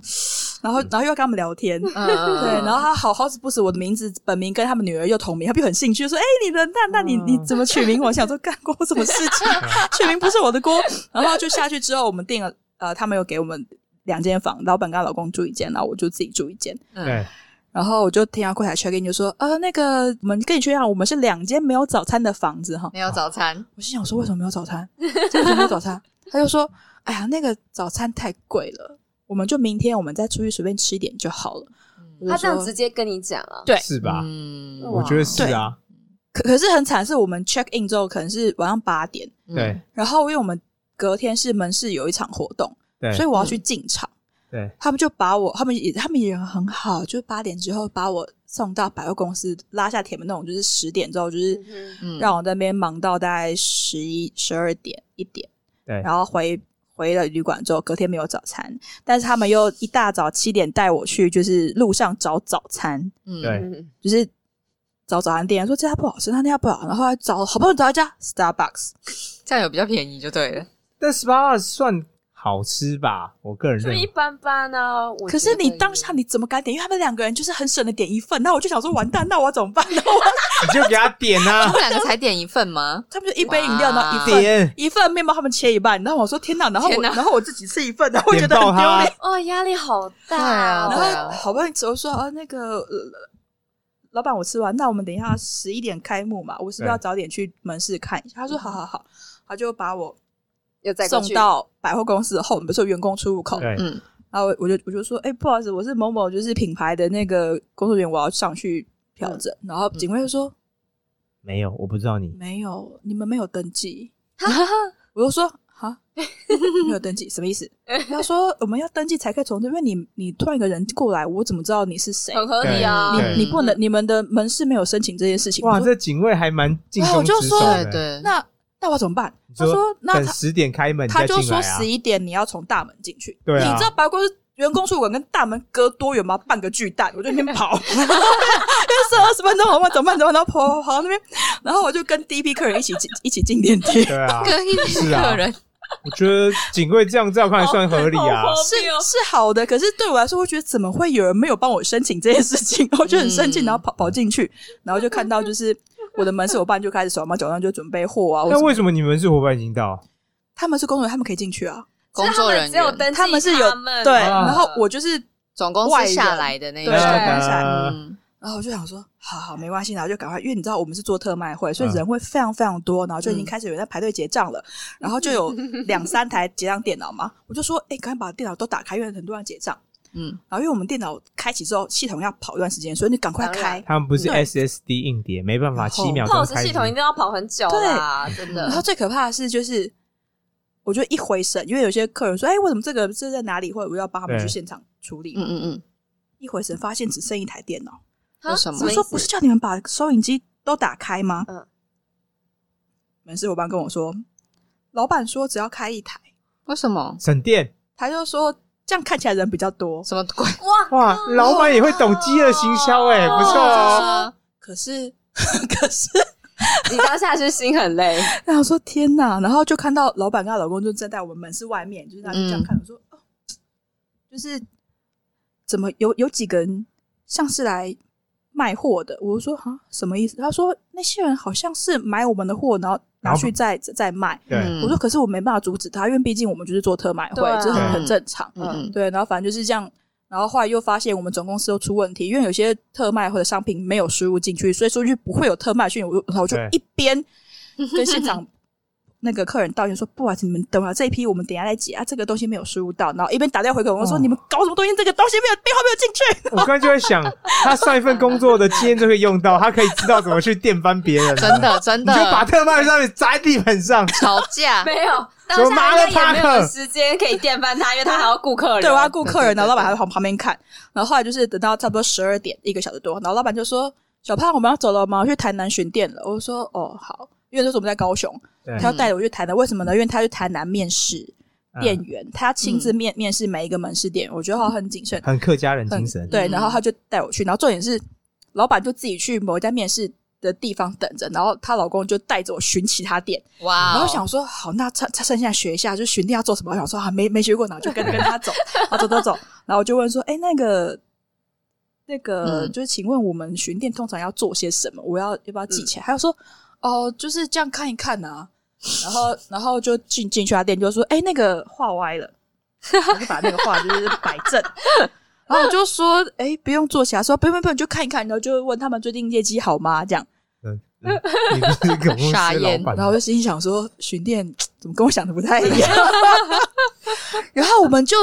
Speaker 4: 然后然后又要跟他们聊天。
Speaker 5: 嗯嗯，
Speaker 4: [LAUGHS] 对，然后他好好死不死，我的名字本名跟他们女儿又同名，他们就很兴趣，就说：“哎、你的那那
Speaker 1: 嗯
Speaker 4: 你你怎么取名？”我想说干关我什么事情？
Speaker 1: [LAUGHS]
Speaker 4: 取名不是我的锅。然后就下去之后，我们订了呃，他们有给我们两间房，老板跟她老公住一间，然后我就自己住一间。
Speaker 2: 对，
Speaker 4: 然后我就听到柜台 check in 就说：“呃，那个我们跟你确认，我们是两间没有早餐的房子哈。”
Speaker 5: 没有早餐，
Speaker 4: 我心想说为什么没有
Speaker 1: [LAUGHS]
Speaker 4: 早餐？为什么没有早餐？他就说：“哎呀，那个早餐太贵了，我们就明天我们再出去随便吃一点就好了。”我就
Speaker 1: 他这样
Speaker 4: 说
Speaker 1: 直接跟你讲啊，
Speaker 4: 对
Speaker 2: 是吧？
Speaker 5: 嗯
Speaker 1: 哇
Speaker 2: 我觉得是啊，
Speaker 4: 可可是很惨，是我们 check in 之后可能是晚上八点，
Speaker 5: 嗯
Speaker 2: 对
Speaker 4: 然后因为我们隔天是门市有一场活动，
Speaker 2: 对，
Speaker 4: 所以我要去进场，
Speaker 2: 对
Speaker 4: 他们就把我，他们也他们也人很好，就是八点之后把我送到百货公司，拉下铁门那种，就是十点之后就是
Speaker 1: 嗯
Speaker 5: 嗯
Speaker 4: 让我在那边忙到大概十一、十二点、一点，
Speaker 2: 对
Speaker 4: 然后回回了旅馆之后，隔天没有早餐，但是他们又一大早七点带我去，就是路上找早餐，
Speaker 5: 嗯
Speaker 2: 对
Speaker 1: 嗯
Speaker 4: 就是找早餐店，说这家不好吃，那家不好，然后还找好不容易找一家 Starbucks，
Speaker 5: 这样有比较便宜就对
Speaker 4: [LAUGHS]
Speaker 5: 了，
Speaker 2: 但 SPA 算好吃吧？我个人
Speaker 1: 就
Speaker 2: 认
Speaker 1: 一
Speaker 2: 为，
Speaker 1: 般般啊。我
Speaker 4: 可是
Speaker 1: 觉得
Speaker 4: 你
Speaker 1: 也
Speaker 4: 当下你怎么敢点？因为他们两个人就是很省的点一份，那我就想说完蛋，那我怎么办？然后我 [LAUGHS]
Speaker 2: 你就给他点
Speaker 5: 他
Speaker 2: 啊
Speaker 5: 们，两个才点一份吗？
Speaker 4: 他们就一杯饮料，然后一份
Speaker 2: 点
Speaker 4: 一份面包，他们切一半，然后我说天哪，然后
Speaker 5: 天
Speaker 4: 我
Speaker 5: 哪
Speaker 4: 然后我自己吃一份，然后我觉
Speaker 2: 点
Speaker 4: 得
Speaker 2: 爆
Speaker 4: 很丢
Speaker 2: 他
Speaker 4: 脸。，
Speaker 1: 哦，压力好
Speaker 5: 对
Speaker 1: 大
Speaker 5: 啊
Speaker 1: 哦，
Speaker 5: 对啊
Speaker 4: 然后好不容易我说啊，那个、呃老板我吃完，那我们等一下十一点开幕嘛，我是不是要
Speaker 2: 对
Speaker 4: 早点去门市看一下？他说好好好，他就把我
Speaker 1: 又嗯再过
Speaker 4: 送
Speaker 1: 去
Speaker 4: 到百货公司后，我们不是有员工出入口，
Speaker 2: 对
Speaker 5: 嗯
Speaker 4: 然后我我就我就说，哎、不好意思，我是某某就是品牌的那个工作人员，我要上去调整。然后警卫就说、
Speaker 2: 没有，我不知道你
Speaker 4: [LAUGHS] 没有，你们没有登记。我就说。哈，没有登记什么意思？他说我们要登记才可以从这，因为你你突然一个人过来，我怎么知道你是谁？
Speaker 1: 很合理啊。
Speaker 2: 对
Speaker 4: 你不能，你们的门市没有申请这件事情。
Speaker 2: 哇，
Speaker 4: 我说
Speaker 2: 这警卫还蛮尽
Speaker 4: 哎我
Speaker 2: 忠
Speaker 4: 就
Speaker 2: 职守
Speaker 4: 说
Speaker 2: 的。
Speaker 5: 对，
Speaker 4: 那那我怎么办？
Speaker 2: 你
Speaker 4: 他说那
Speaker 2: 等
Speaker 4: 他
Speaker 2: 十点开门，你
Speaker 4: 他
Speaker 2: 再
Speaker 4: 就
Speaker 2: 进来
Speaker 4: 说
Speaker 2: 啊
Speaker 4: 十。一点你要从大门进去。
Speaker 2: 对啊
Speaker 4: 你知道白宫员工宿管跟大门隔多远吗？半个巨蛋，我就那边跑， [LAUGHS] 因为是二十分钟，我问怎么办怎么办，然后跑跑跑到那边，然后我就跟第一批客人一起进一起进电梯。
Speaker 2: 对啊，
Speaker 5: 跟一
Speaker 2: 是
Speaker 5: 群
Speaker 2: 啊
Speaker 5: 客人
Speaker 2: 我觉得警卫这样
Speaker 4: 哦
Speaker 2: 照看算合理啊。
Speaker 4: 是
Speaker 1: 哦
Speaker 4: 是好的，可是对我来说，我觉得怎么会有人没有帮我申请这件事情？我就很生气，
Speaker 5: 嗯
Speaker 4: 然后跑跑进去，然后就看到就是我的门市伙伴就开始手忙脚乱，就准备货啊。我
Speaker 2: 那为什么你们是伙伴已经到？
Speaker 4: 他们是工作人员，他们可以进去啊。
Speaker 5: 工作人
Speaker 1: 只有
Speaker 5: 员，
Speaker 1: 登记
Speaker 4: 他们是有
Speaker 1: 们
Speaker 4: 对，
Speaker 2: 啊
Speaker 4: 然后我就是
Speaker 5: 总公
Speaker 4: 外
Speaker 5: 司
Speaker 4: 人
Speaker 5: 下来的那一
Speaker 4: 对
Speaker 5: 种，
Speaker 3: 啊
Speaker 2: 呃，
Speaker 5: 嗯，
Speaker 4: 然后我就想说，好好没关系，然后就赶快，因为你知道我们是做特卖会，所以
Speaker 2: 嗯
Speaker 4: 人会非常非常多，然后就已经
Speaker 5: 嗯
Speaker 4: 开始有人在排队结账了，然后就有两三台结账电脑嘛，我就说，哎、赶紧把电脑都打开，因为很多人结账，
Speaker 5: 嗯，
Speaker 4: 然后因为我们电脑开启之后，系统要跑一段时间，所以你赶快
Speaker 1: 当然
Speaker 4: 开。
Speaker 2: 他们不是
Speaker 4: 对
Speaker 2: SSD 硬碟，没办法，
Speaker 4: 然后
Speaker 2: 七秒
Speaker 1: 泡
Speaker 2: 钟
Speaker 1: 时
Speaker 2: 开
Speaker 1: 系统一
Speaker 2: 机。
Speaker 1: 定要跑很久啦，真的
Speaker 4: 然。后最可怕的是，就是我就一回神，因为有些客人说，哎、为什么这个这在哪里？或者我要帮他们
Speaker 2: 对
Speaker 4: 去现场处理。
Speaker 5: 嗯嗯
Speaker 4: 一回神发现只剩一台电脑，
Speaker 1: 啊
Speaker 5: 为什么
Speaker 4: 我
Speaker 1: 意
Speaker 4: 说
Speaker 1: 思
Speaker 4: 不是叫你们把收银机都打开吗？
Speaker 1: 嗯
Speaker 4: 门市伙伴跟我说，老板说只要开一台，
Speaker 5: 为什么？
Speaker 2: 省电
Speaker 4: 他就说这样看起来人比较多。
Speaker 5: 什么鬼？
Speaker 1: 哇
Speaker 2: 哇，老板也会懂饥饿行销哎，不错哦。
Speaker 5: 啊，
Speaker 4: 可是， [LAUGHS] 可是，
Speaker 1: 你当下是心很
Speaker 4: [LAUGHS]
Speaker 1: 累，
Speaker 4: 然后我说天哪，然后就看到老板跟她老公就站在我们门市外面，就是他就这样看，我说哦，就是怎么有有几个人像是来卖货的？我就说啊，什么意思？他说那些人好像是买我们的货，然后拿去再再卖。
Speaker 2: 对，
Speaker 5: 嗯
Speaker 4: 我说，可是我没办法阻止他，因为毕竟我们就是做特卖会
Speaker 1: 对啊，
Speaker 4: 这很
Speaker 2: 对
Speaker 4: 很正常。
Speaker 5: 嗯嗯
Speaker 4: 对，然后反正就是这样。然后后来又发现我们总公司又出问题，因为有些特卖或者商品没有输入进去，所以数据不会有特卖讯。我就然后我就
Speaker 2: 对
Speaker 4: 一边跟现场那个客人道歉说：“不好意思，你们等下这一批我们等一下再结啊，这个东西没有输入到。”然后一边打电话回给我，我说：“
Speaker 2: 哦
Speaker 4: 你们搞什么东西？这个东西没有编号没有进去。
Speaker 2: 我刚才就在想，他上一份工作的经验就可以用到，他可以知道怎么去电翻别人。啊
Speaker 5: 真，的真
Speaker 2: 你
Speaker 5: 的
Speaker 2: 就，把特卖上面砸在地板上，
Speaker 5: 吵
Speaker 1: [LAUGHS]
Speaker 5: 架，
Speaker 1: 没有，当
Speaker 2: 怎么麻了
Speaker 1: 下应该也没
Speaker 2: 帕克
Speaker 1: 有时间可以电翻他，因为他还要顾客人。
Speaker 4: 对，我要顾客人，
Speaker 5: 对对对
Speaker 4: 然后老板还在旁旁边看。然后后来就是等到差不多十二点，一个小时多，然后老板就说：“小胖，我们要走了，我们要去台南巡店了。”我说：“哦，好。”因为那时候我们在高雄，
Speaker 2: 对
Speaker 4: 他要带着我去台南，为什么呢？因为他去台南面试
Speaker 2: 嗯
Speaker 4: 店员，他亲自面、面试每一个门市店员，我觉得他很谨慎，
Speaker 2: 很客家人
Speaker 4: 很
Speaker 2: 精神。
Speaker 4: 对，
Speaker 5: 嗯
Speaker 4: 然后他就带我去，然后重点是，老板就自己去某一家面试的地方等着，然后她老公就带着我巡其他店，
Speaker 5: 哇哦，
Speaker 4: 然后想说，好，那趁趁趁现在学一下，就巡店要做什么？我想说啊，没没学过，然后就跟跟他走，然后走走走，然后我就问说，哎、那个。那个
Speaker 5: 嗯
Speaker 4: 就是，请问我们巡店通常要做些什么？我要要不要
Speaker 5: 嗯
Speaker 4: 记起来？他就说，哦，就是这样看一看啊。然后，然后就进进去他店，就说，哎、那个画歪了，我就把那个画就是摆正。然后我就说，哎、不用坐起来，说不用不用不用，你就看一看。然后就问他们最近业绩好吗？这样。
Speaker 2: 嗯，嗯你不是公司
Speaker 5: 傻
Speaker 2: 老
Speaker 5: 眼
Speaker 2: 板
Speaker 4: 然后我就心想说，巡店怎么跟我想的不太一 [LAUGHS] 样？然后我们就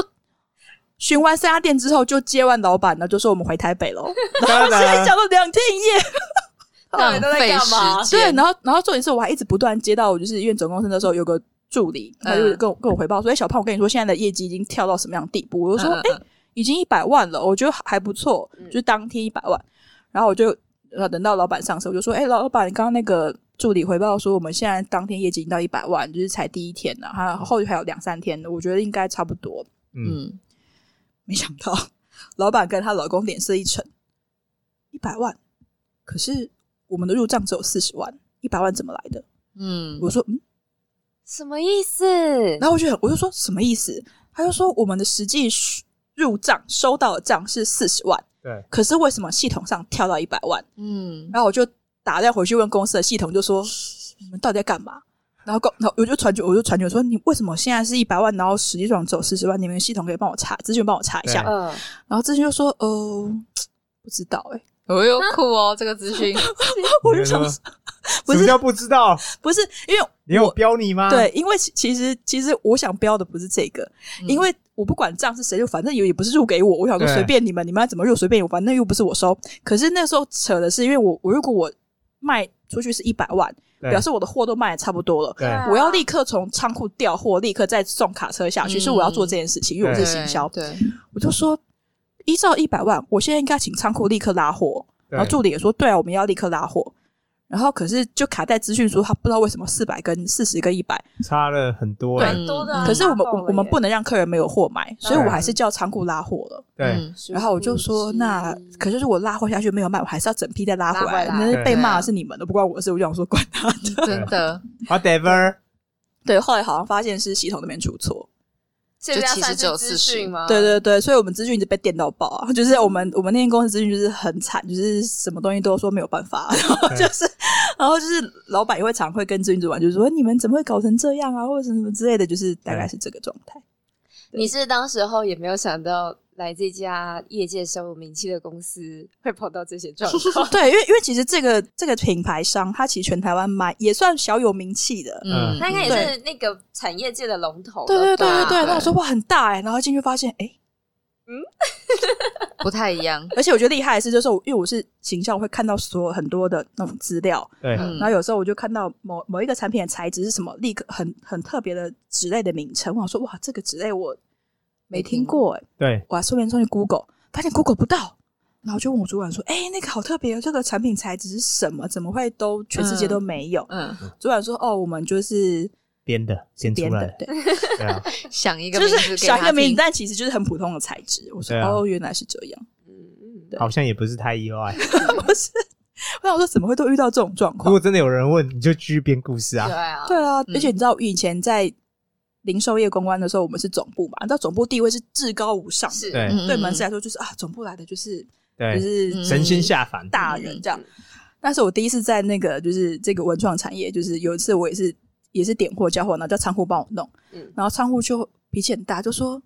Speaker 4: 巡完三家店之后，就接完老板呢，就说我们回台北喽。
Speaker 2: 当然
Speaker 4: [LAUGHS] 想了两天一夜，
Speaker 1: 到底都在干嘛
Speaker 5: 浪费时？间
Speaker 4: 对，然后然后重点是我还一直不断接到，我就是因为总公司那时候有个助理，他
Speaker 5: 嗯
Speaker 4: 就跟我跟我回报说，哎、小胖，我跟你说现在的业绩已经跳到什么样的地步？我就说，哎、
Speaker 5: 嗯嗯嗯
Speaker 4: 已经一百万了，我觉得还不错，就是当天一百万。然后我就呃等到老板上车，我就说：“哎、老板，刚刚那个助理回报说，我们现在当天业绩已经到一百万，就是才第一天呢、还有后续还有两三天，我觉得应该差不多。
Speaker 2: 嗯，
Speaker 5: 嗯，”
Speaker 4: 没想到老板跟她老公脸色一沉，一百万，可是我们的入账只有四十万，一百万怎么来的？
Speaker 5: 嗯
Speaker 4: 我说：“嗯。
Speaker 1: 什么意思？”
Speaker 4: 然后我就很我就说什么意思？他就说我们的实际入账收到的账是四十万，
Speaker 2: 对，
Speaker 4: 可是为什么系统上跳到一百万？
Speaker 5: 嗯，
Speaker 4: 然后我就打电话回去问公司的系统，就说你们到底在干嘛？然后公，然后我就传觉，我就传觉说你为什么现在是一百万，然后实际上只有四十万？你们系统可以帮我查，咨询帮我查一下
Speaker 2: 对。
Speaker 1: 嗯，
Speaker 4: 然后咨询就说，呃，不知道
Speaker 2: [LAUGHS]
Speaker 4: 哎、
Speaker 5: 我又酷哦，这个资讯，
Speaker 4: 我就想
Speaker 2: 你
Speaker 4: 说
Speaker 2: 说
Speaker 4: 不
Speaker 2: 什么
Speaker 4: 是
Speaker 2: 叫不知道？
Speaker 4: 不是，因为
Speaker 2: 你有标你吗？
Speaker 4: 对，，因为其其实其实我想标的不是这个，
Speaker 5: 嗯
Speaker 4: 因为我不管账是谁入，反正也也不是入给我，我想说
Speaker 2: 对
Speaker 4: 随便你们，你们要怎么入随便我，反正又不是我收。可是那时候扯的是，因为我我如果我卖出去是一百万，
Speaker 2: 对
Speaker 4: 表示我的货都卖的差不多了。
Speaker 2: 对
Speaker 1: 啊
Speaker 4: 我要立刻从仓库调货，立刻再送卡车下去，
Speaker 5: 嗯
Speaker 4: 所以我要做这件事情，因为我是
Speaker 5: 对
Speaker 4: 行销。
Speaker 5: 对，
Speaker 4: 我就说，依照一百万，我现在应该请仓库立刻拉货。
Speaker 2: 对
Speaker 4: 然后助理也说，对啊，我们要立刻拉货。然后可是就卡在资讯说，他不知道为什么四百跟四十跟一百，
Speaker 2: 差了很多欸，
Speaker 1: 蛮多的啊。
Speaker 5: 嗯
Speaker 4: 可是我们
Speaker 1: 大爆
Speaker 4: 我
Speaker 1: 了
Speaker 4: 我们
Speaker 1: 耶
Speaker 4: 不能让客人没有货买，所以
Speaker 2: 对
Speaker 4: 我还是叫仓库拉货了。
Speaker 2: 对
Speaker 5: 嗯
Speaker 4: 然后我就说，那可是如果拉货下去没有卖，我还是要整批再拉回来。
Speaker 1: 拉回
Speaker 4: 那
Speaker 1: 来
Speaker 4: 是被骂的是你们的，不关我的事。我就想说，管他 [LAUGHS] 的。
Speaker 5: 真的，
Speaker 2: ，whatever，
Speaker 4: 对，后来好像发现是系统那边出错。
Speaker 1: 这个
Speaker 5: 就其实
Speaker 1: 算是
Speaker 5: 只有40
Speaker 1: 资讯吗？
Speaker 4: 对对对，所以我们资讯一直被电到爆啊！ [LAUGHS] 就是我们我们那间公司资讯就是很惨，就是什么东西都说没有办法， [LAUGHS] 然后就是然后就是老板也会常会跟资讯主管就是说你们怎么会搞成这样啊，或者什么什么之类的，就是大概是这个状态。
Speaker 1: 你是当时候也没有想到来这家业界小有名气的公司会碰到这些状
Speaker 4: [LAUGHS]，
Speaker 1: 况
Speaker 4: 对，因为因为其实这个这个品牌商，它其实全台湾卖也算小有名气的。
Speaker 2: 嗯
Speaker 1: 那应该也是那个产业界的龙头了
Speaker 4: 对对对
Speaker 1: 吧
Speaker 4: 对对，那我说哇很大哎、然后进去发现哎、
Speaker 5: 不太一样。
Speaker 4: 而且我觉得厉害的是，就是我因为我是形象会看到所有很多的那种资料，
Speaker 2: 对
Speaker 5: 嗯
Speaker 4: 然后有时候我就看到某某一个产品的材质是什么，立刻很很特别的纸类的名称，我想说哇，这个纸类我没听过哎、
Speaker 2: 对，
Speaker 4: 我还顺便上去 Google，发现 Google 不到，然后就问我主管说，哎、那个好特别，这个产品材质是什么？怎么会都全世界都没有？
Speaker 5: 嗯，
Speaker 4: 主管说，哦，我们就是
Speaker 2: 编的编出
Speaker 4: 编
Speaker 2: 来
Speaker 4: 的，
Speaker 2: 的，
Speaker 4: 对，
Speaker 2: 对啊，
Speaker 5: 想一个
Speaker 4: 就
Speaker 5: 名字
Speaker 4: 是
Speaker 5: 给
Speaker 4: 想一
Speaker 5: 他
Speaker 4: 个名字，
Speaker 5: 听，
Speaker 4: 但其实就是很普通的材质。我说，
Speaker 2: 对啊
Speaker 4: 哦，原来是这样，
Speaker 1: 嗯
Speaker 4: 对
Speaker 2: 好像也不是太意外。
Speaker 4: 不是。我想说，怎么会都遇到这种状
Speaker 2: 如
Speaker 4: 况
Speaker 2: 果？真的有人问，你就继续编故事
Speaker 1: 对
Speaker 2: 啊，
Speaker 1: 啊，
Speaker 4: 对啊，
Speaker 5: 嗯
Speaker 4: 而且你知道以前在零售业公关的时候，我们是总部嘛，你知道总部地位是至高无上的，
Speaker 1: 是
Speaker 2: 对
Speaker 5: 嗯
Speaker 4: 对门市来说就是啊，总部来的就是就
Speaker 2: 对，
Speaker 4: 是
Speaker 2: 神仙下凡，
Speaker 4: 大人这样
Speaker 1: 嗯。
Speaker 4: 但是我第一次在那个就是这个文创产业，就是有一次我也是也是点货交货，然后叫仓库帮我弄，
Speaker 1: 嗯
Speaker 4: 然后仓库就脾气很大，就说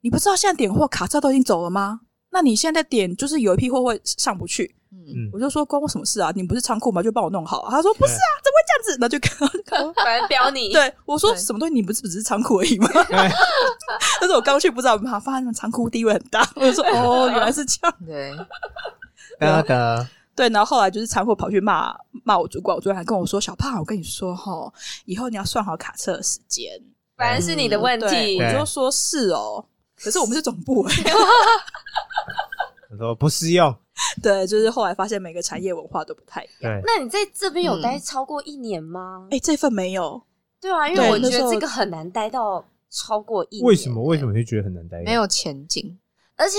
Speaker 4: 你不知道现在点货卡车都已经走了吗？那你现在点就是有一批货会上不去，
Speaker 5: 嗯
Speaker 2: 嗯
Speaker 4: 我，就说关我什么事啊？你不是仓库吗？就帮我弄好啊。他说不是啊，怎么会这样子？那就看
Speaker 1: 反正标你，
Speaker 4: 对，我说
Speaker 5: 对
Speaker 4: 什么东西？你不是只是仓库而已吗？
Speaker 2: 对，
Speaker 4: [LAUGHS] 但是我刚去不知道，我发现仓库地位很大，我就说哦，原来是这样。
Speaker 5: 嗯对，
Speaker 2: 得得，
Speaker 4: 对，然后后来就是仓库跑去骂骂我主管，我主管还跟我说：“小胖，我跟你说哈，以后你要算好卡车的时间。
Speaker 1: 反正是你的”问
Speaker 4: 对，
Speaker 1: 题
Speaker 2: 嗯。
Speaker 4: 我就说是哦。可是我们是总部、欸，
Speaker 2: 我说不适用，
Speaker 4: 对，就是后来发现每个产业文化都不太一
Speaker 2: 对，
Speaker 4: 样。
Speaker 1: 那你在这边有待超过一年吗
Speaker 4: 嗯哎、？这份没有，
Speaker 1: 对啊，因
Speaker 4: 对
Speaker 1: 为我觉
Speaker 4: 那时
Speaker 1: 得
Speaker 4: 候
Speaker 1: 这个很难待到超过一年。
Speaker 2: 为什么？为什么你会觉得很难待？
Speaker 5: 没有前景，
Speaker 1: 而且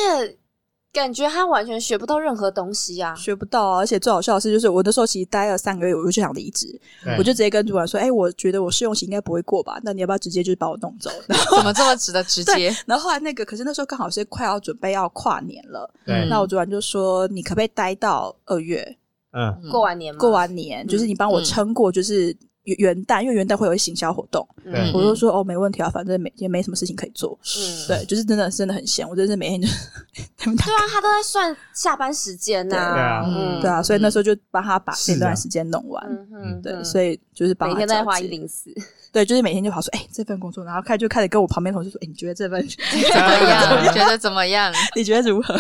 Speaker 1: 感觉他完全学不到任何东西啊。
Speaker 4: 学不到啊。而且最好笑的是，就是我那时候其实待了三个月，我就想离职，
Speaker 2: 对，
Speaker 4: 我就直接跟主管说：“哎、我觉得我试用期应该不会过吧？那你要不要直接就是把我弄走？” [LAUGHS] 然后
Speaker 5: 怎么这么值得直接？
Speaker 4: 然后后来那个，可是那时候刚好是快要准备要跨年了，
Speaker 2: 对
Speaker 5: 嗯
Speaker 4: 那我主管就说：“你可不可以待到二月
Speaker 2: 嗯，
Speaker 5: 嗯
Speaker 1: 过完年吗？
Speaker 4: 过完年，就是你帮我撑过，就是元元旦，因为元旦会有一些行销活动。”
Speaker 2: 对
Speaker 5: 嗯
Speaker 4: 我就说：“哦，没问题啊，反正没也没什么事情可以做。”
Speaker 1: 嗯，
Speaker 4: 对，就是真的真的很闲，我真的是每天就 [LAUGHS] 他们打
Speaker 1: 对啊，他都在算下班时间呐、
Speaker 2: 对啊
Speaker 5: 嗯
Speaker 4: 对啊，所以那时候就帮他把
Speaker 2: 是啊
Speaker 4: 那段时间弄完。
Speaker 1: 嗯哼，
Speaker 4: 对，
Speaker 1: 以
Speaker 4: 所以就是帮
Speaker 1: 每
Speaker 4: 他
Speaker 1: 天都在
Speaker 4: 交
Speaker 1: 花
Speaker 4: 接
Speaker 1: 一零四，
Speaker 4: 对，就是每天就跑说，哎、这份工作，然后开始就开始跟我旁边同事说，哎、你觉得
Speaker 1: [LAUGHS]
Speaker 4: 这份，
Speaker 5: 怎么样？觉得怎么样？
Speaker 4: 你觉得如何？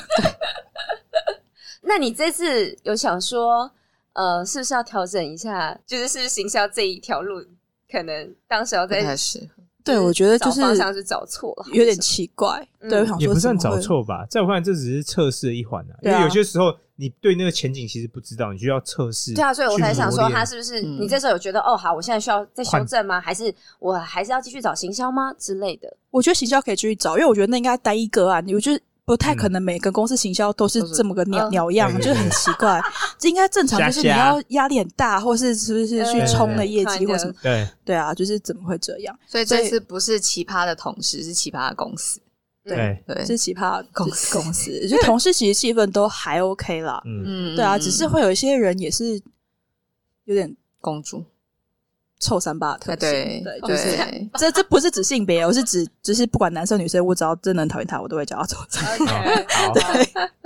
Speaker 1: 那你这次有想说，呃，是不是要调整一下？就是是不是行销这一条路，可能当时要
Speaker 5: 不太
Speaker 1: 在
Speaker 5: 是，
Speaker 4: 对，我觉得就是
Speaker 1: 找方向是找错了，
Speaker 4: 有点奇怪。
Speaker 1: 嗯
Speaker 4: 对，我想说
Speaker 2: 也不算
Speaker 4: 怎么
Speaker 2: 找
Speaker 4: 会
Speaker 2: 错吧，在我看来，这只是测试的一环啊。因
Speaker 4: 对啊
Speaker 2: 为有些时候你对那个前景其实不知道，你需要测试。
Speaker 1: 对啊，所以我才想说，他
Speaker 2: 是
Speaker 1: 是不是
Speaker 5: 嗯
Speaker 1: 你这时候有觉得，哦，好，我现在需要再修
Speaker 2: 换
Speaker 1: 正吗？还是我还是要继续找行销吗之类的？
Speaker 4: 我觉得行销可以继续找，因为我觉得那应该单一个案，我觉得不太可能每个公司行销都是这么个鸟
Speaker 1: 嗯
Speaker 4: 鸟样，
Speaker 2: 嗯对对
Speaker 4: 就是很奇
Speaker 1: [LAUGHS]
Speaker 4: 怪。这应该正常，就是你
Speaker 2: 瞎瞎
Speaker 4: 要压力很大，或是是不是去
Speaker 1: 嗯
Speaker 4: 冲了业绩
Speaker 1: 对对
Speaker 4: 或什么？
Speaker 2: 对
Speaker 4: 对啊，就是怎么会这样？
Speaker 5: 所以这次不是奇葩的同事，是奇葩的公司。
Speaker 2: 对，
Speaker 5: 对，
Speaker 4: 是奇葩
Speaker 5: [LAUGHS] 公
Speaker 4: 公
Speaker 5: 司
Speaker 4: 司公司， [LAUGHS] 就同事其实气氛都还 OK 啦。
Speaker 2: 嗯，
Speaker 5: 嗯
Speaker 4: 对啊，只是会有一些人也是有点
Speaker 5: 公主，
Speaker 4: 臭三八的特
Speaker 5: 啊
Speaker 4: 性，
Speaker 5: 对
Speaker 4: 对，就
Speaker 5: [LAUGHS]
Speaker 4: 是
Speaker 5: 对，
Speaker 4: 这这不是指性别，我是指就是不管男生女生，我只要真的很讨厌他，我都会叫他臭三
Speaker 5: [LAUGHS]
Speaker 4: 八。
Speaker 2: 好，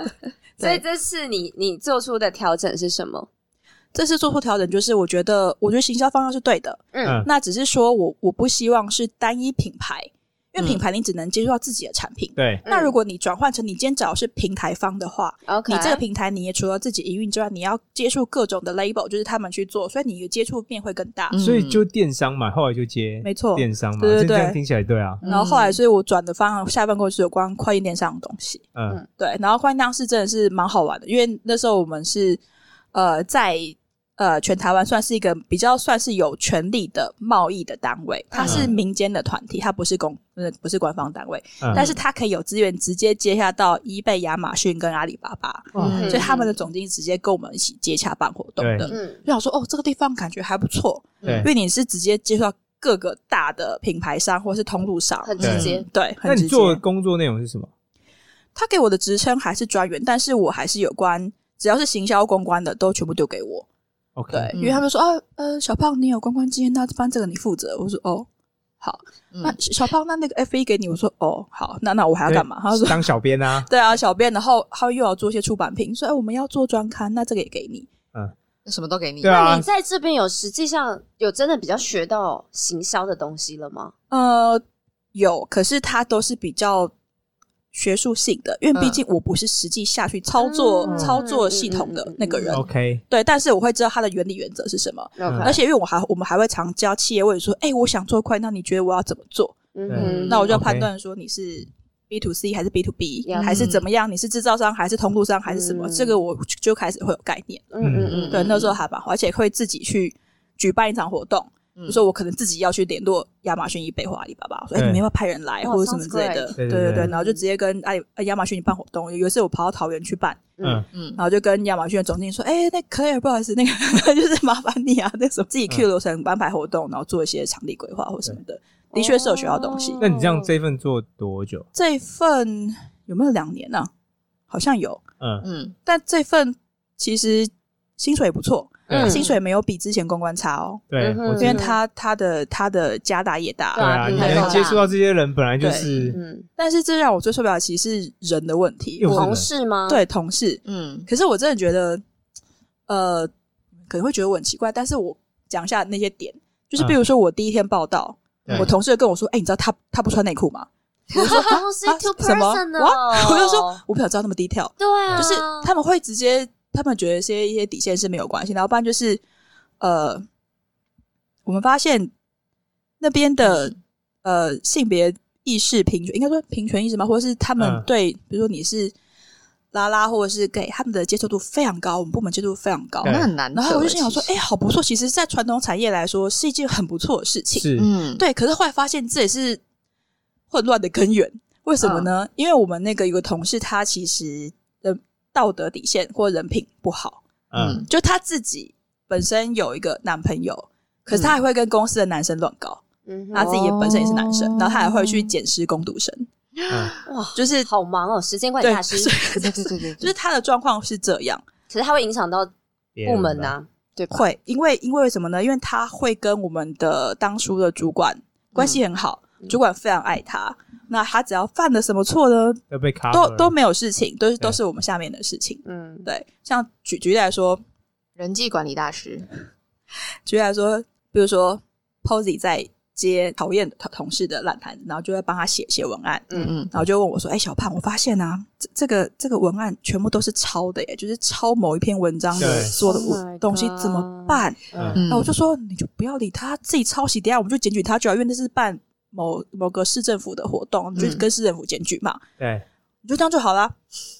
Speaker 1: [LAUGHS]
Speaker 2: [LAUGHS] 好，
Speaker 1: 所以
Speaker 4: 对
Speaker 1: 这次你你做出的调整是什么？
Speaker 4: 这次做出调整，就是我觉得我觉得行销方向是对的，
Speaker 1: 嗯
Speaker 2: 嗯
Speaker 4: 那只是说我我不希望是单一品牌，因
Speaker 5: 嗯
Speaker 4: 为品牌你只能接触到自己的产品。
Speaker 2: 对，
Speaker 4: 那如果你转换成你今天找的是平台方的话，
Speaker 1: OK，
Speaker 4: 你这个平台你也除了自己营运之外，你要接触各种的 label，就是他们去做，所以你的接触面会更大。
Speaker 5: 嗯
Speaker 2: 所以就电商嘛，后来就接
Speaker 4: 没错
Speaker 2: 电商嘛，
Speaker 4: 对对
Speaker 2: 所以这样
Speaker 4: 对
Speaker 2: 听起来对啊，
Speaker 4: 然后后来，所以我转的方向下半过是有关快递电商的东西。
Speaker 2: 嗯
Speaker 4: 对，然后快递当时真的是蛮好玩的，因为那时候我们是呃在呃全台湾算是一个比较算是有权利的贸易的单位，它是
Speaker 2: 嗯
Speaker 4: 民间的团体，它不是公呃不是官方单位，
Speaker 2: 嗯，
Speaker 4: 但是它可以有资源直接接下到 eBay、亚马逊跟阿里巴巴，
Speaker 2: 哦
Speaker 5: 嗯
Speaker 4: 所以他们的总经理直接跟我们一起接洽办活动
Speaker 2: 对
Speaker 4: 的。
Speaker 1: 嗯
Speaker 4: 就想说哦，这个地方感觉还不错，
Speaker 2: 对
Speaker 4: 因为你是直接接触到各个大的品牌商或是通路商，
Speaker 1: 很直接
Speaker 4: 嗯对，
Speaker 2: 那
Speaker 4: 很直
Speaker 2: 你
Speaker 4: 接。
Speaker 2: 做的工作内容是什么？
Speaker 4: 他给我的职称还是专员，但是我还是有关，只要是行销公关的都全部丢给我。
Speaker 2: OK，
Speaker 4: 对，
Speaker 5: 嗯
Speaker 4: 因为他们说啊，呃，小胖你有公关经验，那这班这个你负责。我说哦，好，那
Speaker 5: 嗯
Speaker 4: 小胖那那个 F 一给你，我说哦，好，那那我还要干嘛？他说
Speaker 2: 当小编
Speaker 4: [LAUGHS]
Speaker 2: 啊，
Speaker 4: 对啊，小编，然后他又要做一些出版品，说哎，我们要做专刊，那这个也给你。
Speaker 5: 嗯什么都给你。
Speaker 2: 对
Speaker 1: 那
Speaker 2: 啊
Speaker 1: 你，在这边有实际上有真的比较学到行销的东西了吗？
Speaker 4: 呃，有，可是它都是比较学术性的，因为毕
Speaker 5: 嗯
Speaker 4: 竟我不是实际下去操作、
Speaker 1: 嗯
Speaker 4: 操作系统
Speaker 1: 嗯嗯
Speaker 4: 的
Speaker 1: 嗯
Speaker 4: 那个人，
Speaker 2: OK，
Speaker 4: 对，但是我会知道它的原理原则是什么。
Speaker 2: 嗯
Speaker 4: 而且因为我还我们还会常教企业问说，哎、我想做快，那你觉得我要怎么做？
Speaker 1: 嗯
Speaker 2: 对
Speaker 4: 那我就要
Speaker 2: OK
Speaker 4: 判断说你是 B to C 还是 B to B，、
Speaker 1: 了解
Speaker 4: 还是怎么样？你是制造商还是通路商还是什么？
Speaker 1: 嗯
Speaker 4: 这个我就就开始会有概念。
Speaker 1: 嗯嗯嗯，
Speaker 4: 对，那时候还蛮好，而且会自己去举办一场活动。比
Speaker 5: 嗯
Speaker 4: 如说，我可能自己要去联络亚马逊、易贝或阿里巴巴，我说：“哎、
Speaker 2: 对
Speaker 4: 你们要不要派人来，
Speaker 1: 哇
Speaker 4: 或者什么之类的
Speaker 1: sounds？” great
Speaker 2: 对
Speaker 4: 对
Speaker 2: 对
Speaker 4: 对
Speaker 2: 对
Speaker 4: 对，然后就直接跟阿里呃亚马逊办活动。有一次我跑到桃园去办，
Speaker 2: 嗯，
Speaker 5: 嗯
Speaker 4: 然后就跟亚马逊的总经理说：“哎、那 Claire，不好意思，那个 [LAUGHS] 就是麻烦你啊，那什么
Speaker 2: 嗯
Speaker 4: 自己 Q 流程安排活动，然后做一些场地规划或什么的，的确是有学到东西。
Speaker 1: 哦
Speaker 2: 那你这样这份做多久？
Speaker 4: 这份有没有两年呢、啊好像有，
Speaker 2: 嗯，
Speaker 5: 嗯
Speaker 4: 但这份其实薪水也不错，
Speaker 1: 嗯
Speaker 4: 薪水没有比之前公关差哦，
Speaker 2: 对，
Speaker 1: 嗯哼
Speaker 2: 我
Speaker 4: 因
Speaker 2: 知
Speaker 4: 为
Speaker 2: 道
Speaker 4: 他他的他的家大业大，
Speaker 2: 对啊，你
Speaker 1: 品牌
Speaker 2: 能
Speaker 1: 够
Speaker 2: 接
Speaker 1: 大
Speaker 2: 触到这些人，本来就
Speaker 4: 对
Speaker 2: 是
Speaker 1: 嗯，
Speaker 4: 但是这让我最受不了，其实是人的问题，
Speaker 2: 又是
Speaker 4: 我
Speaker 1: 同事吗？，
Speaker 4: 对同事，
Speaker 5: 嗯
Speaker 4: 可是我真的觉得，呃，可能会觉得我很奇怪，但是我讲一下那些点，就是
Speaker 1: 嗯
Speaker 4: 比如说我第一天报道，
Speaker 2: 对
Speaker 4: 我同事就跟我说：“哎、你知道他他不穿内裤吗？”
Speaker 1: 我 [LAUGHS] 说公司 two
Speaker 4: 啊什么
Speaker 1: person
Speaker 4: 哇
Speaker 1: 哦，
Speaker 4: 我就说我不想知道那么低调，
Speaker 1: 对啊，
Speaker 4: 就是
Speaker 5: 嗯
Speaker 4: 他们会直接，他们觉得一些一些底线是没有关系，然后不然就是呃，我们发现那边的
Speaker 5: 嗯
Speaker 4: 呃性别意识平权，应该说平权意识嘛，或者是他们
Speaker 2: 嗯
Speaker 4: 对，比如说你是拉拉或者是 gay，他们的接受度非常高，我们部门接受度非常高，
Speaker 2: 对
Speaker 5: 那很难得。
Speaker 4: 然后我就心想说，
Speaker 5: 其
Speaker 4: 哎、
Speaker 5: 实
Speaker 4: 好不错，其实，在传统产业来说是一件很不错的事情。
Speaker 2: 是
Speaker 5: 嗯，
Speaker 4: 对，可是后来发现这也是混乱的根源。为什么呢？因为我们那个有个同事，他其实的道德底线或人品不好，
Speaker 2: 嗯，
Speaker 4: 就他自己本身有一个男朋友，可是他还会跟公司的男生乱搞，
Speaker 1: 嗯
Speaker 4: 他
Speaker 1: 哼，
Speaker 4: 自己也本身也是男生，
Speaker 5: 哦
Speaker 4: 然后他还会去捡尸攻读生，
Speaker 2: 嗯
Speaker 1: 哇，
Speaker 4: 就是
Speaker 1: 好忙哦，时间管理
Speaker 4: 对
Speaker 1: 大师，
Speaker 4: [LAUGHS] 所以
Speaker 5: 对对对对，
Speaker 4: 就是他的状况是这样。
Speaker 1: 可是它会影响到
Speaker 2: 别
Speaker 4: 啊
Speaker 2: 人
Speaker 1: 嗯 [LAUGHS] 部门啊
Speaker 2: 吧
Speaker 1: 呐，对吧？
Speaker 4: 会，因为因为什么呢？因为他会跟我们的当初的主管关系很好，主管非常爱他。那他只要犯了什么错呢，
Speaker 2: 要被卡
Speaker 4: 都都没有事情，都是都
Speaker 2: 对
Speaker 4: 是我们下面的事情。
Speaker 1: 嗯，
Speaker 4: 对，像举举例来说，
Speaker 5: 人际管理大师，
Speaker 4: 举例来说，比如说 Posy 在接讨厌的同同事的烂摊子，然后就会帮他写写文案，
Speaker 1: 嗯
Speaker 5: 嗯
Speaker 4: 然后就问我说：“哎、小胖，我发现啊，这这个这个文案全部都是抄的耶，就是抄某一篇文章的
Speaker 2: 对
Speaker 4: 所有
Speaker 1: Oh my
Speaker 4: 的东西，怎么办？”
Speaker 2: 嗯
Speaker 5: 嗯，
Speaker 4: 那我就说你就不要理他，自己抄袭，等一下我们就检举他就好，因为那是办某某个市政府的活动，就
Speaker 5: 嗯
Speaker 4: 跟市政府检举嘛，
Speaker 2: 对
Speaker 4: 你就这样就好啦。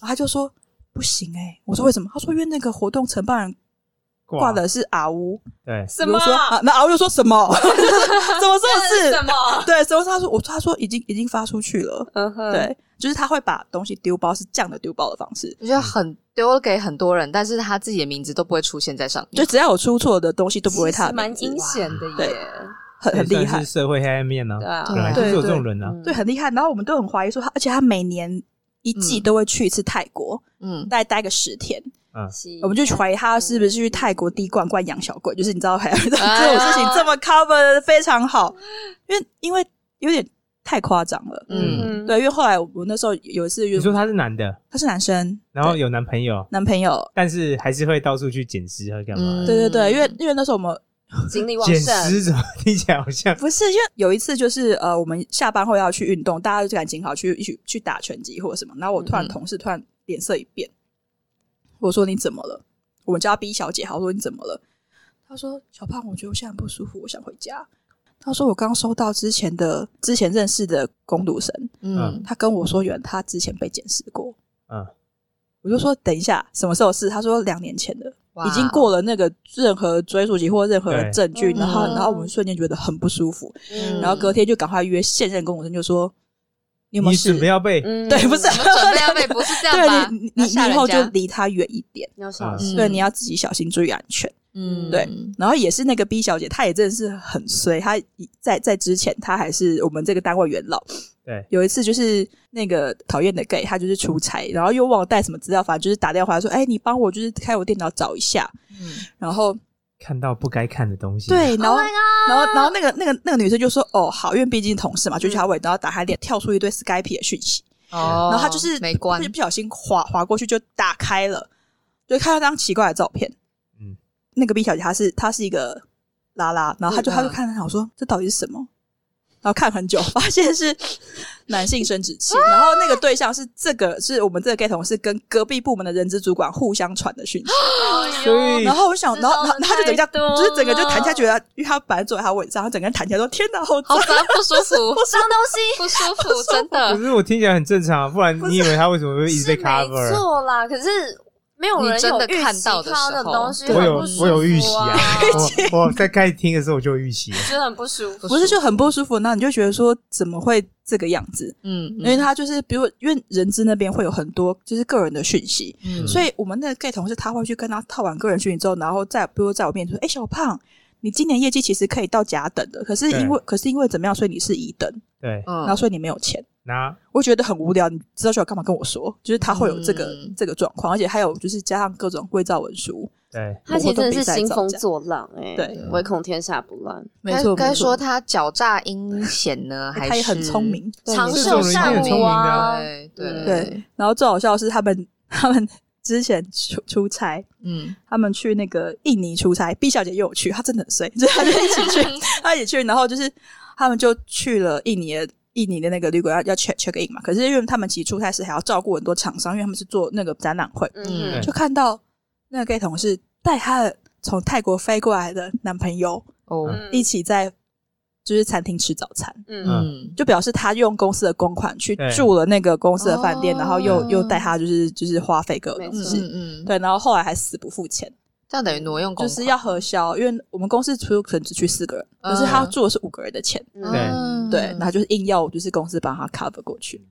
Speaker 4: 然后他就说不行哎、我说为什么？他说因为那个活动承办人挂的是阿乌，
Speaker 2: 对
Speaker 1: 什
Speaker 4: 比如
Speaker 1: 么
Speaker 4: 说啊，那阿乌就说什么？ [LAUGHS] 怎么这种事？
Speaker 1: 么？
Speaker 4: 对，什么？他说我他说已经已经发出去了，
Speaker 1: 嗯哼，
Speaker 4: 对，就是他会把东西丢包，是这样的丢包的方式。
Speaker 5: 我觉得很丢给很多人，但是他自己的名字都不会出现在上面。
Speaker 4: 就只要有出错的东西都不会
Speaker 1: 嗯其
Speaker 4: 他
Speaker 1: 实
Speaker 4: 的
Speaker 1: 蛮
Speaker 4: 名字
Speaker 1: 阴险的
Speaker 2: 嗯
Speaker 4: 对
Speaker 1: 耶，
Speaker 4: 很很
Speaker 2: 这也算
Speaker 4: 厉害
Speaker 2: 是，社会黑暗面呢
Speaker 1: 对，啊，嗯
Speaker 2: 本来就
Speaker 4: 对
Speaker 2: 是有这种
Speaker 4: 对
Speaker 2: 人啊，
Speaker 4: 对，很厉害。然后我们都很怀疑说他，而且他每年一季
Speaker 5: 嗯
Speaker 4: 都会去一次泰国，
Speaker 5: 嗯，
Speaker 4: 大概待个十天，
Speaker 1: 很
Speaker 4: 我们就怀疑他是不是去泰国滴罐罐养小鬼，就是你知道，还有这种
Speaker 5: 啊
Speaker 4: 事情这么 cover 的非常好，因为因为有点太夸张了。
Speaker 5: 嗯
Speaker 1: 嗯，
Speaker 4: 对，因为后来我我那时候有一次
Speaker 2: 你
Speaker 4: 就
Speaker 2: 说他是男的，
Speaker 4: 他是男生，
Speaker 2: 然后有男朋友，
Speaker 4: 男朋友，
Speaker 2: 但是还是会到处去捡尸和干嘛的？
Speaker 5: 嗯
Speaker 4: 对对对，因为因为那时候我们
Speaker 1: 精力旺
Speaker 2: 捡
Speaker 1: 盛
Speaker 2: 食者听起来好
Speaker 4: [LAUGHS]
Speaker 2: 像
Speaker 4: 不是，因为有一次就是呃，我们下班后要去运动，大家就感情好去一起去打拳击或者什么，然后我突然
Speaker 5: 嗯嗯
Speaker 4: 同事突然脸色一变，我说你怎么了？我们叫她 B 小姐，好，我说你怎么了？她说小胖，我觉得我现在很不舒服，我想回家。她说我刚收到之前的之前认识的工读生，
Speaker 5: 嗯，
Speaker 4: 她跟我说原来她之前被检视过，
Speaker 2: 嗯，
Speaker 4: 我就说等一下什么时候是？她说两年前的。
Speaker 5: 哇
Speaker 4: 已经过了那个任何追溯期或任何
Speaker 2: 对
Speaker 4: 证据，
Speaker 1: 嗯
Speaker 4: 然后然后我们瞬间觉得很不舒服，
Speaker 1: 嗯
Speaker 4: 然后隔天就赶快约现任工读生，就说你有没有
Speaker 2: 你
Speaker 4: 事
Speaker 2: 准？备要被
Speaker 1: 嗯
Speaker 4: 对，不是
Speaker 5: 我们准备要被不是这样吧
Speaker 4: 对你你？
Speaker 5: 拿
Speaker 4: 你
Speaker 5: 下
Speaker 4: 以
Speaker 5: 人
Speaker 4: 后就
Speaker 5: 家
Speaker 4: 离他远一点，
Speaker 1: 要小
Speaker 5: 嗯
Speaker 1: 心，
Speaker 4: 对，你要自己小心，注意安全。
Speaker 5: 嗯
Speaker 4: 对然后也是那个 B 小姐，她也真的是很衰，她以在在之前她还是我们这个单位元老。
Speaker 2: 对
Speaker 4: 有一次就是那个讨厌的 gay，他就是出差，然后又忘了带什么资料，反正就是打电话说：“哎，你帮我就是开我电脑找一下。
Speaker 5: 嗯”
Speaker 4: 然后
Speaker 2: 看到不该看的东西，啊
Speaker 1: Oh
Speaker 4: 对，然后、
Speaker 5: ，Oh
Speaker 1: 哎
Speaker 4: 然后然后那个那个那个女生就说：“哦，好，因为毕竟同事嘛，就去她位，然后打开脸跳出一堆 Skype 的讯息。”
Speaker 5: 哦，
Speaker 4: 然后他就是
Speaker 5: 没关
Speaker 4: 不，不小心滑滑过去就打开了，就看到张奇怪的照片。
Speaker 2: 嗯
Speaker 4: 嗯，那个 B 小姐她是她是一个拉拉，然后她就
Speaker 5: 嗯
Speaker 4: 她就看她想说这到底是什么，然后看很久， [LAUGHS] 发现是男性生殖器，然后那个对象是这个是我们这个 gay 同事跟隔壁部门的人资主管互相传的讯息。
Speaker 2: 所以
Speaker 4: 然后我想，
Speaker 1: 知
Speaker 4: 然
Speaker 1: 道
Speaker 4: 后然后
Speaker 1: 的
Speaker 4: 她就整个这样
Speaker 1: 太多
Speaker 4: 就是整个就
Speaker 1: 了
Speaker 4: 弹下去了，因为她本来坐在她位置上，她整个人弹起来说：“天哪，好
Speaker 5: 好
Speaker 4: 脏！”
Speaker 5: 脏，不舒
Speaker 4: [LAUGHS]
Speaker 5: 服，
Speaker 1: 脏东
Speaker 5: [LAUGHS]
Speaker 1: 西
Speaker 5: 不舒服，真
Speaker 2: 可
Speaker 5: 的。嗯
Speaker 2: 是我听起来很正常啊，不然你以为他为什么会一直
Speaker 1: 是
Speaker 2: 被
Speaker 1: 没
Speaker 2: cover？啊
Speaker 1: 错啦，可是没有人
Speaker 5: 你真的
Speaker 1: 有预期
Speaker 5: 看到的时候
Speaker 1: 看到那种东西，
Speaker 2: 我有
Speaker 1: 很不舒服
Speaker 2: 我有预
Speaker 1: [LAUGHS]
Speaker 2: 习啊
Speaker 1: 啊，，
Speaker 2: 我我在开始听的时候我就有预习了，
Speaker 1: 觉得很不舒服，
Speaker 4: 不是就很不舒服，那你就觉得说怎么会这个样子？
Speaker 5: 嗯，
Speaker 4: 因为他就是，比如因为人资那边会有很多就是个人的讯息，
Speaker 5: 嗯
Speaker 4: 所以我们那个 gay 同事他会去跟他套完个人讯息之后，然后再比如在我面前说：“哎、小胖，你今年业绩其实可以到甲等的，可是因为可是因为怎么样，所以你是乙等，
Speaker 2: 对，
Speaker 5: 嗯
Speaker 4: 然后所以你没有钱。”
Speaker 2: 那
Speaker 4: 我觉得很无聊，你知道小干嘛跟我说？就是他会有这个、
Speaker 5: 嗯
Speaker 4: 这个状况，而且还有就是加上各种伪造文书，
Speaker 2: 对，
Speaker 1: 他其实真的是兴风作浪哎、
Speaker 4: 对
Speaker 1: 唯恐天下不乱，
Speaker 4: 没错，
Speaker 5: 该该
Speaker 4: 没错
Speaker 5: 说他狡诈阴险
Speaker 4: [LAUGHS]
Speaker 5: 呢，还是
Speaker 4: 他也很聪？明，
Speaker 5: 对
Speaker 1: 长
Speaker 5: 这种
Speaker 1: 寿
Speaker 5: 人一定
Speaker 1: 善
Speaker 5: 很
Speaker 1: 舞
Speaker 5: 聪
Speaker 2: 明
Speaker 1: 啊，
Speaker 5: 对对
Speaker 1: 嗯
Speaker 4: 对。然后最好笑的是他们他们之前出出差，
Speaker 5: 嗯，
Speaker 4: 他们去那个印尼出差，B 小姐也有去，她真的很衰， [LAUGHS] 就是她就一起去，她一起去，然后就是他们就去了印尼的印尼的那个旅馆要要 check check in 嘛，可是因为他们其实出差时还要照顾很多厂商，因为他们是做那个展览会，
Speaker 1: 嗯
Speaker 2: 对
Speaker 4: 就看到那个 gay 同事带她的从泰国飞过来的男朋友
Speaker 2: [LAUGHS]
Speaker 5: 哦，
Speaker 2: 嗯
Speaker 4: 一起在就是餐厅吃早餐。
Speaker 1: 嗯
Speaker 5: 嗯，
Speaker 4: 就表示他用公司的公款去
Speaker 2: 对
Speaker 4: 住了那个公司的饭店，
Speaker 5: 哦
Speaker 4: 然后又又带她就是就是花费各
Speaker 1: 没
Speaker 4: 种
Speaker 1: 错
Speaker 4: 东
Speaker 5: 嗯
Speaker 4: 西，
Speaker 5: 嗯嗯，
Speaker 4: 对，然后后来还死不付钱。
Speaker 5: 这样等于挪用公
Speaker 4: 就
Speaker 5: 款，
Speaker 4: 是要核销，因为我们公司出可能只去四个人，
Speaker 5: 嗯
Speaker 4: 可是他住的是五个人的钱，
Speaker 2: 对
Speaker 5: 嗯
Speaker 4: 对，然后就是硬要就是公司帮他 cover 过去，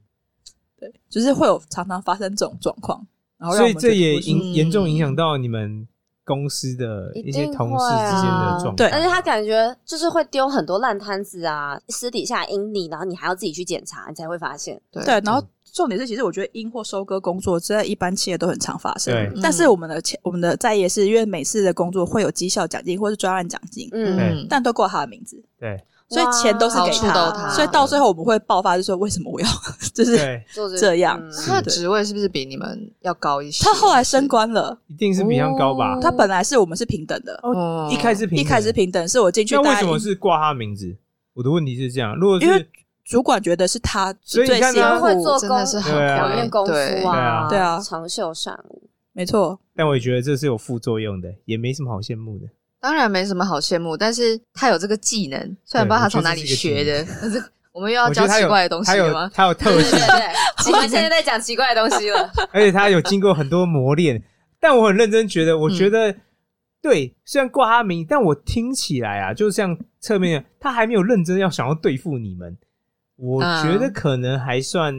Speaker 4: 对，就是会有常常发生这种状况，然后让
Speaker 2: 所
Speaker 4: 我
Speaker 2: 以
Speaker 4: 们
Speaker 2: 这也
Speaker 4: 觉得不舒服
Speaker 2: 影严重影响到你们公司的一些同事之间的状态，
Speaker 4: 对
Speaker 1: 而且他感觉就是会丢很多烂摊子啊，私底下阴你，然后你还要自己去检查，你才会发现。
Speaker 5: 对
Speaker 4: 对，然后重点是其实我觉得因或收割工作这在一般企业都很常发生
Speaker 2: 对，
Speaker 4: 但是我们的钱我们的在意的是因为每次的工作会有绩效奖金或是专案奖金，
Speaker 1: 嗯，
Speaker 2: 对
Speaker 4: 但都挂他的名字，
Speaker 2: 对
Speaker 4: 所以钱都是给
Speaker 5: 好处
Speaker 4: 他，
Speaker 5: 都他
Speaker 4: 所以到最后我们会爆发，就说为什么我要 [LAUGHS] 就是
Speaker 2: 对，
Speaker 1: 做
Speaker 4: 这样
Speaker 1: 嗯
Speaker 5: 他的职位是不是比你们要高一些？
Speaker 4: 他后来升官了。
Speaker 2: 一定是比他们高吧？
Speaker 4: 他本来是我们是平等的，
Speaker 5: 哦
Speaker 2: 一开始平
Speaker 4: 哦一开始
Speaker 2: 平，
Speaker 4: 平等，是我进去
Speaker 2: 那
Speaker 4: 大
Speaker 2: 为
Speaker 4: 概，
Speaker 2: 什么是挂他的名字？我的问题是这样，如果
Speaker 4: 因为
Speaker 2: 是
Speaker 4: 主管觉得是他
Speaker 2: 所以
Speaker 4: 最
Speaker 2: 你看
Speaker 4: 辛
Speaker 2: 他
Speaker 1: 他啊会
Speaker 4: 苦？
Speaker 1: 做
Speaker 5: 真
Speaker 1: 工
Speaker 5: 的是很
Speaker 2: 对
Speaker 1: 表
Speaker 2: 啊
Speaker 1: 面功
Speaker 5: 对
Speaker 1: 夫啊，
Speaker 4: 对啊
Speaker 1: 长袖善舞。
Speaker 4: 没错，
Speaker 2: 但我也觉得这是有副作用的，也没什么好羡慕的。
Speaker 5: 当然没什么好羡慕，但是他有这个技能，虽然不知道他从哪里学的，但是我们又要
Speaker 2: 我觉
Speaker 5: 教
Speaker 2: 得他
Speaker 5: 奇
Speaker 2: 有
Speaker 5: 怪的东西
Speaker 2: 他
Speaker 5: 了
Speaker 2: 有
Speaker 5: 吗？
Speaker 2: 他有特性，
Speaker 1: 对，我们现在在讲奇怪的东西了。 [LAUGHS]
Speaker 4: [LAUGHS]
Speaker 2: 而且他有经过很多磨练。但我很认真觉得，
Speaker 4: 嗯
Speaker 2: 我觉得、对，虽然挂他名，但我听起来啊，就像侧面他还没有认真要想要对付你们，我觉得可能还算、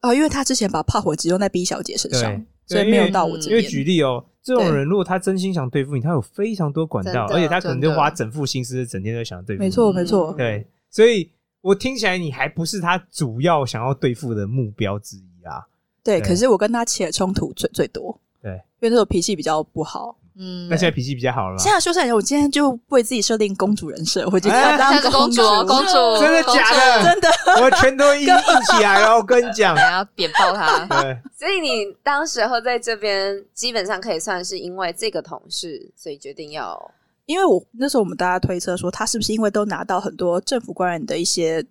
Speaker 4: 啊，因为他之前把炮火集中在 B 小姐身上
Speaker 2: 对，，
Speaker 4: 所以
Speaker 2: 对
Speaker 4: 没有
Speaker 2: 因为
Speaker 4: 到我这
Speaker 2: 因为
Speaker 4: 边。
Speaker 2: 举例哦，这种
Speaker 4: 对
Speaker 2: 人如果他真心想对付你，他有非常多管道，
Speaker 5: 真的
Speaker 2: 而且他可能就
Speaker 5: 真的
Speaker 2: 花整副心思，整天在想对付你。
Speaker 4: 没错，没错，
Speaker 2: 对，所以我听起来你还不是他主要想要对付的目标之一啊。
Speaker 4: 对。
Speaker 2: 对
Speaker 4: 可是我跟他起的冲突最最多，
Speaker 2: 对，
Speaker 4: 因为那时候脾气比较不好。
Speaker 5: 嗯，
Speaker 2: 那现在脾气比较好了吗
Speaker 4: 现？在修缮人，我今天就为自己设定公主人设，我今天要
Speaker 5: 现在
Speaker 3: 哎
Speaker 4: 当
Speaker 5: 是公主
Speaker 4: 主，
Speaker 5: 哦，公主，
Speaker 2: 真的假的？
Speaker 4: 真的。
Speaker 2: 我拳头硬硬起来了，我跟你讲。
Speaker 3: [LAUGHS]
Speaker 5: 我。要扁爆他
Speaker 2: [LAUGHS] 对，
Speaker 1: 所以你当时候在这边，基本上可以算是因为这个同事，所以决定要
Speaker 4: 因为我那时候我们大家推测说，他是不是因为都拿到很多政府官员的一些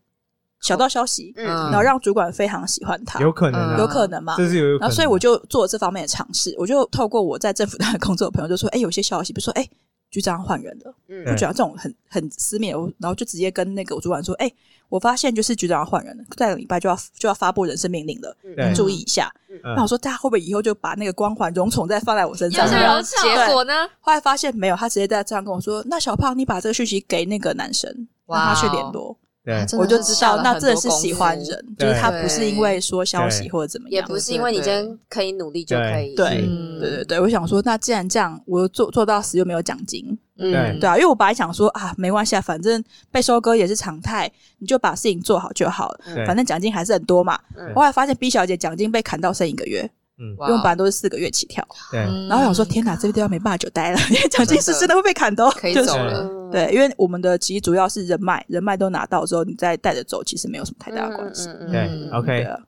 Speaker 4: 小道消息，
Speaker 1: 嗯
Speaker 4: 然后让主管非常喜欢他，
Speaker 2: 有可能啊，
Speaker 4: 有可能嘛？
Speaker 2: 这是有有可能。
Speaker 4: 然后所以我就做了这方面的尝试，我就透过我在政府单位工作的 [LAUGHS] 朋友就说，哎，有些消息，比如说，哎，局长换人了，
Speaker 1: 嗯
Speaker 4: 我
Speaker 2: 对
Speaker 4: 觉得这种很很私密的，我然后就直接跟那个主管说，哎，我发现就是局长要换人了，下个礼拜就要就要发布人事命令了，
Speaker 1: 嗯
Speaker 2: 对
Speaker 4: 注意一下。
Speaker 2: 嗯
Speaker 4: 那我说，大家会不会以后就把那个光环荣宠再放在我身上？
Speaker 5: 要
Speaker 1: 有
Speaker 5: 想
Speaker 1: 有
Speaker 5: 要
Speaker 1: 有
Speaker 5: 结果呢？
Speaker 4: 后来发现没有，他直接在这样跟我说：“那小胖，你把这个讯息给那个男生，让他去联络。
Speaker 2: 对”
Speaker 5: 真的
Speaker 4: 我就
Speaker 5: 很
Speaker 4: 知
Speaker 5: 下
Speaker 4: 道，
Speaker 5: 了
Speaker 4: 那
Speaker 5: 很
Speaker 4: 真
Speaker 5: 多
Speaker 4: 的是
Speaker 5: 功
Speaker 4: 喜欢
Speaker 5: 夫
Speaker 4: 人，就是他
Speaker 5: 对
Speaker 4: 不是因为说消息
Speaker 2: 对
Speaker 4: 或者怎么
Speaker 1: 也
Speaker 4: 样。
Speaker 1: 不是因为你今天可以努力就可以，
Speaker 4: 对对
Speaker 5: 嗯
Speaker 4: 对对对，我想说，那既然这样，我做做到死又没有奖金，
Speaker 3: 嗯
Speaker 5: 嗯
Speaker 2: 对
Speaker 4: 对啊，因为我本来想说啊，没关系啊，反正被收割也是常态，你就把事情做好就好了，
Speaker 2: 对
Speaker 4: 反正奖金还是很多嘛。
Speaker 1: 嗯
Speaker 4: 后来发现 B 小姐奖金被砍到剩一个月，
Speaker 2: 嗯
Speaker 4: 因为我们本来都是四个月起跳，
Speaker 2: 对
Speaker 5: 嗯
Speaker 4: 然后想说天哪，这个地方没办法久待了，因为奖金是真的会被砍的哦，
Speaker 5: 可以
Speaker 4: 就是
Speaker 5: 走
Speaker 2: 对
Speaker 5: 了。
Speaker 1: 嗯
Speaker 4: 对，因为我们的其实主要是人脉，人脉都拿到之后，你再带着走，其实没有什么太大的关系。
Speaker 1: 嗯嗯嗯
Speaker 2: 对
Speaker 5: 嗯
Speaker 4: 对
Speaker 2: ，OK，
Speaker 4: 啊，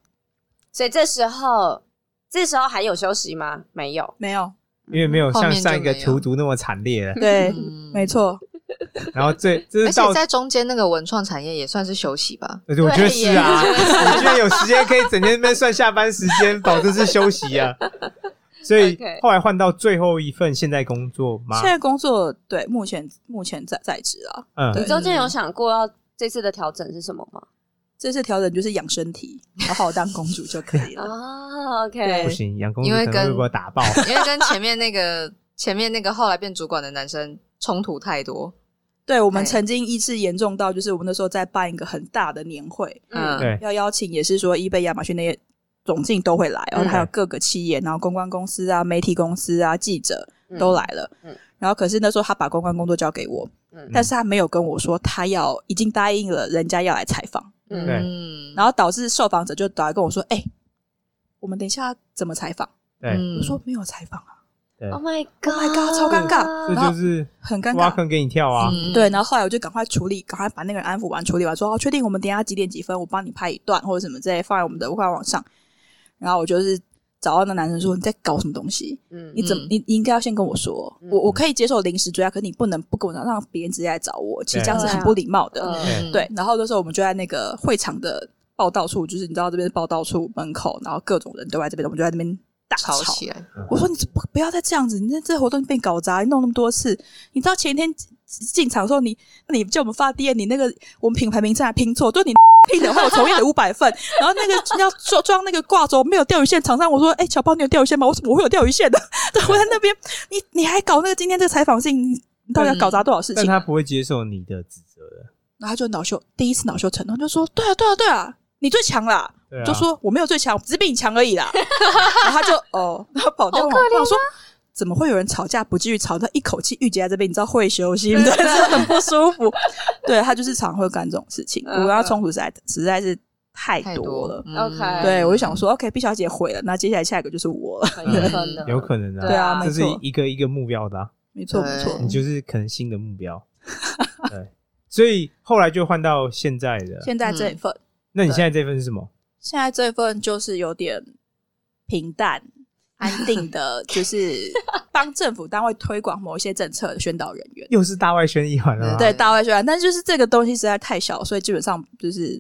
Speaker 1: 所以这时候，这时候还有休息吗？没有，
Speaker 4: 没有，
Speaker 2: 因为没有
Speaker 5: 后
Speaker 2: 像
Speaker 5: 面就
Speaker 2: 上一个
Speaker 5: 没有
Speaker 2: 荼毒那么惨烈了。
Speaker 4: 对，
Speaker 5: 嗯
Speaker 4: 没错，
Speaker 2: 然后最这
Speaker 5: 而
Speaker 2: 是到
Speaker 5: 且，在中间那个文创产业也算是休息吧。
Speaker 2: 我觉得是啊，
Speaker 1: 对耶
Speaker 2: 我觉得有时间可以整天在那边算下班时间，保证是休息啊。所以
Speaker 1: OK
Speaker 2: 后来换到最后一份现在工作吗
Speaker 4: 现？在工作对目前目前在在职啊，
Speaker 2: 嗯，
Speaker 1: 你中间有想过要这次的调整是什么吗？
Speaker 4: 这次调整就是养身体，好好当公主就可
Speaker 1: [LAUGHS]
Speaker 4: 以了。
Speaker 1: 啊
Speaker 2: 不
Speaker 1: ，OK，
Speaker 2: 行，杨公主
Speaker 5: 因为
Speaker 2: 可能会
Speaker 5: 跟
Speaker 2: 被我打爆。
Speaker 5: 因为跟前面那个前面那个后来变主管的男生冲突太多，
Speaker 4: 对我们
Speaker 5: 对
Speaker 4: 曾经意识严重到，就是我们那时候在办一个很大的年会，
Speaker 1: 嗯
Speaker 5: 嗯，
Speaker 2: 对，
Speaker 4: 要邀请也是说 eBay、亚马逊那些总经都会来，然后还有各个企业，然后公关公司啊、媒体公司啊、记者都来了。
Speaker 1: 嗯嗯
Speaker 4: 然后可是那时候他把公关工作交给我，
Speaker 1: 嗯
Speaker 4: 但是他没有跟我说他要已经答应了人家要来采访，
Speaker 1: 嗯
Speaker 2: 对
Speaker 5: 嗯，
Speaker 4: 然后导致受访者就打来跟我说：“哎、我们等一下怎么采访？”
Speaker 2: 对，
Speaker 3: 嗯
Speaker 4: 我说：“没有采访啊，
Speaker 1: ，Oh my
Speaker 4: Oh my God，超尴尬
Speaker 2: 这
Speaker 1: 尬
Speaker 4: 然后
Speaker 2: 就是
Speaker 4: 很尴
Speaker 2: 挖
Speaker 4: 尬。”
Speaker 2: 坑给你跳啊。
Speaker 5: 嗯
Speaker 4: 对，然后后来我就赶快处理，赶快把那个人安抚完，处理完说，哦，确定我们等一下几点几分，我帮你拍一段或者什么之类，放在我们的官网上。然后我就是找到那男生说，你在搞什么东西？
Speaker 1: 嗯
Speaker 4: 你怎么，你你应该要先跟我说，我我可以接受临时追啊加，可是你不能不跟我讲，让别人直接来找我，其实这样是很不礼貌的。
Speaker 1: 嗯
Speaker 2: 嗯
Speaker 4: 对，然后那时候我们就在那个会场的报道处，就是你知道这边是报道处门口，然后各种人都在这边，我们就在那边大
Speaker 5: 吵
Speaker 4: 吵。
Speaker 5: 起来，
Speaker 4: 我说你不不要再这样子，你这这活动被搞砸，你弄那么多次，你知道前一天进场的时候你你叫我们发 DM，你那个我们品牌名称还拼错，就你 [LAUGHS] 拼的话我重印了五百份，然后那个要装装那个挂轴没有钓鱼线，厂商我说哎、小包你有钓鱼线吗？我说我会有钓鱼线的， [LAUGHS] 对，我在那边你你还搞那个今天这个采访性，你你到底要搞砸多少事
Speaker 2: 嗯但
Speaker 4: 情？
Speaker 2: 他不会接受你的指责的，
Speaker 4: 然后他就恼羞，第一次恼羞成怒，就说对啊对啊对啊，你最强啦。
Speaker 2: 对啊，
Speaker 4: 就说我没有最强，只是比你强而已啦。然后他就哦，然后跑掉。我想说，怎么会有人吵架不继续吵？他一口气郁结在这边，你知道会休息，对， [LAUGHS] 真的很不舒服。对他就是常会干这种事情，我跟他冲突实在实在是嗯太
Speaker 5: 太
Speaker 4: 多了。
Speaker 5: 嗯
Speaker 1: OK
Speaker 4: 对，我就想说，OK，毕小姐毁了，那接下来下一个就是我了。
Speaker 1: 很有可能，
Speaker 2: 有可能
Speaker 1: 对
Speaker 2: 啊，
Speaker 1: 啊
Speaker 4: 啊，没
Speaker 2: 这是
Speaker 4: 错，
Speaker 2: 一个一个目标的啊，
Speaker 4: 没错，
Speaker 5: 对
Speaker 4: 没错。
Speaker 2: 你就是可能新的目标。 [LAUGHS] 对，所以后来就换到现在的。
Speaker 4: 现在这一份，
Speaker 2: 那你现在这份是什么？
Speaker 4: 现在这份就是有点平淡、安定 [LAUGHS] 的，就是帮政府单位推广某一些政策的宣导人员。
Speaker 2: 又是大外宣一环了吗？
Speaker 4: 对，
Speaker 5: 对
Speaker 4: 大外宣，但就是这个东西实在太小，所以基本上就是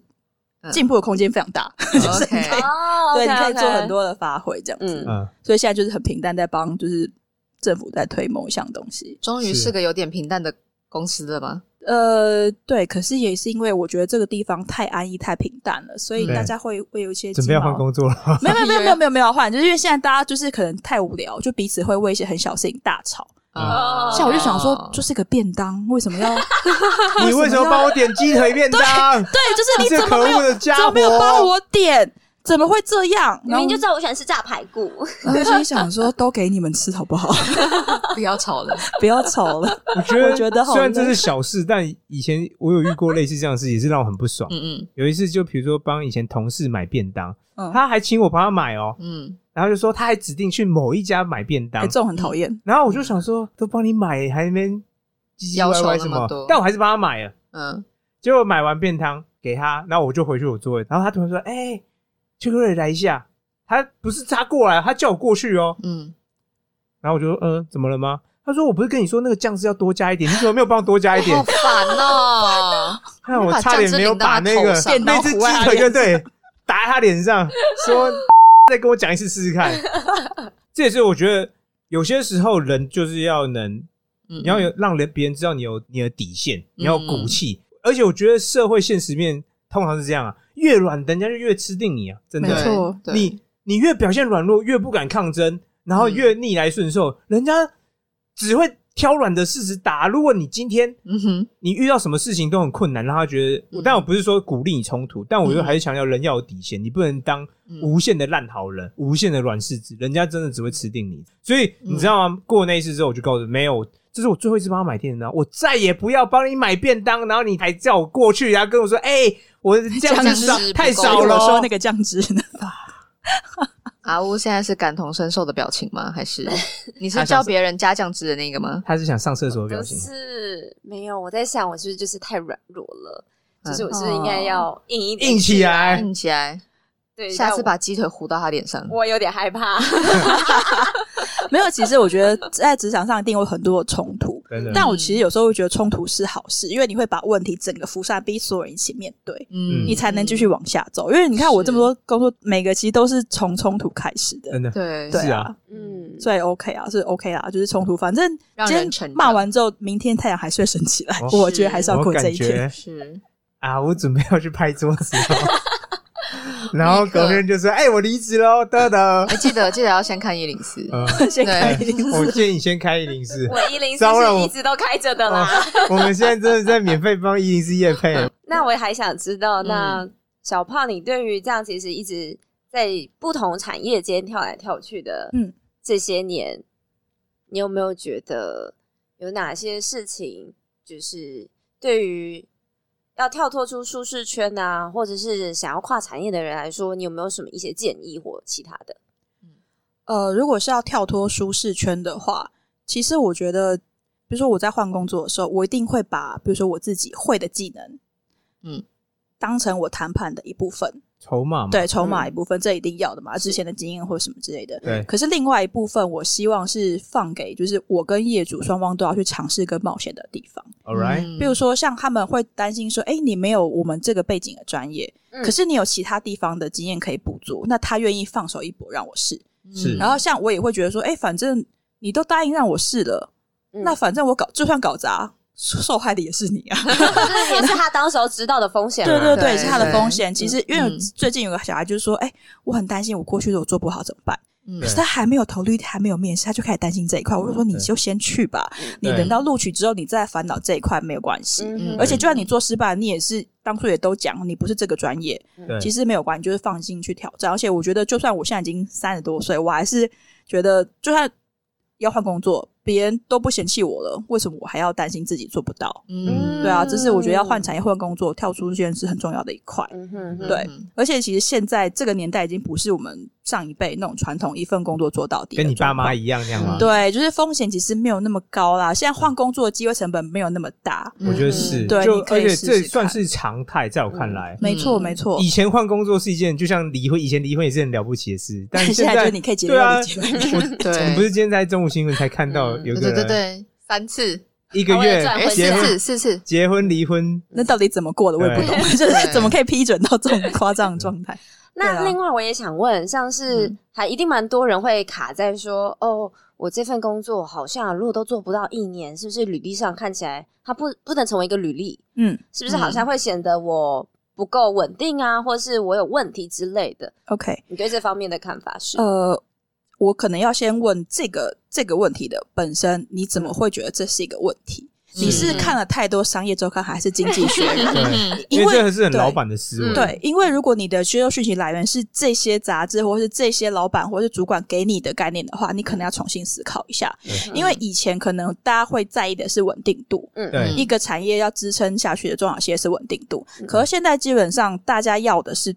Speaker 5: 嗯
Speaker 4: 进步的空间非常大，就是你可以、
Speaker 1: 哦，
Speaker 4: 对
Speaker 1: OK，
Speaker 4: 你可以
Speaker 1: OK
Speaker 4: 做很，多的发挥这样子。
Speaker 1: 嗯
Speaker 4: [LAUGHS]
Speaker 2: 嗯，
Speaker 4: 所以现在就是很平淡，在帮就是政府在推某一项东西。
Speaker 5: [LAUGHS] 终于
Speaker 2: 是
Speaker 5: 是个有点平淡的公司了吧？
Speaker 4: 呃，对，可是也是因为我觉得这个地方太安逸、太平淡了，所以
Speaker 2: 对
Speaker 4: 大家会会有一些
Speaker 2: 准备要换
Speaker 4: 工。
Speaker 2: 工作了。
Speaker 4: [LAUGHS] 没有没有没有没 [LAUGHS] 有没有没有换，就是因为现在大家就是可能太无聊，就彼此会为一些很小事情大吵。
Speaker 2: 嗯
Speaker 5: 啊
Speaker 4: 像我就想说，就是个便当，为什 [LAUGHS] 么要？
Speaker 2: 你为什么帮我点鸡腿便当？
Speaker 4: [LAUGHS] 对，就是
Speaker 2: 这
Speaker 4: 你怎么
Speaker 2: 可
Speaker 4: 没有
Speaker 2: 恶的家
Speaker 4: 怎么
Speaker 2: 伙！
Speaker 4: 没有帮我点？怎么会这样？
Speaker 1: 明明就知
Speaker 4: 在，
Speaker 1: 道我喜欢吃炸排骨，
Speaker 4: [LAUGHS] 然后心里想说，都给你们吃好不好？ [LAUGHS]
Speaker 5: 不要吵了，
Speaker 4: 不要吵了。
Speaker 2: 我觉得，
Speaker 4: 我觉得好
Speaker 2: 虽然这
Speaker 4: 累
Speaker 2: 是小事，但以前我有遇过类似这样的事，也是让我很不爽。
Speaker 5: 嗯
Speaker 2: 有一次，就比如说帮以前同事买便当，
Speaker 4: 嗯，
Speaker 2: 他还请我帮他买哦，
Speaker 5: 嗯
Speaker 2: 然后就说他还指定去某一家买便当
Speaker 4: 哎，这，种很讨厌。
Speaker 2: 然后我就想说，都帮你买，还在那边唧唧歪歪
Speaker 5: 要求
Speaker 2: 什
Speaker 5: 那
Speaker 2: 么
Speaker 5: 么多？
Speaker 2: 但我还是帮他买了。
Speaker 5: 嗯
Speaker 2: 结果买完便当给他，然后我就回去我座位，然后他突然说：“哎、邱克瑞来一下。”他不是他过来，他叫我过去哦。
Speaker 5: 嗯
Speaker 2: 然后我就说：“嗯、怎么了吗？”他说：“我不是跟你说那个酱汁要多加一点，你怎么没有帮我多加一点
Speaker 5: 好烦 [LAUGHS] 哦！
Speaker 2: 看我差点没有把那个
Speaker 5: 把酱汁淋
Speaker 4: 到
Speaker 2: 那
Speaker 4: 他
Speaker 2: 只
Speaker 4: 头上
Speaker 5: [LAUGHS]
Speaker 2: 鸡腿，就对，打在他脸上，说 [LAUGHS] 再跟我讲一次试
Speaker 5: [LAUGHS]
Speaker 2: 试看。这也是我觉得有些时候人就是要能，
Speaker 5: 你
Speaker 2: 你要有让人别人知道你有你的底线，你要有骨
Speaker 5: 嗯
Speaker 2: 气。而且我觉得社会现实面通常是这样啊，越软人家就越吃定你啊，真的
Speaker 4: 没。错，
Speaker 5: 嗯对嗯
Speaker 2: 你你越表现软弱，越不敢抗争，然后越逆来顺受，人家只会挑软的事实打。如果你今天
Speaker 5: 嗯哼，
Speaker 2: 你遇到什么事情都很困难，让他觉得，
Speaker 5: 嗯
Speaker 2: 但我不是说鼓励你冲突，但我就还是强调人要有底线，你不能当
Speaker 5: 嗯
Speaker 2: 无限的烂好人，无限的软柿子，人家真的只会吃定你。所以
Speaker 5: 嗯
Speaker 2: 你知道吗？过了那一次之后，我就告诉没有。这是我最后一次帮他买便当，我再也不要帮你买便当，然后你还叫我过去，然后跟我说：“哎、我这样
Speaker 5: 酱
Speaker 2: 子少
Speaker 5: 汁不
Speaker 2: 太
Speaker 5: 够
Speaker 2: 少
Speaker 4: 我
Speaker 2: 了哦。”
Speaker 4: 说那个酱汁呢？ [LAUGHS]
Speaker 5: 阿乌现在是感同身受的表情吗？还
Speaker 4: [LAUGHS]
Speaker 5: 是你是
Speaker 2: 他想
Speaker 5: 教
Speaker 2: 是
Speaker 5: 别人加酱汁的那个吗？
Speaker 2: 他是想上厕所的表
Speaker 1: 不
Speaker 2: 情。
Speaker 1: 是没有，我在想我是不是就是太软弱了，
Speaker 5: 嗯
Speaker 1: 就是我是不是应该要硬一点
Speaker 2: 硬起，
Speaker 4: 哎
Speaker 2: 来，
Speaker 5: 硬起来，
Speaker 1: 对，
Speaker 5: 下次
Speaker 1: 但
Speaker 5: 把鸡腿糊到他脸上。
Speaker 1: 我我有点害怕，
Speaker 4: 没有，其实我觉得在职场上一定有很多的冲突，
Speaker 2: 真的。
Speaker 4: 但我其实有时候会觉得冲突是好事，因为你会把问题整个浮上来，逼所有人一起面对，
Speaker 5: 嗯，
Speaker 2: 嗯
Speaker 4: 你才能继续往下走。因为你看我
Speaker 5: 是
Speaker 4: 这么多工作，每个其实都是从冲突开始的
Speaker 2: 真，的
Speaker 5: 对
Speaker 2: 嗯
Speaker 4: 对
Speaker 2: 是啊，
Speaker 1: [LAUGHS] 嗯，
Speaker 4: 所以 OK 啊，是 OK 啦，就是冲突，反正
Speaker 5: 让
Speaker 4: 今
Speaker 5: 人
Speaker 4: 天
Speaker 5: 成
Speaker 4: 骂
Speaker 5: 长
Speaker 4: 完之后，明天太阳还是会升起来，
Speaker 2: 哦
Speaker 4: 我觉得还是要
Speaker 2: 我
Speaker 4: 过这
Speaker 2: 感
Speaker 4: 一天。
Speaker 2: 觉
Speaker 5: 是
Speaker 2: 啊，我准备要去拍桌子了。 [LAUGHS] 然后隔天就说：“哎，我离职喽，得得。。
Speaker 5: 哎，记得记得要先看一零四
Speaker 2: [LAUGHS] 呃
Speaker 4: [LAUGHS] 先开
Speaker 5: 对
Speaker 4: 一定”
Speaker 2: 我建议你先开一零四。
Speaker 1: 我一零四
Speaker 2: 糟了
Speaker 1: 是
Speaker 2: 我
Speaker 1: 一直都开着的
Speaker 2: 哦
Speaker 1: 啦。
Speaker 2: 我们现在真的在免费帮一零四夜配，
Speaker 1: 那我还想知道，那
Speaker 4: 嗯
Speaker 1: 小胖，你对于这样其实一直在不同产业间跳来跳去的，
Speaker 4: 嗯
Speaker 1: 这些年，你有没有觉得有哪些事情，就是对于要跳脱出舒适圈啊，或者是想要跨产业的人来说，你有没有什么一些建议或其他的？ [LAUGHS]
Speaker 4: 呃，如果是要跳脱舒适圈的话，其实我觉得，比如说我在换工作的时候，我一定会把比如说我自己会的技能，
Speaker 5: 嗯，
Speaker 4: 当成我谈判的一部分，
Speaker 2: 筹码嘛，
Speaker 4: 对，筹码
Speaker 1: 嗯
Speaker 4: 一部分，这一定要的嘛，之前的经验或什么之类的。
Speaker 2: 对
Speaker 4: 可是另外一部分，我希望是放给就是我跟业主双方都要去尝试跟冒险的地方。
Speaker 2: ，All right，
Speaker 5: 嗯
Speaker 4: 比如说，像他们会担心说，哎，你没有我们这个背景的专业，
Speaker 1: 嗯
Speaker 4: 可是你有其他地方的经验可以补足，那他愿意放手一搏让我试。
Speaker 2: 是
Speaker 4: 然后像我也会觉得说，哎，反正你都答应让我试了，
Speaker 1: 嗯
Speaker 4: 那反正我搞就算搞砸，受受害的也是你啊。
Speaker 1: 这也是他当时候知道的风险
Speaker 4: 对
Speaker 1: 嘛，
Speaker 4: 对对，
Speaker 5: 对
Speaker 4: 是它的
Speaker 5: 对
Speaker 4: 风险。其实因为
Speaker 5: 嗯
Speaker 4: 最近有个小孩就是说，哎，我很担心我过去如果做不好怎么办？
Speaker 5: 嗯
Speaker 4: 可是
Speaker 2: 对
Speaker 4: 他还没有投履历，还没有面试，他就开始担心这一块。我就说你就先去吧，你
Speaker 2: 对
Speaker 4: 等到录取之后，你再烦恼这一块没有关系。
Speaker 1: 嗯
Speaker 4: 而且就算你做失败，你也是当初也都讲你不是这个专业，
Speaker 2: 对，
Speaker 4: 其实没有关系，就是放心去挑战。而且我觉得，就算我现在已经三十多岁，我还是觉得，就算要换工作，别人都不嫌弃我了，为什么我还要担心自己做不到？
Speaker 5: 嗯
Speaker 4: 对啊，这是我觉得要
Speaker 1: 嗯
Speaker 4: 换产业、换工作、跳出这件事很重要的一块。
Speaker 1: 嗯哼哼，
Speaker 4: 对而且其实现在这个年代已经不是我们上一辈那种传统一份工作做到底，
Speaker 2: 跟你爸妈。一样那样吗？
Speaker 4: 对，就是风险其实没有那么高啦。现在换工作的机会成本没有那么大，
Speaker 2: 我觉得是，
Speaker 4: 嗯对
Speaker 2: 就
Speaker 4: 你可
Speaker 2: 而
Speaker 4: 以
Speaker 2: 且
Speaker 4: 试试看
Speaker 2: 这算是常态，在我看来。
Speaker 4: 没错
Speaker 5: 嗯
Speaker 4: 没错。
Speaker 2: 以前换工作是一件，就像离婚，以前离婚也是很了不起的事，但
Speaker 4: [LAUGHS] 现
Speaker 2: 在
Speaker 4: 就你可以解决
Speaker 2: 对啊
Speaker 4: 到，你
Speaker 2: [LAUGHS] 我
Speaker 5: 对
Speaker 2: 我不是今天在中午新闻才看到
Speaker 5: 对
Speaker 2: 有个
Speaker 5: 对对
Speaker 2: 人
Speaker 5: 对，三次，
Speaker 2: 一个
Speaker 1: 为了
Speaker 2: 月
Speaker 1: 赚
Speaker 5: 哎，
Speaker 1: 婚
Speaker 2: 结
Speaker 5: 四
Speaker 1: 嫁
Speaker 2: 婚
Speaker 5: 次四次，
Speaker 2: 结婚离婚，
Speaker 4: 那到底怎么过的我也不懂， [LAUGHS] 就是怎么可以批准到这种夸张的状态？对
Speaker 1: 那
Speaker 4: 啊
Speaker 1: 另外我也想问，像是
Speaker 4: 嗯
Speaker 1: 还一定蛮多人会卡在说，哦，我这份工作好像如果都做不到一年，是不是履历上看起来它不不能成为一个履历？
Speaker 4: 嗯
Speaker 1: 是不是好像会显得我不够稳定啊，或是我有问题之类的？
Speaker 4: ，OK，
Speaker 1: 你对这方面的看法是？
Speaker 4: 呃，我可能要先问这个这个问题的本身，你怎么会觉得这是一个问题？你是
Speaker 5: 嗯
Speaker 4: 看了太多商业周刊还是经
Speaker 2: [LAUGHS]
Speaker 4: 济学人？
Speaker 5: 嗯
Speaker 2: 因为这个是很
Speaker 4: 对嗯
Speaker 2: 老板的思维，
Speaker 4: 对，因为如果你的学究讯息来源是这些杂志，或是这些老板或是主管给你的概念的话，你可能要重新思考一下。因为以前可能大家会在意的是稳定度，
Speaker 1: 嗯
Speaker 2: 对
Speaker 5: 嗯
Speaker 4: 一个产业要支撑下去的重要性是稳定度。可是现在基本上大家要的是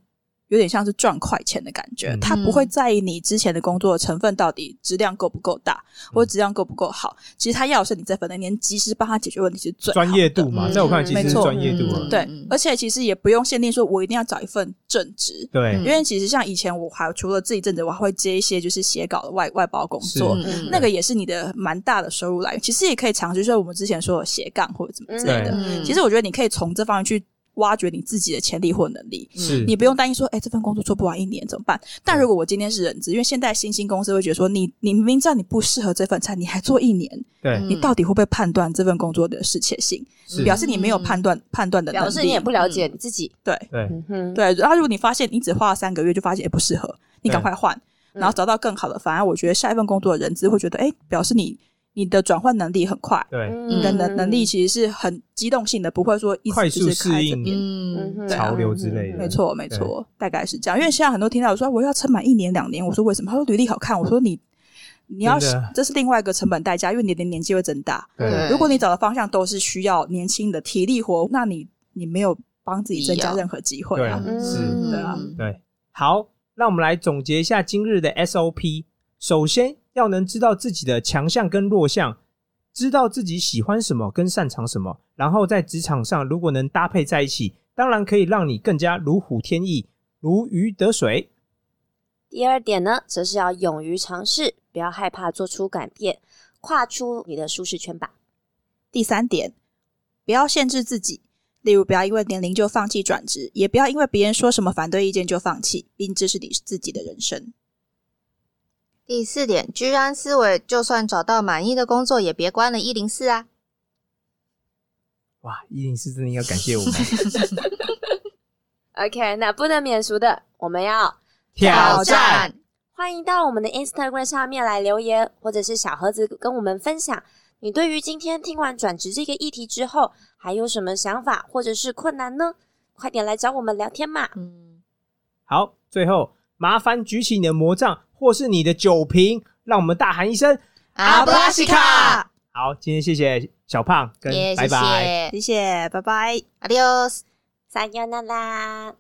Speaker 4: 有点像是赚快钱的感觉，
Speaker 2: 嗯
Speaker 4: 他不会在意你之前的工作成分到底质量够不够大，
Speaker 2: 嗯
Speaker 4: 或者质量够不够好。其实他要的是你这份能力，你及时帮他解决问题是最好的
Speaker 2: 专业度嘛，
Speaker 5: 嗯
Speaker 2: 在我看来其实
Speaker 4: 没
Speaker 2: 是
Speaker 4: 错
Speaker 2: 专业度啊
Speaker 5: 嗯
Speaker 2: 了。
Speaker 4: 对，而且其实也不用限定说我一定要找一份正职，
Speaker 2: 对
Speaker 5: 嗯，
Speaker 4: 因为其实像以前我还除了自己正职，我还会接一些就是写稿的外外包工
Speaker 2: 哦
Speaker 4: 作，
Speaker 5: 嗯嗯
Speaker 4: 那个也是你的蛮大的收入来源。其实也可以尝试，就是我们之前说的斜杠或者怎么之类的。
Speaker 5: 嗯
Speaker 4: 其实我觉得你可以从这方面去挖掘你自己的潜力或能力。
Speaker 5: 嗯
Speaker 2: 是
Speaker 4: 你不用担心说，哎、这份工作做不完一年怎么办？但如果我今天是人资，因为现在新兴公司会觉得说，你你明明知道你不适合这份菜，你还做一年，
Speaker 2: 对
Speaker 5: 嗯
Speaker 4: 你到底会不会判断这份工作的适切性？
Speaker 2: 是
Speaker 4: 表示你没有判断判断的能力，
Speaker 1: 嗯表示你也不了解你自己。
Speaker 4: 对。
Speaker 2: 对
Speaker 1: 嗯哼，
Speaker 4: 对，然后如果你发现你只花了三个月就发现诶不适合，你赶
Speaker 2: 对嗯
Speaker 4: 快换，然后找到更好的。反而我觉得下一份工作的人资会觉得，哎，表示你你的转换能力很快，
Speaker 2: 对，
Speaker 1: 嗯
Speaker 4: 你的能能力其实是很机动性的，不会说一
Speaker 2: 快
Speaker 4: 直
Speaker 2: 速
Speaker 4: 就是
Speaker 2: 适
Speaker 4: 开这
Speaker 2: 应
Speaker 4: 边。
Speaker 1: 嗯哼
Speaker 5: 嗯，
Speaker 2: 潮流之类的
Speaker 4: 没错，没错，大概是这样。因为现在很多听到我说我要撑满一年两年，我说为什么？他说履历好看，我说你你要
Speaker 2: 真的
Speaker 4: 这是另外一个成本代价，因为你的年纪会增大。
Speaker 2: 对
Speaker 5: 对
Speaker 4: 如果你找的方向都是需要年轻的体力活，那你你没有帮自己增加
Speaker 5: 必要
Speaker 4: 任何机会啊。
Speaker 1: 嗯
Speaker 2: 是
Speaker 4: 对啊
Speaker 2: 对。好，那我们来总结一下今日的 SOP。首先要能知道自己的强项跟弱项，知道自己喜欢什么跟擅长什么，然后在职场上如果能搭配在一起，当然可以让你更加如虎添翼，如鱼得水。
Speaker 1: 第二点呢，则是要勇于尝试，不要害怕做出改变，跨出你的舒适圈吧。
Speaker 4: 第三点，不要限制自己，例如不要因为年龄就放弃转职，也不要因为别人说什么反对意见就放弃，并这是你自己的人生。
Speaker 3: 第四点，居安思危，就算找到满意的工作，也别关了一零四啊。
Speaker 2: 哇，一零四真的要感谢我们
Speaker 1: OK，那不能免俗的，我们要
Speaker 2: 挑战，
Speaker 1: 欢迎到我们的 Instagram 上面来留言，或者是小盒子跟我们分享你对于今天听完转职这个议题之后，还有什么想法或者是困难呢？快点来找我们聊天嘛！
Speaker 5: 嗯，
Speaker 2: 好，最后麻烦举起你的魔杖或是你的酒瓶，让我们大喊一声。
Speaker 5: 阿布拉西卡，
Speaker 2: 好，今天谢谢小胖跟
Speaker 3: 也
Speaker 2: 拜
Speaker 3: 谢
Speaker 2: 拜。
Speaker 3: 谢
Speaker 4: 谢谢，拜拜。
Speaker 3: ，Adios。
Speaker 1: 撒由那拉。